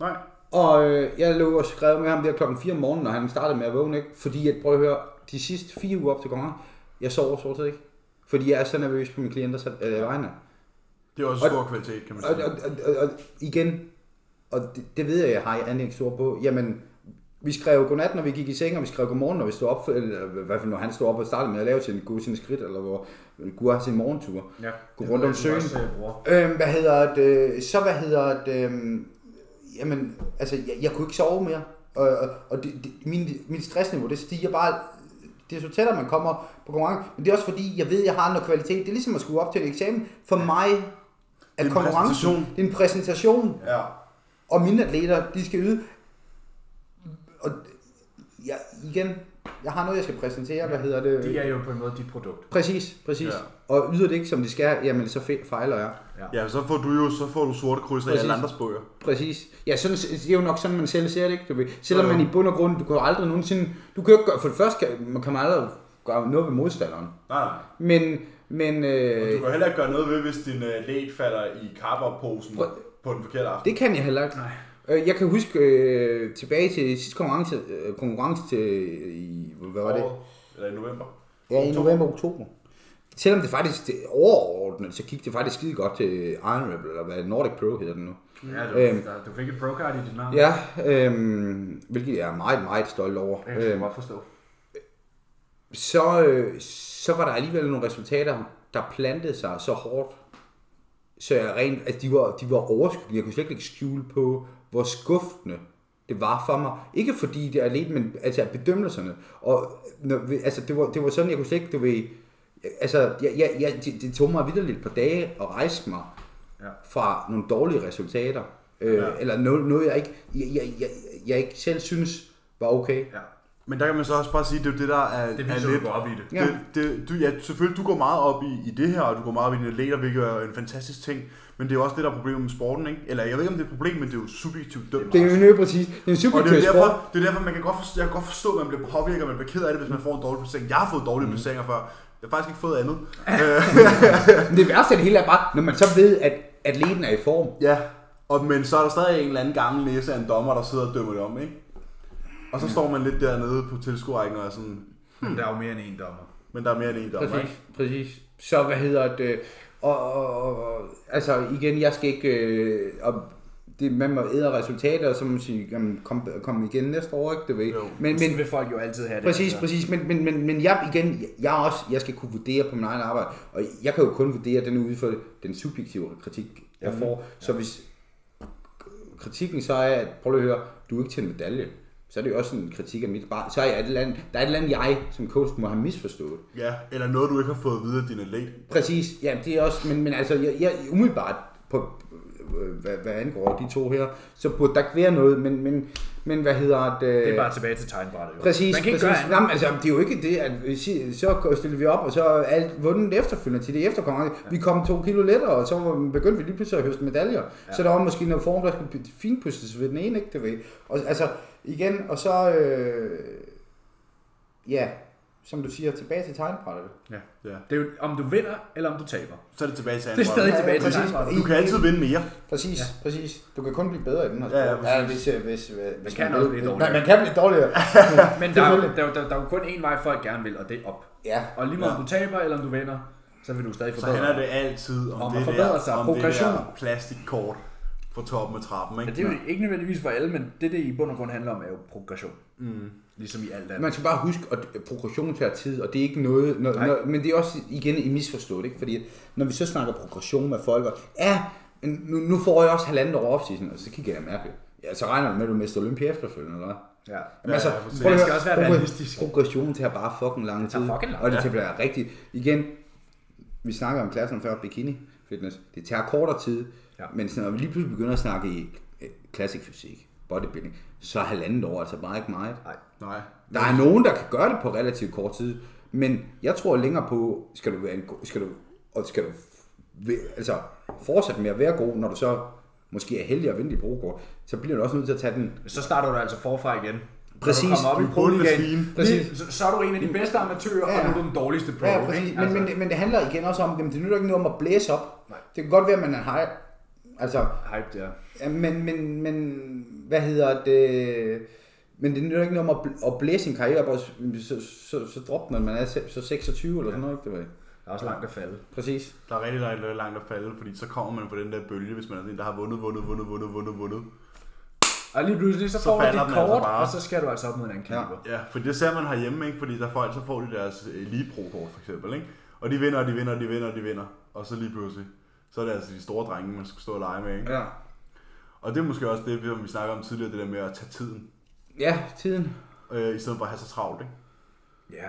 [SPEAKER 2] Nej.
[SPEAKER 3] Og øh, jeg lå og skrev med ham der klokken 4 om morgenen, når han startede med at vågne, ikke? fordi at, prøv at høre, de sidste fire uger op til kongen, jeg sover stort set ikke. Fordi jeg er så nervøs på mine klienters øh, vegne.
[SPEAKER 2] Det er også
[SPEAKER 3] Og-
[SPEAKER 2] stor kvalitet, kan man
[SPEAKER 3] Og,
[SPEAKER 2] sige.
[SPEAKER 3] og, og, og, og igen, og det, det ved jeg, jeg har anlægsord på, jamen, vi skrev godnat, når vi gik i seng, og vi skrev godmorgen, når vi stod op, eller i hvert fald når han stod op og startede med at lave sin, gode sine skridt, eller hvor Gud har sin morgentur.
[SPEAKER 1] Ja,
[SPEAKER 3] Gå
[SPEAKER 1] det
[SPEAKER 3] rundt
[SPEAKER 1] ved
[SPEAKER 3] om
[SPEAKER 1] du
[SPEAKER 3] søen.
[SPEAKER 1] også, jeg bruger.
[SPEAKER 3] Øhm, hvad hedder det, så hvad hedder det, øhm, jamen, altså, jeg, jeg kunne ikke sove mere, og, og, og det, det, min, min stressniveau, det stiger bare, det er så tættere, man kommer på konkurrence, men det er også fordi, jeg ved, jeg har noget kvalitet, det er ligesom at skulle op til en eksamen, for mig er
[SPEAKER 2] en præsentation.
[SPEAKER 3] konkurrencen, det er en præsentation,
[SPEAKER 2] Ja.
[SPEAKER 3] og mine atleter, de skal yde. Og jeg, igen, jeg har noget, jeg skal præsentere. Hvad hedder det?
[SPEAKER 1] De er jo på en måde dit produkt.
[SPEAKER 3] Præcis, præcis.
[SPEAKER 2] Ja.
[SPEAKER 3] Ja. Og yder det ikke, som de skal, jamen så fe- fejler jeg.
[SPEAKER 2] ja, så får du jo så får du sorte krydser i
[SPEAKER 3] Præcis.
[SPEAKER 2] alle andres bøger.
[SPEAKER 3] Præcis. Ja, sådan, det er jo nok sådan, man selv ser det, ikke? Du ved. Selvom
[SPEAKER 2] Jo, jo.
[SPEAKER 3] man i bund og grund, du kan jo aldrig nogensinde... Du kan jo ikke gøre, for det første kan, man kan man aldrig gøre noget ved modstanderen.
[SPEAKER 2] Nej, nej.
[SPEAKER 3] Men, men
[SPEAKER 2] Og du
[SPEAKER 3] øh,
[SPEAKER 2] kan heller ikke gøre noget ved, hvis din øh, atlet falder i kapperposen
[SPEAKER 3] Prøv-
[SPEAKER 2] på den forkerte aften.
[SPEAKER 3] det kan jeg heller ikke. Øh, Jeg kan huske øh, tilbage til sidste konkurrence, øh, konkurrence til, i, hvad var det?
[SPEAKER 2] Året. Eller i november.
[SPEAKER 3] Ja, i
[SPEAKER 2] Oktober.
[SPEAKER 3] november og oktober. Selvom det faktisk det, overordnet, så gik det faktisk skide godt til Iron Rebel, eller hvad Nordic Pro hedder den nu.
[SPEAKER 1] Ja, du,
[SPEAKER 3] Øhm.
[SPEAKER 1] der- du fik et pro-card i dit navn.
[SPEAKER 2] Ah.
[SPEAKER 3] Ja, øhm, hvilket jeg er meget, meget stolt over.
[SPEAKER 1] Det kan jeg
[SPEAKER 3] Øhm,
[SPEAKER 1] godt forstå.
[SPEAKER 3] så, øh, så var der alligevel nogle resultater, der plantede sig så hårdt, så jeg rent, altså de var, de var overskyggende. Jeg kunne slet ikke lægge skjul på, hvor skuffende det var for mig. Ikke fordi det er lidt, men altså af bedømmelserne. Og, når, vi- altså, det, var, det var sådan, jeg kunne slet ikke, du ved, altså, jeg, jeg, jeg, det, det tog mig vidderligt et par dage at rejse mig
[SPEAKER 1] Ja.
[SPEAKER 3] ja. fra nogle dårlige resultater. Øh, ja. Eller noget, noget jeg, ikke, jeg, jeg, jeg, jeg ikke selv synes var okay.
[SPEAKER 1] Ja.
[SPEAKER 2] Men der kan man så også bare sige, det er jo det, der er,
[SPEAKER 1] Det viser,
[SPEAKER 2] er
[SPEAKER 1] at
[SPEAKER 2] lidt...
[SPEAKER 1] du går op i det.
[SPEAKER 3] Ja.
[SPEAKER 2] Det, det, du, ja, selvfølgelig, du går meget op i, i det her, og du går meget op i dine atleter, hvilket er en fantastisk ting. Men det er jo også det, der er problemet med sporten, ikke? Eller jeg ved ikke, om det er et problem, men det er jo subjektivt dømt.
[SPEAKER 3] Det er jo præcis. Det er en super
[SPEAKER 2] og det er, jo derfor, det er derfor, man kan godt forstå, jeg kan godt forstå, at man bliver påvirket, og man bliver ked af det, hvis man får en dårlig placering. Jeg har fået dårlige mm. placeringer før. Jeg har faktisk ikke fået andet. Øh,
[SPEAKER 3] Men det værste af det hele er bare, når man så ved, at atleten er i form.
[SPEAKER 2] ja, og, men så er der stadig en eller anden gammel næse af en dommer, der sidder og dømmer det om, ikke? Og
[SPEAKER 3] Mm.
[SPEAKER 2] så står man lidt dernede på tilskuerrækken og er sådan,
[SPEAKER 1] Men Mm. der er jo mere end en dommer.
[SPEAKER 2] men der er mere end en dommer, ikke?
[SPEAKER 3] Præcis, præcis. Så hvad hedder det? Og, og, og- og altså igen, jeg skal ikke... Øh, og det, man må æde resultater, og så må man sige, jamen, kom, kom igen næste år, ikke? Det ved.
[SPEAKER 2] Jo.
[SPEAKER 3] Men,
[SPEAKER 6] Men
[SPEAKER 3] men,
[SPEAKER 6] vil folk jo altid have det. altså.
[SPEAKER 3] præcis, præcis. Men, men, men, men jeg, igen, jeg, er også, jeg skal kunne vurdere på min egen arbejde, og jeg kan jo kun vurdere den ud fra den subjektive kritik, jeg
[SPEAKER 6] Mm.
[SPEAKER 3] får. Så hvis kritikken så er, at prøv lige at høre, du er ikke til en medalje, så er det jo også en kritik af mit bar. Så er jeg et eller andet, der er et eller andet, jeg som coach må have misforstået.
[SPEAKER 2] Ja, eller noget, du ikke har fået at vide af din atlet.
[SPEAKER 3] Præcis, ja, det er også, men, men altså, jeg, jeg umiddelbart, på, øh, hvad, hvad angår de to her, så burde der ikke være noget, men, men, men hvad hedder det?
[SPEAKER 6] Det er bare tilbage til tegnbrættet. Jo.
[SPEAKER 3] Præcis,
[SPEAKER 6] Man kan ikke
[SPEAKER 3] præcis.
[SPEAKER 6] gøre andet.
[SPEAKER 3] Jamen, altså, det er jo ikke det, at vi siger, så stiller vi op, og så er alt vundet efterfølgende til det efterkonkurrence. Ja. Vi kom to kilo lettere, og så var- begyndte vi lige pludselig at høste medaljer. Ja. Så der var måske noget form, der skulle finpusses ved den ene, ikke det ved. Og, altså, igen, og så, øh, ja, som du siger, tilbage til tegnbrættet.
[SPEAKER 1] Ja.
[SPEAKER 2] Ja.
[SPEAKER 1] Det er jo, om du vinder, eller om du taber.
[SPEAKER 2] Så er det tilbage til
[SPEAKER 1] Det er stadig
[SPEAKER 2] Android.
[SPEAKER 1] tilbage til
[SPEAKER 3] præcis.
[SPEAKER 1] dig.
[SPEAKER 2] Du kan altid vinde mere.
[SPEAKER 3] Præcis, ja. præcis. Du kan kun blive bedre i den her
[SPEAKER 2] Ja, ja,
[SPEAKER 3] sport.
[SPEAKER 2] præcis.
[SPEAKER 3] hvis, øh, hvis, øh, hvis,
[SPEAKER 1] kan
[SPEAKER 3] man
[SPEAKER 1] også
[SPEAKER 3] vil.
[SPEAKER 1] blive
[SPEAKER 3] Men-
[SPEAKER 1] dårligere.
[SPEAKER 3] Man kan blive dårligere.
[SPEAKER 1] Men der er, jo, der, er jo- der, der er jo kun én vej, folk gerne vil, og det er op.
[SPEAKER 3] Ja,
[SPEAKER 1] Og lige meget om
[SPEAKER 2] Ja.
[SPEAKER 1] du taber, eller om du vinder, så vil du stadig
[SPEAKER 2] Så
[SPEAKER 1] forbedre
[SPEAKER 2] handler
[SPEAKER 1] dig.
[SPEAKER 2] det altid om,
[SPEAKER 6] Om at
[SPEAKER 2] det,
[SPEAKER 6] forbedre
[SPEAKER 2] der,
[SPEAKER 6] sig.
[SPEAKER 2] om det der
[SPEAKER 6] Progression.
[SPEAKER 2] plastikkort på toppen af trappen. Ikke?
[SPEAKER 6] Men det er jo ikke nødvendigvis for alle, men det, det i bund og grund handler om, er jo progression. Mm. Ligesom i alt andet.
[SPEAKER 3] Man skal bare huske, at progression tager tid, og det er ikke noget, når, når, men det er også igen i misforstået, ikke? fordi at når vi så snakker progression med folk, og ja, nu, nu får jeg også halvandet år offseason, og så kigger jeg mærkeligt. Ja, så regner du med, at du mister Olympia efterfølgende, eller hvad?
[SPEAKER 1] Ja.
[SPEAKER 3] Jamen, altså,
[SPEAKER 2] ja,
[SPEAKER 3] ja,
[SPEAKER 2] præcis.
[SPEAKER 3] prøv
[SPEAKER 1] Man
[SPEAKER 3] at
[SPEAKER 1] skal
[SPEAKER 3] høre,
[SPEAKER 1] også være
[SPEAKER 3] progr-
[SPEAKER 1] realistisk.
[SPEAKER 3] Progression tager bare fucking lang tid.
[SPEAKER 1] fucking lang
[SPEAKER 3] og det bliver rigtigt. Igen, vi snakker om klasserne før, bikini fitness. Det tager kortere tid,
[SPEAKER 1] Ja.
[SPEAKER 3] ja. men sådan, når vi lige pludselig begynder at snakke i øh, classic fysik, bodybuilding, så er halvandet år altså bare ikke meget.
[SPEAKER 1] Nej.
[SPEAKER 2] Nej.
[SPEAKER 3] Der er nogen, der kan gøre det på relativt kort tid, men jeg tror længere på, skal du være en god, skal du, og skal du ve- altså, fortsætte med at være god, når du så måske er heldig at vinde dit brugkort, så bliver du også nødt til at tage den.
[SPEAKER 1] Så starter du altså forfra igen.
[SPEAKER 3] Præcis.
[SPEAKER 1] Når du kommer op
[SPEAKER 2] Du
[SPEAKER 1] i
[SPEAKER 2] er
[SPEAKER 1] pro-ligaen,
[SPEAKER 2] bundmaskine.
[SPEAKER 1] lige- så, så er du en af de bedste amatører,
[SPEAKER 3] Ja.
[SPEAKER 1] og nu er du den dårligste pro.
[SPEAKER 3] Ja, præcis.
[SPEAKER 1] ikke? Altså,
[SPEAKER 3] Men, men, det- men det handler igen også om, jamen, det nytter ikke noget om at blæse op.
[SPEAKER 1] Nej.
[SPEAKER 3] Det kan godt være, at man er hej. Altså,
[SPEAKER 1] Hype der.
[SPEAKER 3] ja, men, men, men, hvad hedder det? Men det nytter ikke noget om at bl- at blæse sin karriere op, og så, så, så, så drop den, når man er se- så 26 eller sådan noget, ikke det var?
[SPEAKER 1] Der er også langt at falde.
[SPEAKER 3] Præcis.
[SPEAKER 2] Der er rigtig langt, langt at falde, fordi så kommer man på den der bølge, hvis man er sådan en, der har vundet, vundet, vundet, vundet, vundet, vundet.
[SPEAKER 1] Og lige pludselig, så,
[SPEAKER 2] Så
[SPEAKER 1] får du
[SPEAKER 2] falder
[SPEAKER 1] dit
[SPEAKER 2] den altså
[SPEAKER 1] kort,
[SPEAKER 2] bare.
[SPEAKER 1] og så skal du altså op mod en anden kaliber.
[SPEAKER 2] Ja, for det ser man herhjemme, ikke? Fordi der er folk, så får de deres elite-pro-kort, for eksempel, ikke? Og de vinder, og de vinder, og de vinder, og de vinder. Og så lige pludselig, så er det altså de store drenge, man skal stå og lege med, ikke?
[SPEAKER 3] Ja.
[SPEAKER 2] Og det er måske også det, som vi snakker om tidligere, det der med at tage tiden,
[SPEAKER 3] Ja, tiden.
[SPEAKER 2] øh, i stedet for at have så travlt, ikke?
[SPEAKER 1] Ja.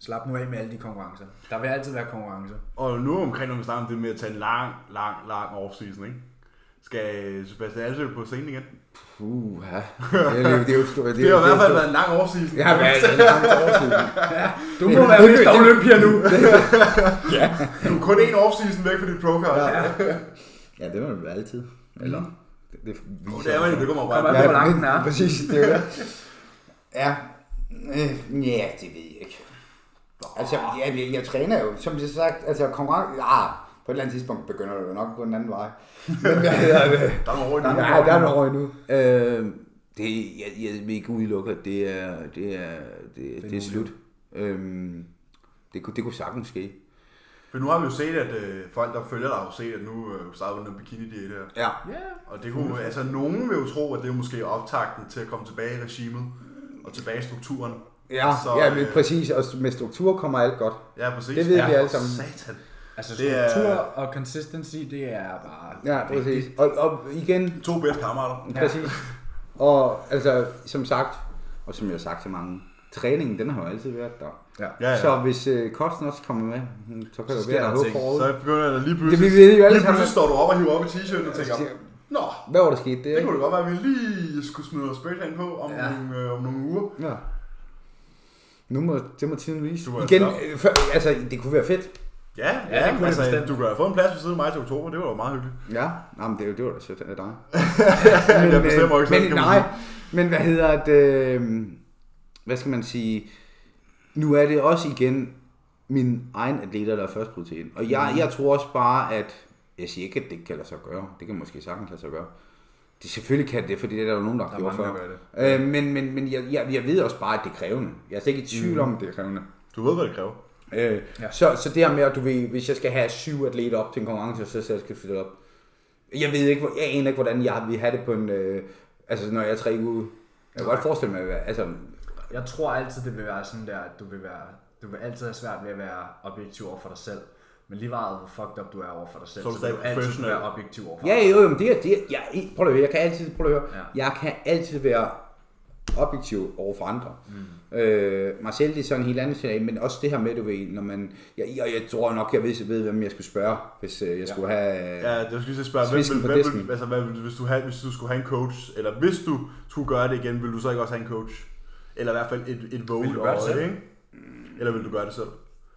[SPEAKER 1] Slap nu af med alle de konkurrencer. Der vil altid være konkurrencer.
[SPEAKER 2] Og nu omkring, når vi snakker om det med at tage en lang, lang, lang offseason, ikke? Skal Sebastian Alsø på scenen igen?
[SPEAKER 3] Uh, ja. Det er jo- det er jo stort.
[SPEAKER 2] Det har i hvert fald været en lang offseason.
[SPEAKER 3] Ja, men altså, det er langt over siden.
[SPEAKER 1] Du må være mest af Olympia nu.
[SPEAKER 2] Du er kun én offseason væk fra dit pro-card. Ja,
[SPEAKER 3] Ja, det var det altid. Eller? Det, det,
[SPEAKER 2] det er man jo, det kommer
[SPEAKER 1] Kommer
[SPEAKER 2] bare
[SPEAKER 1] an på, hvor lang den er.
[SPEAKER 3] Præcis, det er jo det. Ja. Øh, ja, det ved jeg ikke. Altså, ja, jeg, jeg træner jo, som jeg sagt, altså konkurrence, ah, på et eller andet tidspunkt begynder du jo nok at gå en anden vej. Men øh, hvad hedder det?
[SPEAKER 2] Der er nogle år i
[SPEAKER 3] Nej,
[SPEAKER 2] den.
[SPEAKER 3] der er noget røg nu. Øh, det, jeg, jeg vil ikke udelukke, at det er, det er, det, det er slut. Øhm, det, kunne, det kunne sagtens ske.
[SPEAKER 2] For nu har vi jo set, at øh, folk, der følger dig, har jo set, at nu øh, starter den bikini diæt her.
[SPEAKER 3] Ja.
[SPEAKER 2] Og det kunne, altså nogen vil jo tro, at det er måske optakten til at komme tilbage i regimet og tilbage i strukturen.
[SPEAKER 3] Ja,
[SPEAKER 2] Så,
[SPEAKER 3] så, ja men
[SPEAKER 2] øh,
[SPEAKER 3] præcis. Og med struktur kommer alt godt.
[SPEAKER 2] Ja, præcis.
[SPEAKER 3] Det ved
[SPEAKER 2] ja,
[SPEAKER 3] vi alle
[SPEAKER 2] for
[SPEAKER 3] sammen.
[SPEAKER 2] Satan.
[SPEAKER 1] Altså
[SPEAKER 2] Det er-
[SPEAKER 1] struktur og consistency, det er bare...
[SPEAKER 3] Ja, præcis. Og, og igen,
[SPEAKER 2] To bedste kammerater.
[SPEAKER 3] ja. præcis. Og altså, som sagt, og som jeg har sagt til mange, træningen, den har jo altid været der.
[SPEAKER 1] Ja.
[SPEAKER 2] Ja, ja.
[SPEAKER 3] Så hvis øh, kosten også kommer med, hmm, så kan det jo
[SPEAKER 1] sker
[SPEAKER 3] være, der
[SPEAKER 1] der
[SPEAKER 3] er håb
[SPEAKER 1] ting.
[SPEAKER 3] forud.
[SPEAKER 2] Så begynder jeg lige
[SPEAKER 3] Det
[SPEAKER 2] pludselig,
[SPEAKER 3] vi ved jo alle
[SPEAKER 2] lige
[SPEAKER 3] sammen.
[SPEAKER 2] pludselig står du op og hiver op i t-shirten og tænker,
[SPEAKER 3] siger-
[SPEAKER 2] Nå,
[SPEAKER 3] Hvad var der sket
[SPEAKER 2] det
[SPEAKER 3] der?
[SPEAKER 2] kunne
[SPEAKER 3] ikke?
[SPEAKER 2] det godt være, at vi lige skulle smide vores spøgtand på om, ja.
[SPEAKER 1] Ja.
[SPEAKER 2] nogle, øh, om nogle uger.
[SPEAKER 3] Ja. Nu må, det må tiden vise.
[SPEAKER 2] Du må
[SPEAKER 3] Igen,
[SPEAKER 2] altså-
[SPEAKER 3] øh, før, altså, det kunne være fedt.
[SPEAKER 2] Ja,
[SPEAKER 1] Ja, det kunne det
[SPEAKER 2] altså,
[SPEAKER 1] bestemt.
[SPEAKER 2] du kan jo få en plads ved siden af mig til oktober, det var jo meget hyggeligt.
[SPEAKER 3] Ja, nej, men det, er jo- det var da sødt af dig.
[SPEAKER 2] Men, jeg bestemmer
[SPEAKER 3] øh,
[SPEAKER 2] ikke selv,
[SPEAKER 3] men,
[SPEAKER 2] kan man
[SPEAKER 3] nej,
[SPEAKER 2] sige.
[SPEAKER 3] men hvad hedder det, øh, hvad skal man sige, nu er det også igen min egen atleter, der er først prioritet. Og jeg, jeg tror også bare, at jeg siger ikke, at det ikke kan lade sig gøre. Det kan måske sagtens lade sig gøre. Det selvfølgelig kan det, fordi det er der jo nogen, der har
[SPEAKER 1] er
[SPEAKER 3] gjort
[SPEAKER 1] mange,
[SPEAKER 3] før.
[SPEAKER 1] der
[SPEAKER 3] Øh, men men, men jeg, jeg, jeg ved også bare, at det er krævende. Jeg er slet ikke i tvivl om, at det er krævende.
[SPEAKER 2] Du ved, hvad det kræver.
[SPEAKER 3] Øh,
[SPEAKER 1] Ja.
[SPEAKER 3] ja. så, så det her med, at du ved, hvis jeg skal have syv atleter op til en konkurrence, så selv skal jeg fylde op. Jeg ved ikke, hvor, jeg aner ikke, hvordan jeg vil have det på en... Øh, altså, når jeg er tre uger. Jeg kan godt forestille mig, hvad- altså...
[SPEAKER 1] Jeg tror altid, det vil være sådan der, at du vil, være, du vil altid have svært ved at være objektiv over for dig selv. Men lige meget hvor fucked up du er over for dig selv,
[SPEAKER 2] Så er
[SPEAKER 1] vil
[SPEAKER 2] du stadig
[SPEAKER 1] altid
[SPEAKER 2] professionel.
[SPEAKER 1] være objektiv over for dig
[SPEAKER 3] Ja, jo, jo, men det er... Det er jeg, prøv at høre, jeg kan altid... Prøv at høre,
[SPEAKER 1] Ja.
[SPEAKER 3] ja. jeg kan altid være objektiv over for andre. Mm. Øh, mig selv det er sådan en helt anden scenarie, men også det her med, du ved, når man... Jeg, jeg, jeg tror nok, jeg ved, ved, hvem jeg skulle spørge, hvis øh, jeg ja. skulle have...
[SPEAKER 2] Ja, det skulle jeg lige spørge, hvem,
[SPEAKER 3] Svisken på
[SPEAKER 2] vil, hvem vil,
[SPEAKER 3] disken.
[SPEAKER 2] altså, hvad, vil- hvis, du havde, hvis du skulle have en coach, eller hvis du skulle gøre det igen, vil du så ikke også have en coach? Eller i hvert fald et, et vote
[SPEAKER 1] Vil du gøre det
[SPEAKER 2] over
[SPEAKER 1] selv?
[SPEAKER 2] ikke? Eller vil du gøre det selv?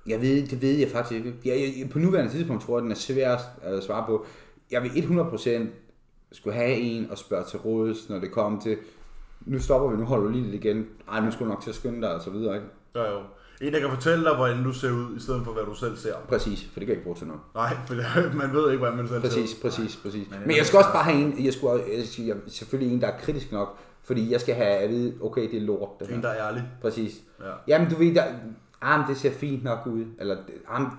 [SPEAKER 3] Jeg ved, det ved jeg faktisk ikke. Jeg, jeg, jeg- på nuværende tidspunkt tror jeg, den er sværest at svare på. Jeg vil 100% skulle have en og spørge til råds, når det kom til, nu stopper vi, nu holder du lige lidt igen. Ej, nu skulle du nok til at skynde dig, og så videre, ikke?
[SPEAKER 2] Jo, jo. En, der kan fortælle dig, hvordan du ser ud, i stedet for, hvad du selv ser.
[SPEAKER 3] Præcis, for det kan jeg ikke bruge til noget.
[SPEAKER 2] Nej, for man ved ikke, hvordan man selv ser ud.
[SPEAKER 3] Præcis, præcis, præcis. Men jeg skal også bare have en, jeg skulle, også- jeg skal- jeg, selvfølgelig en, der er kritisk nok, fordi jeg skal have at vide, okay, det er lort. Det
[SPEAKER 2] En,
[SPEAKER 3] her.
[SPEAKER 2] der er ærlig.
[SPEAKER 3] Præcis.
[SPEAKER 2] Ja.
[SPEAKER 3] Jamen, du ved, der, ah, men det ser fint nok ud, eller ah, men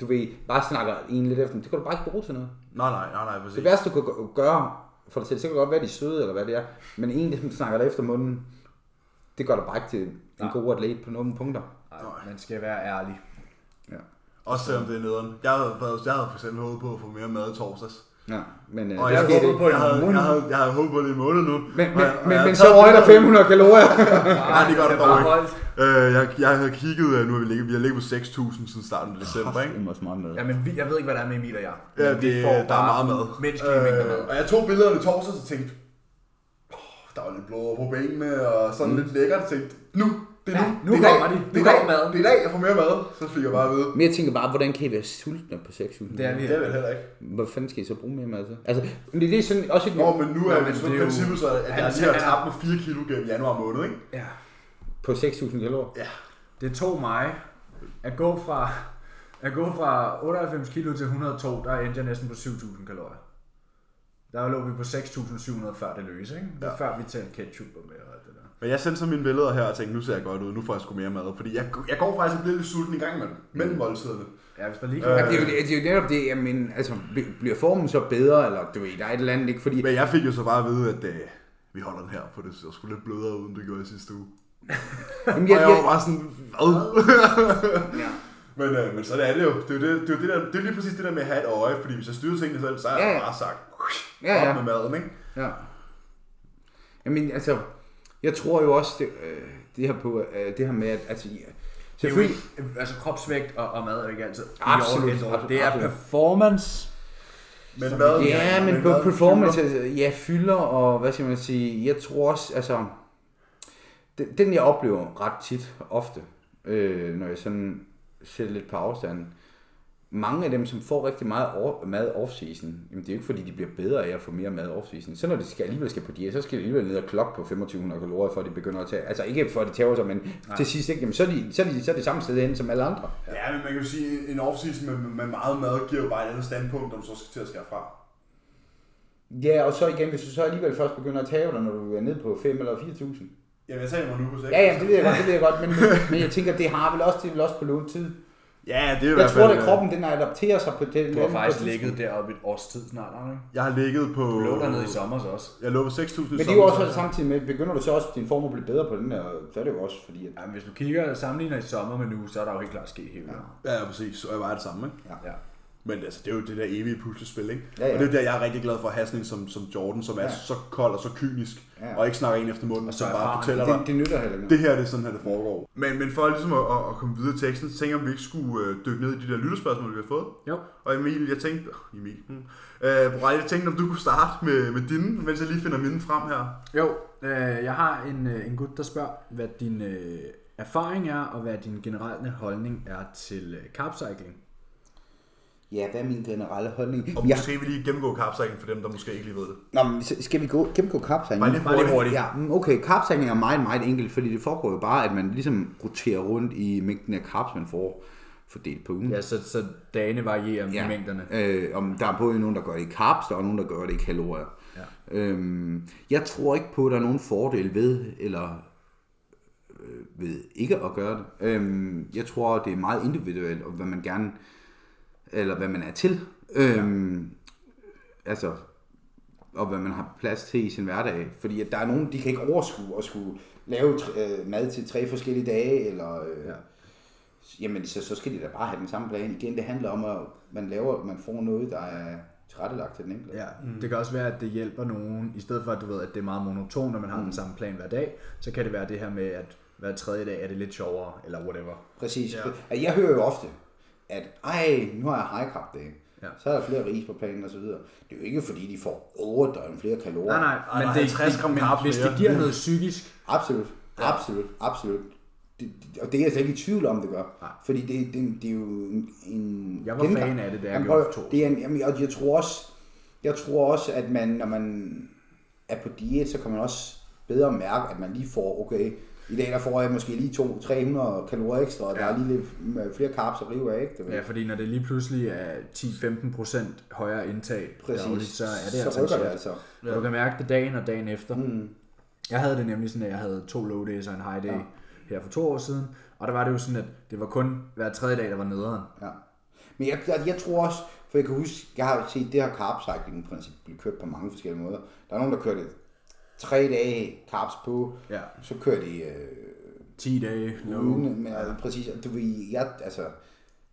[SPEAKER 3] du ved, bare snakker en lidt efter, men det kan du bare ikke bruge til noget.
[SPEAKER 2] Nej, nej, nej, nej, præcis.
[SPEAKER 3] Det værste, du kan gø- gøre for dig selv, så kan det godt være, de er søde, eller hvad det er, men en, som snakker dig efter munden, det gør dig bare ikke til en god atlet på nogle punkter.
[SPEAKER 1] Ej, man skal være ærlig.
[SPEAKER 3] Ja.
[SPEAKER 2] Også selvom det er nederen. Jeg havde, jeg havde for eksempel håbet på at få mere mad i torsdags.
[SPEAKER 3] Ja, men øh,
[SPEAKER 2] Og
[SPEAKER 3] det
[SPEAKER 2] jeg,
[SPEAKER 3] skete
[SPEAKER 2] håbede
[SPEAKER 3] ikke.
[SPEAKER 2] på, jeg, havde, jeg, havde, jeg havde håbet på det i en måned nu.
[SPEAKER 3] Men,
[SPEAKER 2] Og
[SPEAKER 3] men,
[SPEAKER 2] jeg- og
[SPEAKER 3] men,
[SPEAKER 2] jeg
[SPEAKER 3] men
[SPEAKER 2] havde
[SPEAKER 3] så
[SPEAKER 2] taget
[SPEAKER 3] røg der
[SPEAKER 2] billeder med-
[SPEAKER 3] 500 kalorier.
[SPEAKER 2] Nej, det gør der dog
[SPEAKER 1] bare
[SPEAKER 2] ikke.
[SPEAKER 1] holdt.
[SPEAKER 2] Øh, jeg, jeg havde kigget, øh, nu har vi ligget, vi har ligget på 6.000 siden starten af december, ikke?
[SPEAKER 3] er også meget med.
[SPEAKER 1] Jamen, vi- jeg ved ikke, hvad der er med Emil og jeg.
[SPEAKER 2] Ja,
[SPEAKER 1] Men
[SPEAKER 2] det,
[SPEAKER 1] vi
[SPEAKER 2] der er meget mad.
[SPEAKER 1] Menneskelige mængder mad.
[SPEAKER 5] Øh, og jeg tog billederne i torsdags og tænkte, oh, der var lidt blod på benene og sådan mm. lidt lækkert. Jeg tænkte, nu, det er nu.
[SPEAKER 1] nu
[SPEAKER 5] det er i
[SPEAKER 1] kommer
[SPEAKER 5] dag,
[SPEAKER 1] de.
[SPEAKER 5] Det er
[SPEAKER 1] Nu
[SPEAKER 5] i dag,
[SPEAKER 1] kommer maden."
[SPEAKER 5] Det er i dag, jeg får mere mad. Så fik jeg bare at vide.
[SPEAKER 3] Men jeg tænker bare, hvordan kan I være sultne på 6.000?
[SPEAKER 1] Det er vi.
[SPEAKER 5] Det er vel heller ikke.
[SPEAKER 3] Hvor fanden skal I så bruge mere mad til? Altså, men det er sådan også et...
[SPEAKER 5] Nå, men nu er Nå,
[SPEAKER 1] Nå, men
[SPEAKER 5] det
[SPEAKER 1] det
[SPEAKER 5] sådan
[SPEAKER 1] er jo-
[SPEAKER 5] princippet, så at jeg
[SPEAKER 1] Han-
[SPEAKER 5] lige har tabt
[SPEAKER 1] han-
[SPEAKER 5] med 4 kilo gennem januar måned, ikke?
[SPEAKER 1] Ja.
[SPEAKER 3] På 6.000 kalorier.
[SPEAKER 1] Det tog mig at gå fra, at gå fra 98 kilo til 102, der endte jeg næsten på 7.000 kalorier. Der lå vi på 6.700 før det løse, ikke? Ja. Før vi talte ketchup og med og alt det der.
[SPEAKER 2] Men jeg sendte så mine billeder her og tænkte, nu ser jeg godt ud, nu får jeg sgu mere mad. Fordi jeg, jeg går faktisk og bliver lidt sulten i gang imellem, mellem
[SPEAKER 5] Mm.
[SPEAKER 2] måltiderne.
[SPEAKER 1] Ja, hvis der lige
[SPEAKER 3] Øh.
[SPEAKER 1] kommer...
[SPEAKER 3] Det, er jo, det er jo netop det, jamen, altså, bl- bliver formen så bedre, eller du ved, der er et eller andet, ikke? Fordi,
[SPEAKER 2] Men jeg fik jo så bare at vide, at øh, vi holder den her, for det ser sgu lidt blødere ud, end det gjorde i sidste uge.
[SPEAKER 3] jamen,
[SPEAKER 2] Og
[SPEAKER 3] jeg,
[SPEAKER 2] jeg var
[SPEAKER 3] jeg,
[SPEAKER 2] bare sådan, hvad?
[SPEAKER 5] Men, øh, men sådan er det jo. Det er, jo det, det, er jo det, der, det er lige præcis det der med at have et øje, fordi hvis jeg styrer tingene selv, så er jeg
[SPEAKER 3] Ja, ja.
[SPEAKER 5] bare sagt,
[SPEAKER 3] ja,
[SPEAKER 5] op
[SPEAKER 3] ja,
[SPEAKER 5] med maden, ikke?
[SPEAKER 3] ja. Jamen, altså, jeg tror jo også, det, øh, det her på, øh, det her med, at, altså, ja,
[SPEAKER 1] Det er jo
[SPEAKER 3] selvfølgelig,
[SPEAKER 1] ikke, altså kropsvægt og, og mad er jo ikke altid i
[SPEAKER 3] Absolut,
[SPEAKER 1] overensstemmelse.
[SPEAKER 3] absolut,
[SPEAKER 1] Det er
[SPEAKER 3] absolut.
[SPEAKER 1] performance.
[SPEAKER 5] Men maden,
[SPEAKER 3] ja, men på
[SPEAKER 5] maden
[SPEAKER 3] performance,
[SPEAKER 5] fylder.
[SPEAKER 3] altså, ja, fylder, og hvad skal man sige, jeg tror også, altså, den, den jeg oplever ret tit, ofte, øh, når jeg sådan sætter lidt på afstand, mange af dem, som får rigtig meget over, mad off-season, jamen det er jo ikke fordi, de bliver bedre af at få mere mad off-season. Så når de skal, alligevel skal på diæt, så skal de alligevel ned og klokke på 2500 kalorier, før de begynder at tage. Altså ikke for at de tager sig, men Nej. til sidst ikke. Jamen, så er de, så er de, så er det samme sted hen som alle andre.
[SPEAKER 5] Ja, men man kan jo sige, at en off-season med, med meget mad giver jo bare et andet standpunkt, når du så skal til at skære fra.
[SPEAKER 3] Ja, og så igen, hvis du så alligevel først begynder at tage dig, når du er nede på 5 eller 4000.
[SPEAKER 5] Jamen, jeg tager mig nu på 6.
[SPEAKER 3] Ja, ja, det ved jeg godt, det ved jeg godt, men, men jeg tænker, det har vel også, det er vel også på nogen tid.
[SPEAKER 2] Ja, det er i
[SPEAKER 3] Jeg
[SPEAKER 2] hvert
[SPEAKER 3] tror,
[SPEAKER 2] fald...
[SPEAKER 3] at
[SPEAKER 5] øh,
[SPEAKER 3] kroppen, den adapterer sig på det.
[SPEAKER 1] Du har faktisk ligget deroppe et års tid snart, har du ikke?
[SPEAKER 2] Jeg har ligget på...
[SPEAKER 1] Du lå dernede i sommer så også.
[SPEAKER 2] Jeg lå på 6.000 i
[SPEAKER 3] Men det er jo også
[SPEAKER 2] sommertøj.
[SPEAKER 3] samtidig med, begynder du så også, din form at blive bedre på den her, så er det jo også fordi, at
[SPEAKER 1] Ja, men hvis du kigger og sammenligner i sommer med nu, så er der jo helt klart sket helt ja.
[SPEAKER 2] Ja, ja, præcis. Og jeg var det samme, ikke?
[SPEAKER 1] ja.
[SPEAKER 2] Men altså, det er jo det der evige puslespil, ikke?
[SPEAKER 3] Ja, ja.
[SPEAKER 2] Og det er der, jeg er rigtig glad for at have sådan en som, som Jordan, som er
[SPEAKER 3] Ja.
[SPEAKER 2] så kold og så kynisk,
[SPEAKER 3] Ja.
[SPEAKER 2] og ikke snakker en efter munden, og så
[SPEAKER 1] så
[SPEAKER 2] bare
[SPEAKER 1] erfaren.
[SPEAKER 2] fortæller dig,
[SPEAKER 3] det, det nytter heller ikke.
[SPEAKER 2] det her det er sådan her, det foregår. Men, men for ligesom at, at, at komme videre i teksten, så tænker jeg, om vi ikke skulle øh, dykke ned i de der lytterspørgsmål, vi har fået.
[SPEAKER 1] Jo.
[SPEAKER 2] Og Emil, jeg tænkte... øh, Emil. Hmm. Øh, Borelli, jeg tænkte, om du kunne starte med, med dine, mens jeg lige finder mine frem her.
[SPEAKER 1] Jo, øh, jeg har en, øh, en gut, der spørger, hvad din øh, erfaring er, og hvad din generelle holdning er til øh, carpcycling.
[SPEAKER 3] Ja, hvad er min generelle holdning?
[SPEAKER 2] Og
[SPEAKER 3] Ja.
[SPEAKER 2] måske vi lige gennemgå kapsakken for dem, der måske ikke lige ved det.
[SPEAKER 3] Nå, men så skal vi gå, gennemgå
[SPEAKER 2] Bare
[SPEAKER 3] kapsejling?
[SPEAKER 2] lige hurtigt.
[SPEAKER 3] Ja, mm, okay, karpsækning er meget, meget enkelt, fordi det foregår jo bare, at man ligesom roterer rundt i mængden af karps, man får fordelt på ugen.
[SPEAKER 1] Ja, så, så dagene varierer ja. i mængderne.
[SPEAKER 3] Øh, om der er både nogen, der gør det i carbs, der er nogen, der gør det i kalorier. Ja. Øhm, jeg tror ikke på, at der er nogen fordel ved, eller øh, ved ikke at gøre det. Øhm, jeg tror, det er meget individuelt, og hvad man gerne, eller hvad man er til. Øhm, ja. Altså, og hvad man har plads til i sin hverdag. Fordi at der er nogen, de kan ikke overskue at skulle lave øh, mad til tre forskellige dage, eller... Øh, ja jamen så, så skal de da bare have den samme plan igen. Det handler om, at man, laver, man får noget, der er tilrettelagt til den enkelte.
[SPEAKER 1] Ja, mm. det kan også være, at det hjælper nogen, i stedet for at du ved, at det er meget monotont, når man har mm. den samme plan hver dag, så kan det være det her med, at hver tredje dag er det lidt sjovere, eller whatever.
[SPEAKER 3] Præcis. Ja. Jeg hører jo ofte, at ej, nu har jeg high carb dag. Ja.
[SPEAKER 1] Ja.
[SPEAKER 3] Så er der flere ris på planen og så videre. Det er jo ikke fordi, de får overdrevet flere kalorier.
[SPEAKER 1] Nej, nej,
[SPEAKER 2] Ej,
[SPEAKER 1] men,
[SPEAKER 2] der er
[SPEAKER 1] det,
[SPEAKER 2] 50 gram
[SPEAKER 1] men
[SPEAKER 2] carbs
[SPEAKER 1] hvis
[SPEAKER 2] mere.
[SPEAKER 1] det giver noget psykisk,
[SPEAKER 3] Absolut, absolut, absolut. Det, det- og det er jeg slet ikke i tvivl om, det gør. Nej. Fordi det, det, det er jo en... en
[SPEAKER 1] Jeg var
[SPEAKER 3] gengang.
[SPEAKER 1] fan af det, da jeg
[SPEAKER 3] Jamen,
[SPEAKER 1] gjorde
[SPEAKER 3] prøv-
[SPEAKER 1] for to år
[SPEAKER 3] det er en, jamen, og jeg tror også, jeg tror også, at man, når man er på diæt, så kan man også bedre mærke, at man lige får, okay, I dag der får jeg måske lige 200-300 kalorier ekstra, og ja. der er lige lidt øh, flere carbs at rive af, ikke? Det
[SPEAKER 1] Ja, fordi når det lige pludselig er 10-15% højere indtag,
[SPEAKER 3] Præcis.
[SPEAKER 1] dagligt, så er det
[SPEAKER 3] så
[SPEAKER 1] altså en
[SPEAKER 3] rykker det
[SPEAKER 1] shit.
[SPEAKER 3] altså.
[SPEAKER 1] Ja. Du kan mærke det dagen og dagen efter. Mm. Jeg havde det nemlig sådan, at jeg havde to low days og en high day ja. her for to år siden. Og der var det jo sådan, at det var kun hver tredje dag, der var nederen.
[SPEAKER 3] Ja. Men jeg, jeg, jeg tror også, for jeg kan huske, jeg har jo set det her carb princip blive kørt på mange forskellige måder. Der er nogen, der kører det tre dage carbs på,
[SPEAKER 1] Ja.
[SPEAKER 3] så kører de øh,
[SPEAKER 1] 10 dage, low.
[SPEAKER 2] Uh,
[SPEAKER 3] uden, men ja. præcis, og du ved, jeg, altså,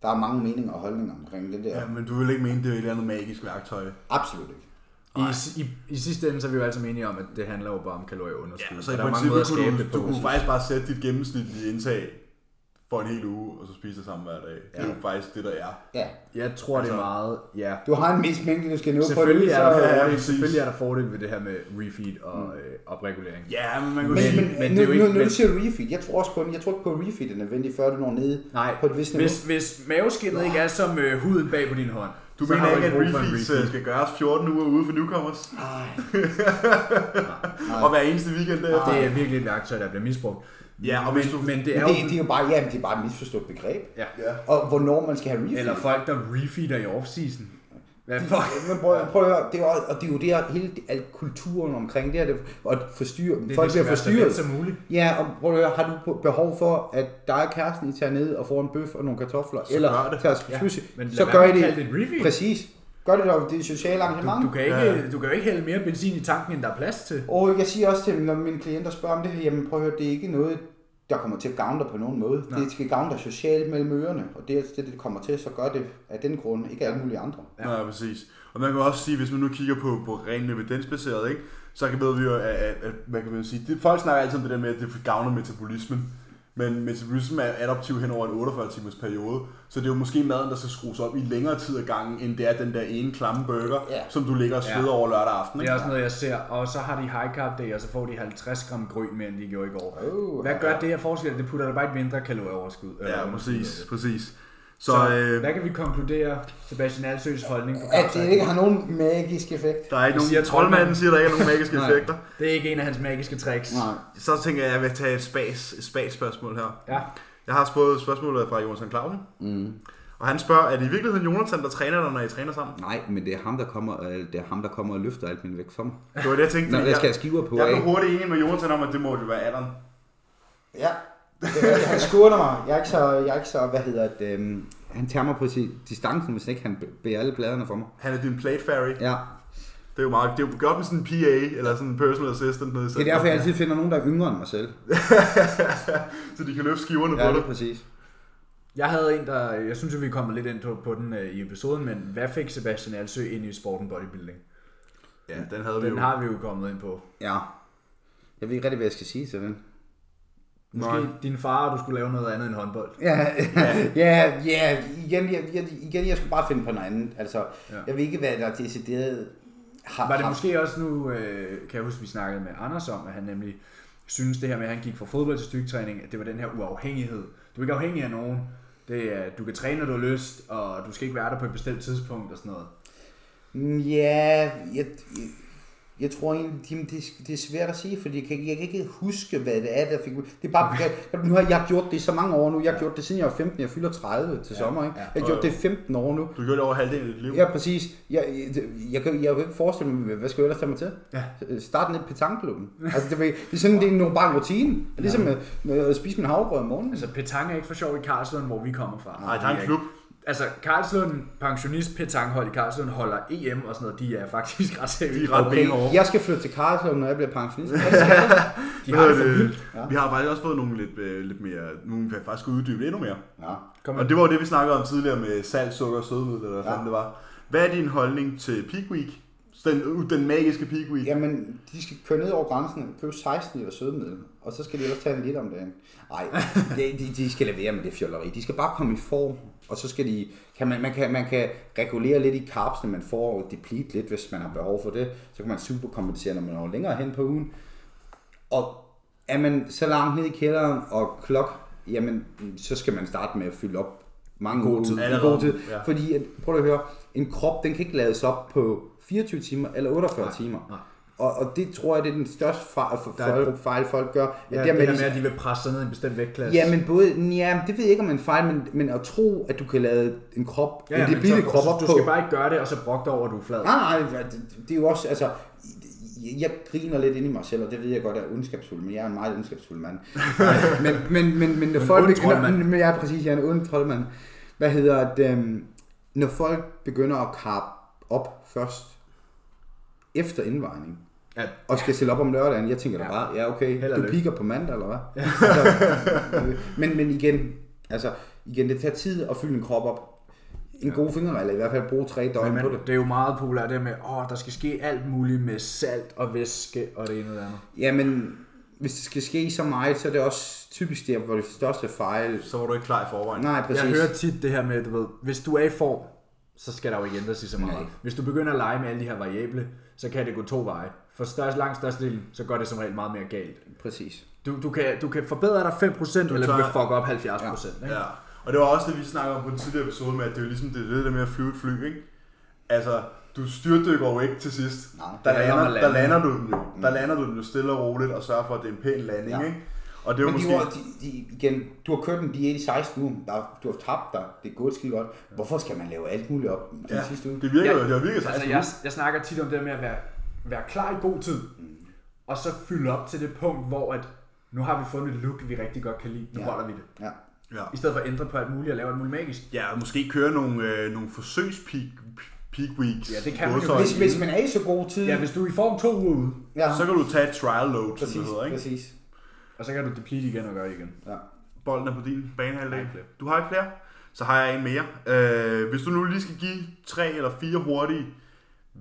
[SPEAKER 3] der er mange meninger og holdninger omkring det der.
[SPEAKER 2] Ja,
[SPEAKER 3] Ja.
[SPEAKER 2] men du vil ikke mene, det er et eller andet magisk værktøj.
[SPEAKER 3] Absolut ikke.
[SPEAKER 1] I, i, I sidste ende, så er vi jo altså enige om, at det handler jo bare om kalorieunderskud.
[SPEAKER 2] Så
[SPEAKER 1] Og
[SPEAKER 2] i
[SPEAKER 1] der er mange
[SPEAKER 2] princippet
[SPEAKER 1] måder at skabe
[SPEAKER 2] kunne du,
[SPEAKER 1] det på.
[SPEAKER 2] du kunne faktisk bare sætte dit gennemsnitlige indtag for en hel uge, og så spise det samme hver dag. Det er jo faktisk det, der er.
[SPEAKER 3] Ja,
[SPEAKER 1] Jeg tror, det er
[SPEAKER 2] Altså-
[SPEAKER 1] meget, ja.
[SPEAKER 3] du har en mest mængde, du skal nå på.
[SPEAKER 1] Selvfølgelig
[SPEAKER 3] så-
[SPEAKER 1] er, der
[SPEAKER 2] ja,
[SPEAKER 1] fordel,
[SPEAKER 2] præcis.
[SPEAKER 1] selvfølgelig er der fordel ved det her med refeed og øh, opregulering.
[SPEAKER 2] Ja, men man kan
[SPEAKER 3] Men,
[SPEAKER 2] sige...
[SPEAKER 3] men, men
[SPEAKER 1] det er jo
[SPEAKER 3] nu,
[SPEAKER 1] ikke-
[SPEAKER 3] nu, nu
[SPEAKER 1] men-
[SPEAKER 3] siger du refeed. Jeg tror også kun, jeg tror ikke på at refeed er nødvendigt, før du når ned
[SPEAKER 1] Nej,
[SPEAKER 3] på et vist niveau.
[SPEAKER 1] hvis, hvis maveskinnet ikke er som øh, huden bag på din hånd,
[SPEAKER 2] Du
[SPEAKER 1] så
[SPEAKER 2] mener
[SPEAKER 1] har
[SPEAKER 2] ikke, at
[SPEAKER 1] brug for en
[SPEAKER 2] refeeds øh, skal gøres 14 uger ude for newcomers? og hver eneste weekend derefter?
[SPEAKER 1] Det er virkelig et værktøj, der bliver misbrugt.
[SPEAKER 2] Ja, og
[SPEAKER 1] men,
[SPEAKER 2] hvis du-
[SPEAKER 1] men det
[SPEAKER 3] Men
[SPEAKER 1] er
[SPEAKER 3] det,
[SPEAKER 1] jo...
[SPEAKER 3] det, er jo bare, ja, men det er bare et misforstået begreb.
[SPEAKER 1] Ja.
[SPEAKER 3] Og hvornår man skal have refeed.
[SPEAKER 1] Eller folk, der refeeder i off-season. Hvad fuck?
[SPEAKER 3] Men prøv, prøv at høre, det er, jo- og det er jo det her, hele det- al kulturen omkring det her, det, og forstyrre, det,
[SPEAKER 1] det
[SPEAKER 3] folk bliver
[SPEAKER 1] skal være så let
[SPEAKER 3] forstyrret.
[SPEAKER 1] som muligt.
[SPEAKER 3] Ja, og prøv at høre, har du på- behov for, at dig og kæresten, I tager ned og får en bøf og nogle kartofler, så
[SPEAKER 2] gør det.
[SPEAKER 3] eller tager ja, sushi,
[SPEAKER 1] men lad
[SPEAKER 3] så
[SPEAKER 1] være
[SPEAKER 3] gør
[SPEAKER 1] med
[SPEAKER 3] I
[SPEAKER 1] at
[SPEAKER 3] det.
[SPEAKER 1] kalde det et refeed.
[SPEAKER 3] Præcis. Gør det dog, det er sociale arrangement.
[SPEAKER 1] Du kan, ikke, du kan jo ikke hælde mere benzin i tanken, end der er plads til.
[SPEAKER 3] Og jeg siger også til dem, når mine klienter spørger om det her, jamen prøv at høre, det er ikke noget, der kommer til at gavne dig på nogen måde. Nej. Det skal gavne dig socialt mellem ørerne, og det er altså det, det kommer til, så gør det af den grund, ikke af alle mulige andre.
[SPEAKER 2] Ja. Nej, præcis. Og man kan også sige, hvis man nu kigger på, på rent evidensbaseret, ikke? så kan ved vi jo, at, at, at hvad kan man sige, det, folk snakker altid om det der med, at det gavner metabolismen. Men metabolismen er adaptiv hen over en 48 timers periode, så det er jo måske maden, der skal skrues op i længere tid ad gangen, end det er den der ene klamme burger,
[SPEAKER 3] Ja.
[SPEAKER 2] som du ligger og sveder over lørdag aften.
[SPEAKER 1] Det
[SPEAKER 2] Ikke?
[SPEAKER 1] er også noget, jeg ser. Og så har de high carb day, og så får de 50 gram gryn mere, end de gjorde i går.
[SPEAKER 3] Oh,
[SPEAKER 1] Hvad gør det her forskel? Det putter der bare et mindre kalorieoverskud. eller
[SPEAKER 2] Ja,
[SPEAKER 1] underskud.
[SPEAKER 2] præcis, præcis. Så,
[SPEAKER 1] Så,
[SPEAKER 2] øh,
[SPEAKER 1] hvad kan vi konkludere Sebastian Alsøs holdning på
[SPEAKER 3] At det
[SPEAKER 1] kapsejling?
[SPEAKER 3] ikke har nogen magisk effekt.
[SPEAKER 2] der er ikke
[SPEAKER 1] siger troldmanden.
[SPEAKER 2] nogen, troldmanden siger, der ikke er nogen magiske effekter.
[SPEAKER 1] Det er ikke en af hans magiske tricks.
[SPEAKER 3] Nej.
[SPEAKER 2] Så tænker jeg, at jeg vil tage et spas, et spas spørgsmål her.
[SPEAKER 1] Ja.
[SPEAKER 2] Jeg har fået spørgsmålet fra Jonathan Clausen. Mm. Og han spørger, er det i virkeligheden Jonathan, der træner dig, når I træner sammen?
[SPEAKER 7] Nej, men det er ham, der kommer, øh, det er ham, der kommer og løfter alt min vægt for mig.
[SPEAKER 2] Det var det, jeg tænkte.
[SPEAKER 7] Nå,
[SPEAKER 2] fordi
[SPEAKER 7] der skal jeg skiver på,
[SPEAKER 2] jeg, jeg
[SPEAKER 7] ikke?
[SPEAKER 2] blev hurtigt enig med Jonathan om, at det må jo være alderen.
[SPEAKER 3] Ja, det er, han skurter mig. Jeg er ikke så, jeg er ikke så hvad hedder det,
[SPEAKER 7] Øhm, han tager mig på sin distancen, hvis ikke han b- bærer alle bladene for mig.
[SPEAKER 2] Han er din plate fairy.
[SPEAKER 7] Ja.
[SPEAKER 2] Det er jo meget det er jo godt med sådan en PA, eller sådan en personal assistant. Nede i
[SPEAKER 7] Det er derfor, jeg altid finder nogen, der er yngre end mig selv.
[SPEAKER 2] centret, Så de kan løfte skiverne
[SPEAKER 7] Ja,
[SPEAKER 2] på dig.
[SPEAKER 7] lige præcis.
[SPEAKER 1] Jeg havde en, der... Jeg synes, at vi er kommet lidt ind på- på den øh, i episoden, men hvad fik Sebastian Alsø ind i sporten bodybuilding?
[SPEAKER 2] Ja, den havde vi
[SPEAKER 1] Den
[SPEAKER 2] jo.
[SPEAKER 1] har vi jo kommet ind på.
[SPEAKER 7] Ja. Jeg ved ikke rigtig, hvad jeg skal sige til den.
[SPEAKER 1] Måske din far, og du skulle lave noget andet end håndbold.
[SPEAKER 3] Ja, ja, ja, igen, jeg, jeg, igen, jeg skulle bare finde på noget andet. Altså, ja. jeg ved ikke, hvad der decideret har
[SPEAKER 1] Var det
[SPEAKER 3] haft-
[SPEAKER 1] måske også nu, øh, kan jeg huske, vi snakkede med Anders om, at han nemlig synes det her med, at han gik fra fodbold til styrketræning, at det var den her uafhængighed. Du er ikke afhængig af nogen. Det er, du kan træne, når du har lyst, og du skal ikke være der på et bestemt tidspunkt og sådan noget.
[SPEAKER 3] Mm, Ja, jeg, jeg, jeg tror egentlig, jamen, det, er- det er svært at sige, fordi jeg kan, jeg kan ikke huske, hvad det er, der fik mig- Det er bare, jeg, nu har jeg gjort det i så mange år nu. Jeg har gjort det siden jeg var 15, jeg fylder 30 til sommer. Ikke? Jeg har gjort det i 15 år nu.
[SPEAKER 2] Du gjorde det over halvdelen af dit liv.
[SPEAKER 3] Ja, præcis. Jeg, jeg, jeg, kan, jeg kan ikke forestille mig, hvad skal jeg ellers tage mig til? Ja. Start ned i petanklubben. Altså, det, er- det er sådan, det er nogle- bare en rutine. Det er ligesom at, at spise min havregrød om morgenen.
[SPEAKER 1] Altså, petanque er ikke for sjov i Karlslund, hvor vi kommer fra.
[SPEAKER 2] Nej, der er en klub.
[SPEAKER 1] Altså, Karlslund, pensionist petanghold i Karlslund, holder EM og sådan noget, de er faktisk ret
[SPEAKER 2] De
[SPEAKER 1] seriøse.
[SPEAKER 2] er ret okay. benhårde.
[SPEAKER 3] jeg skal flytte til Karlslund, når jeg bliver pensionist.
[SPEAKER 1] de har det for
[SPEAKER 2] Øh,
[SPEAKER 1] vildt.
[SPEAKER 2] Vi har faktisk også fået nogle lidt, øh, lidt mere, nogle vi faktisk kunne uddybe endnu mere.
[SPEAKER 3] Ja.
[SPEAKER 1] Kom
[SPEAKER 2] Og det var jo det, vi snakkede om tidligere med salt, sukker og sødemiddel, eller hvad fanden det var. Hvad er din holdning til Peak Week? Den, den magiske Peak Week?
[SPEAKER 3] Jamen, de skal køre ned over grænsen og købe 16 liter sødemiddel, og så skal de ellers tage en liter om dagen. Nej, de, de, de, skal lade være med det fjolleri. De skal bare komme i form, og så skal de, kan man, man, kan, man kan regulere lidt i carbsene, man får og deplete lidt, hvis man har behov for det. Så kan man superkompensere, når man når længere hen på ugen. Og er man så langt ned i kælderen og klok, jamen, så skal man starte med at fylde op mange god tid.
[SPEAKER 2] allerede.
[SPEAKER 3] God tid.
[SPEAKER 2] Ja.
[SPEAKER 3] Ja. Fordi, at, prøv at høre, en krop, den kan ikke lades op på 24 timer eller 48 timer. Og, og det tror jeg, det er den største fejl, for,
[SPEAKER 1] Der er-
[SPEAKER 3] folk, fejl folk gør. At
[SPEAKER 1] Ja, det, det
[SPEAKER 3] der
[SPEAKER 1] her
[SPEAKER 3] de-
[SPEAKER 1] med, at de vil presse sig ned i en bestemt vægtklasse.
[SPEAKER 3] Ja, men både, ja, det ved jeg ikke, om man fejl, men, men at tro, at du kan lade en krop, ja, en
[SPEAKER 1] men
[SPEAKER 3] debile
[SPEAKER 1] så-
[SPEAKER 3] krop op
[SPEAKER 1] Du
[SPEAKER 3] på.
[SPEAKER 1] skal bare ikke gøre det, og så brokke dig over, at du er flad.
[SPEAKER 3] Nej, nej, nej, det, det er jo også, altså, jeg- jeg griner lidt ind i mig selv, og det ved jeg godt er ondskabsfuld, men jeg er en meget ondskabsfuld mand. men, men, men, men når
[SPEAKER 1] en
[SPEAKER 3] folk
[SPEAKER 1] ond
[SPEAKER 3] begynder,
[SPEAKER 1] troldmand.
[SPEAKER 3] men jeg er præcis, jeg er en ond troldmand. Hvad hedder det, øhm, når folk begynder at karpe op først efter indvejning,
[SPEAKER 1] Ja,
[SPEAKER 3] og skal stille op om lørdagen, jeg tænker da bare, ja okay,
[SPEAKER 1] Held og
[SPEAKER 3] du
[SPEAKER 1] lykke.
[SPEAKER 3] piker på mandag, eller hvad? Ja. Altså, øh, men, men igen, altså, igen, det tager tid at fylde en krop op. En god finger, eller i hvert fald bruge tre døgn
[SPEAKER 1] men,
[SPEAKER 3] på
[SPEAKER 1] men
[SPEAKER 3] det.
[SPEAKER 1] det er jo meget populært det her med, åh, der skal ske alt muligt med salt og væske og det ene og det andet.
[SPEAKER 3] Jamen, hvis det skal ske så meget, så er det også typisk der, hvor det største fejl...
[SPEAKER 2] Så var du ikke klar i forvejen.
[SPEAKER 3] Nej, præcis.
[SPEAKER 1] Jeg hører tit det her med, du ved, hvis du er i form, så skal der jo ikke ændres sig så meget.
[SPEAKER 3] Nej.
[SPEAKER 1] Hvis du begynder at lege med alle de her variable, så kan det gå to veje. For størst, langt størstedelen, så går det som regel meget mere galt.
[SPEAKER 3] Præcis.
[SPEAKER 1] Du, du, kan, du kan forbedre dig 5%, du eller du
[SPEAKER 2] tager-
[SPEAKER 1] kan fuck op 70%. Ja.
[SPEAKER 2] Ja. Og det var også det, vi snakkede om på den tidligere episode med, at det er jo ligesom det, det der med at flyve et fly, ikke? Altså, du styrdykker jo ikke til sidst.
[SPEAKER 3] Nej,
[SPEAKER 2] der,
[SPEAKER 1] det handler om
[SPEAKER 2] lander,
[SPEAKER 1] at
[SPEAKER 2] der
[SPEAKER 1] lande.
[SPEAKER 2] lander du den jo. Der lander du den jo stille og roligt og sørger for, at det er en pæn landing,
[SPEAKER 3] Ja.
[SPEAKER 2] ikke? Og det er jo
[SPEAKER 3] Men
[SPEAKER 2] måske...
[SPEAKER 3] de, var, de, de, igen, du har kørt en diæt i 16 uger, der, er- du har tabt dig, det er gået skide godt. Hvorfor skal man lave alt muligt op den
[SPEAKER 2] ja,
[SPEAKER 3] sidste uge?
[SPEAKER 2] det virker jo,
[SPEAKER 1] Ja.
[SPEAKER 2] det har virket sig.
[SPEAKER 1] Altså, jeg, jeg snakker tit om det her med at være, være klar i god tid, og så fylde op til det punkt, hvor at nu har vi fundet et look, vi rigtig godt kan lide. Nu
[SPEAKER 3] Ja.
[SPEAKER 1] holder vi det.
[SPEAKER 3] Ja.
[SPEAKER 2] Ja.
[SPEAKER 1] I stedet for at ændre på alt muligt og lave alt muligt magisk.
[SPEAKER 2] Ja, og måske køre nogle, øh, nogle forsøgspeak peak weeks.
[SPEAKER 1] Ja, det kan man jo.
[SPEAKER 2] Gåseøjne.
[SPEAKER 3] Hvis, hvis man er i så god tid...
[SPEAKER 1] Ja, hvis du er i form to uger ude,
[SPEAKER 3] ja.
[SPEAKER 2] Så kan du tage et trial load, som det
[SPEAKER 3] præcis,
[SPEAKER 2] hedder, ikke?
[SPEAKER 3] præcis.
[SPEAKER 1] og så kan du deplete igen og gøre igen.
[SPEAKER 3] Ja.
[SPEAKER 2] Bolden er på din banehalvdel.
[SPEAKER 1] ikke flere.
[SPEAKER 2] Du har ikke flere? Så har jeg en mere. Øh, hvis du nu lige skal give tre eller fire hurtige,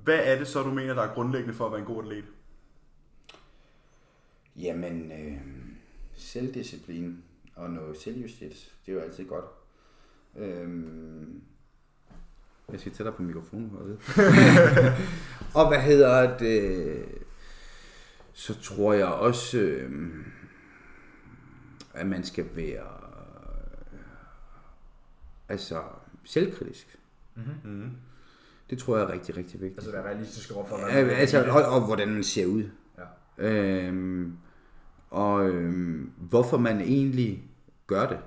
[SPEAKER 2] hvad er det så, du mener, der er grundlæggende for at være en god atlet?
[SPEAKER 3] Jamen, øh, selvdisciplin og noget selvjustits, det er jo altid godt. Øhm, jeg skal tættere på mikrofonen, for at vide. og hvad hedder det? Så tror jeg også, øh, at man skal være øh, altså selvkritisk. Mm-hmm. Det tror jeg er rigtig, rigtig vigtigt.
[SPEAKER 1] Altså være realistisk overfor, hvad
[SPEAKER 3] Ja, altså, og, og hvordan man ser ud.
[SPEAKER 1] Ja.
[SPEAKER 3] Øhm, og øhm, hvorfor man egentlig gør det.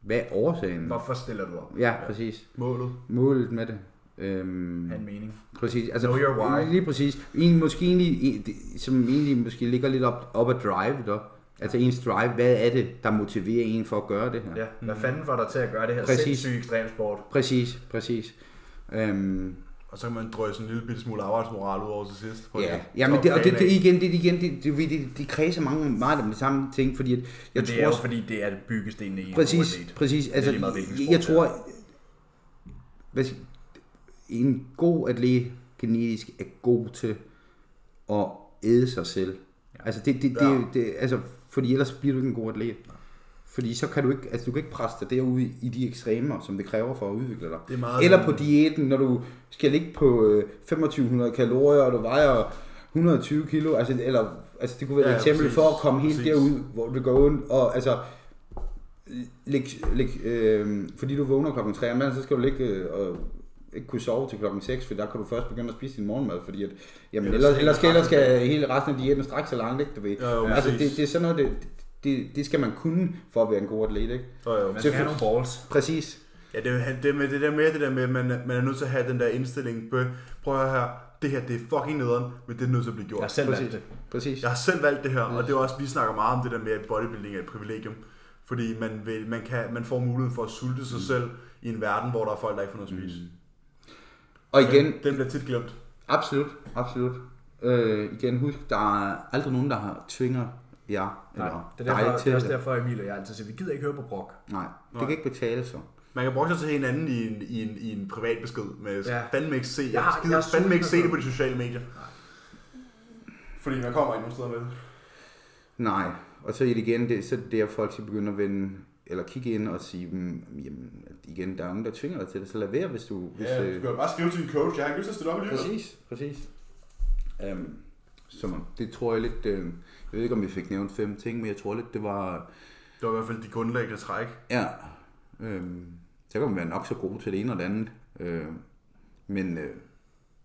[SPEAKER 3] Hvad er årsagen?
[SPEAKER 1] Hvorfor stiller du op?
[SPEAKER 3] Ja, præcis.
[SPEAKER 2] Målet.
[SPEAKER 3] Målet med det. Øhm,
[SPEAKER 1] Have en mening.
[SPEAKER 3] præcis. Altså,
[SPEAKER 1] Know your why.
[SPEAKER 3] Lige præcis. En, måske egentlig, en- det- som egentlig måske ligger lidt op, op ad drive, der. Altså ens drive, hvad er det, der motiverer en for at gøre det her?
[SPEAKER 1] Ja, hvad fanden får dig til at gøre det her
[SPEAKER 3] Mm. Præcis.
[SPEAKER 1] sindssyge ekstremsport?
[SPEAKER 3] Præcis, præcis. Øhm,
[SPEAKER 2] Og så kan man drøse en lille bitte smule arbejdsmoral ud over til sidst. På
[SPEAKER 3] Ja,
[SPEAKER 2] det.
[SPEAKER 3] ja men det, og det, det, igen, det, igen, det, det, det, det kredser mange meget om det samme ting, fordi at, jeg
[SPEAKER 1] Jeg det
[SPEAKER 3] tror,
[SPEAKER 1] er jo
[SPEAKER 3] også-
[SPEAKER 1] fordi, det er byggestenen i en
[SPEAKER 3] præcis,
[SPEAKER 1] atlet.
[SPEAKER 3] præcis,
[SPEAKER 1] Det er
[SPEAKER 3] altså,
[SPEAKER 1] lige meget, hvilken
[SPEAKER 3] jeg,
[SPEAKER 1] sport
[SPEAKER 3] jeg
[SPEAKER 1] det
[SPEAKER 3] tror,
[SPEAKER 1] er.
[SPEAKER 3] hvad, sig- en god atlet genetisk er god til at æde sig selv. Altså, det, det, det,
[SPEAKER 2] Ja.
[SPEAKER 3] det, det, altså, fordi ellers bliver du ikke en god atlet. Fordi så kan du ikke, altså du kan ikke presse dig derude i de ekstremer, som det kræver for at udvikle dig.
[SPEAKER 2] Det er meget
[SPEAKER 3] Eller på
[SPEAKER 2] sådan-
[SPEAKER 3] diæten, når du skal ligge på øh, 2500 kalorier, og du vejer 120 kilo, altså, eller, altså det kunne være
[SPEAKER 2] Ja,
[SPEAKER 3] ja,
[SPEAKER 2] ja,
[SPEAKER 3] et eksempel
[SPEAKER 2] præcis.
[SPEAKER 3] for at komme helt
[SPEAKER 2] Præcis.
[SPEAKER 3] derud, hvor det går ondt, og altså, lig, lig, øh, fordi du vågner klokken 3 om natten, så skal du ligge øh, og ikke kunne sove til klokken 6, for der kan du først begynde at spise din morgenmad, fordi at, jamen, ellers, ellers, skal, ellers skal hele resten af diæten strække så langt, ikke, du ved.
[SPEAKER 2] Ja, jo,
[SPEAKER 3] altså, det,
[SPEAKER 2] præcis.
[SPEAKER 3] det er sådan noget, det, det, det skal man kunne for at være en god atlet, ikke?
[SPEAKER 2] Så, jo.
[SPEAKER 1] Man skal have nogle balls.
[SPEAKER 3] Præcis.
[SPEAKER 2] Ja, det, er jo- det, med, det der med, det der med, at man, man er nødt til at have den der indstilling. Bøh, Prøv at høre, her. det her det er fucking nederen, men det er nødt til at blive gjort.
[SPEAKER 1] Jeg har selv valgt
[SPEAKER 3] Præcis.
[SPEAKER 1] det.
[SPEAKER 3] Præcis.
[SPEAKER 2] Jeg har selv valgt det her, og det er også, vi snakker meget om det der med, at bodybuilding er et privilegium. Fordi man, vil, man, kan, man får muligheden for at sulte sig selv i en verden, hvor der er folk, der ikke får noget at spise. Mm.
[SPEAKER 3] Og igen,
[SPEAKER 2] Den bliver tit glemt.
[SPEAKER 3] Absolut, absolut. Øh, igen, husk, der er aldrig nogen, der har tvinger jer
[SPEAKER 1] Nej,
[SPEAKER 3] eller
[SPEAKER 1] det er, derfor,
[SPEAKER 3] dig
[SPEAKER 1] det er
[SPEAKER 3] til
[SPEAKER 1] også
[SPEAKER 3] det.
[SPEAKER 1] derfor, Emil og jeg altid siger, vi gider ikke høre på brok.
[SPEAKER 3] Nej, det kan ikke betale sig.
[SPEAKER 2] Man kan brokke sig til hinanden i en, i en, i en privat besked, men jeg skal
[SPEAKER 1] Ja.
[SPEAKER 2] fandme ikke se, jeg,
[SPEAKER 1] Jeg har-
[SPEAKER 2] gider
[SPEAKER 1] jeg er
[SPEAKER 2] fandme ikke se
[SPEAKER 1] sulten.
[SPEAKER 2] det på de sociale medier. Fordi man kommer ikke nogen steder med det.
[SPEAKER 3] Nej, og så er det igen, det, så er det der, folk skal begynde at vende eller kigge ind og sige, "Mm, jamen, at igen, der er nogen, der tvinger dig til det, så lad være, hvis du... Hvis,
[SPEAKER 2] Ja, du
[SPEAKER 3] øh,
[SPEAKER 2] skal jo bare skrive til din coach, jeg har ikke lyst til at stille op i livet.
[SPEAKER 3] præcis, præcis. Øhm, så det tror jeg lidt... Øh, jeg ved ikke, om vi fik nævnt fem ting, men jeg tror lidt, det var...
[SPEAKER 2] Det var i hvert fald de grundlæggende træk.
[SPEAKER 3] Ja, øhm, så kan man være nok så god til det ene og det andet. Øh, men øh,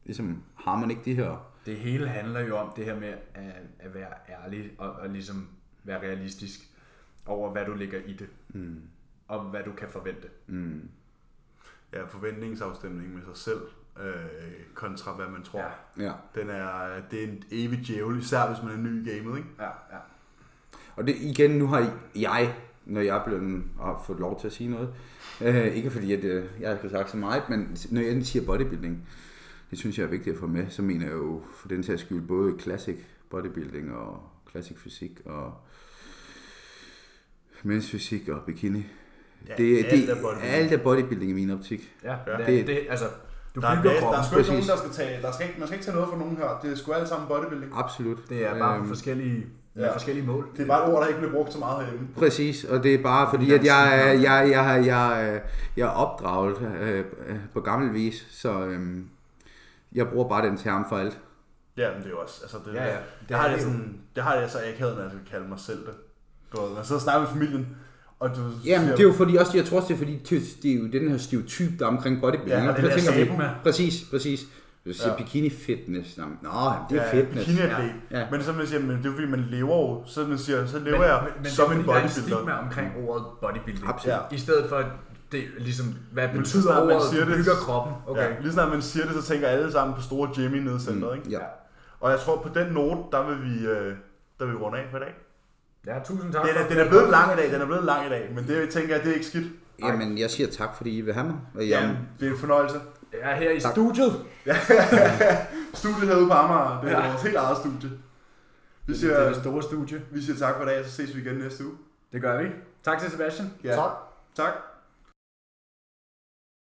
[SPEAKER 3] ligesom, har man ikke de her
[SPEAKER 1] det hele handler jo om det her med at, at være ærlig og, og ligesom være realistisk over, hvad du ligger i det. Mm. Og hvad du kan forvente.
[SPEAKER 3] Mm.
[SPEAKER 2] Ja, forventningsafstemning med sig selv, øh, kontra hvad man tror.
[SPEAKER 1] Ja.
[SPEAKER 2] Ja.
[SPEAKER 3] Ja.
[SPEAKER 2] Den er, det er en evig djævel, især hvis man er ny i gamet, ikke?
[SPEAKER 1] Ja, ja.
[SPEAKER 3] Og det igen, nu har jeg, når jeg er blevet, har fået lov til at sige noget, øh, ikke fordi at, øh, jeg har sagt så meget, men når jeg siger bodybuilding, det synes jeg er vigtigt at få med, så mener jeg jo for den sags skyld både classic bodybuilding og classic fysik og mænds fysik og bikini. Ja, det,
[SPEAKER 2] alt
[SPEAKER 3] det,
[SPEAKER 2] er bodybuilding.
[SPEAKER 3] alt er bodybuilding i min optik.
[SPEAKER 1] ja, ja.
[SPEAKER 3] Det-
[SPEAKER 1] Det, det, altså, du
[SPEAKER 2] Der er,
[SPEAKER 1] bygger
[SPEAKER 2] der, der er
[SPEAKER 1] kroppen.
[SPEAKER 2] sgu ikke nogen,
[SPEAKER 3] præcis.
[SPEAKER 2] der skal tage... Der skal ikke, man skal ikke tage noget fra nogen her. Det er sgu alt sammen bodybuilding.
[SPEAKER 3] Absolut.
[SPEAKER 1] Det er
[SPEAKER 3] Øhm.
[SPEAKER 1] bare forskellige, med
[SPEAKER 2] ja.
[SPEAKER 1] forskellige mål.
[SPEAKER 2] Det er bare et ord, der ikke bliver brugt så meget herhjemme.
[SPEAKER 3] Præcis, og det er bare fordi, at jeg, er- jeg, jeg, jeg, jeg, jeg er opdraget øh, øh, på gammel vis, så øhm, jeg bruger bare den term for alt.
[SPEAKER 2] Ja, men det er jo også... Altså, det,
[SPEAKER 1] Ja, ja.
[SPEAKER 2] Det, har jeg sådan, det har jeg så akavet, når jeg skal kalde mig selv det. Du ved, man sidder og snakker med familien, og du
[SPEAKER 3] Jamen, det er jo fordi, også, jeg tror også, det er fordi, det- det er jo den her stereotyp, der er omkring bodybuilding.
[SPEAKER 2] Ja, og
[SPEAKER 3] ikke?
[SPEAKER 2] den
[SPEAKER 3] Så
[SPEAKER 2] her
[SPEAKER 3] tænker
[SPEAKER 2] stigma.
[SPEAKER 3] man- Præcis, præcis. Hvis jeg
[SPEAKER 2] Ja.
[SPEAKER 3] siger bikini fitness, nå, men- nå, jamen, det er fitness.
[SPEAKER 2] Kina
[SPEAKER 1] Ja,
[SPEAKER 2] ja.
[SPEAKER 3] ja.
[SPEAKER 2] ja. Men så man siger, men det er jo fordi, man lever jo. Så man siger, så lever
[SPEAKER 1] Men,
[SPEAKER 2] men, jeg
[SPEAKER 1] men, men
[SPEAKER 2] som
[SPEAKER 1] det er
[SPEAKER 2] en
[SPEAKER 1] fordi, der er et
[SPEAKER 2] bodybuilder. Mm.
[SPEAKER 1] stigma omkring ordet bodybuilding.
[SPEAKER 3] Absolut.
[SPEAKER 1] I stedet for, at det er ligesom, hvad
[SPEAKER 2] Men
[SPEAKER 1] betyder
[SPEAKER 2] sådan, at man
[SPEAKER 1] ordet,
[SPEAKER 2] siger
[SPEAKER 1] du
[SPEAKER 2] det-
[SPEAKER 1] bygger kroppen. Okay.
[SPEAKER 2] Ja, lige snart man siger det, så tænker alle sammen på store Jimmy nede i centret, ikke?
[SPEAKER 3] Mm, Ja.
[SPEAKER 2] Og jeg tror, på den note, der vil vi, øh, der vil vi runde af for i dag.
[SPEAKER 1] Ja, tusind tak.
[SPEAKER 2] Den
[SPEAKER 1] for
[SPEAKER 2] er,
[SPEAKER 1] at
[SPEAKER 2] den
[SPEAKER 1] du
[SPEAKER 2] er blevet lang i dag, den er blevet lang i dag, men det tænker jeg, det er ikke skidt.
[SPEAKER 3] Jamen, jeg siger tak, fordi I vil have mig. Og
[SPEAKER 2] Ja,
[SPEAKER 3] jamen,
[SPEAKER 2] det er en fornøjelse.
[SPEAKER 1] Jeg er her i studiet.
[SPEAKER 2] Studiet herude på Amager, det er vores helt eget studie. Vi
[SPEAKER 1] Det er det
[SPEAKER 2] siger,
[SPEAKER 1] store studie.
[SPEAKER 2] vi siger tak for i dag, og så ses vi igen næste uge.
[SPEAKER 1] Det gør vi. Tak til Sebastian.
[SPEAKER 2] Ja. Tak. Tak.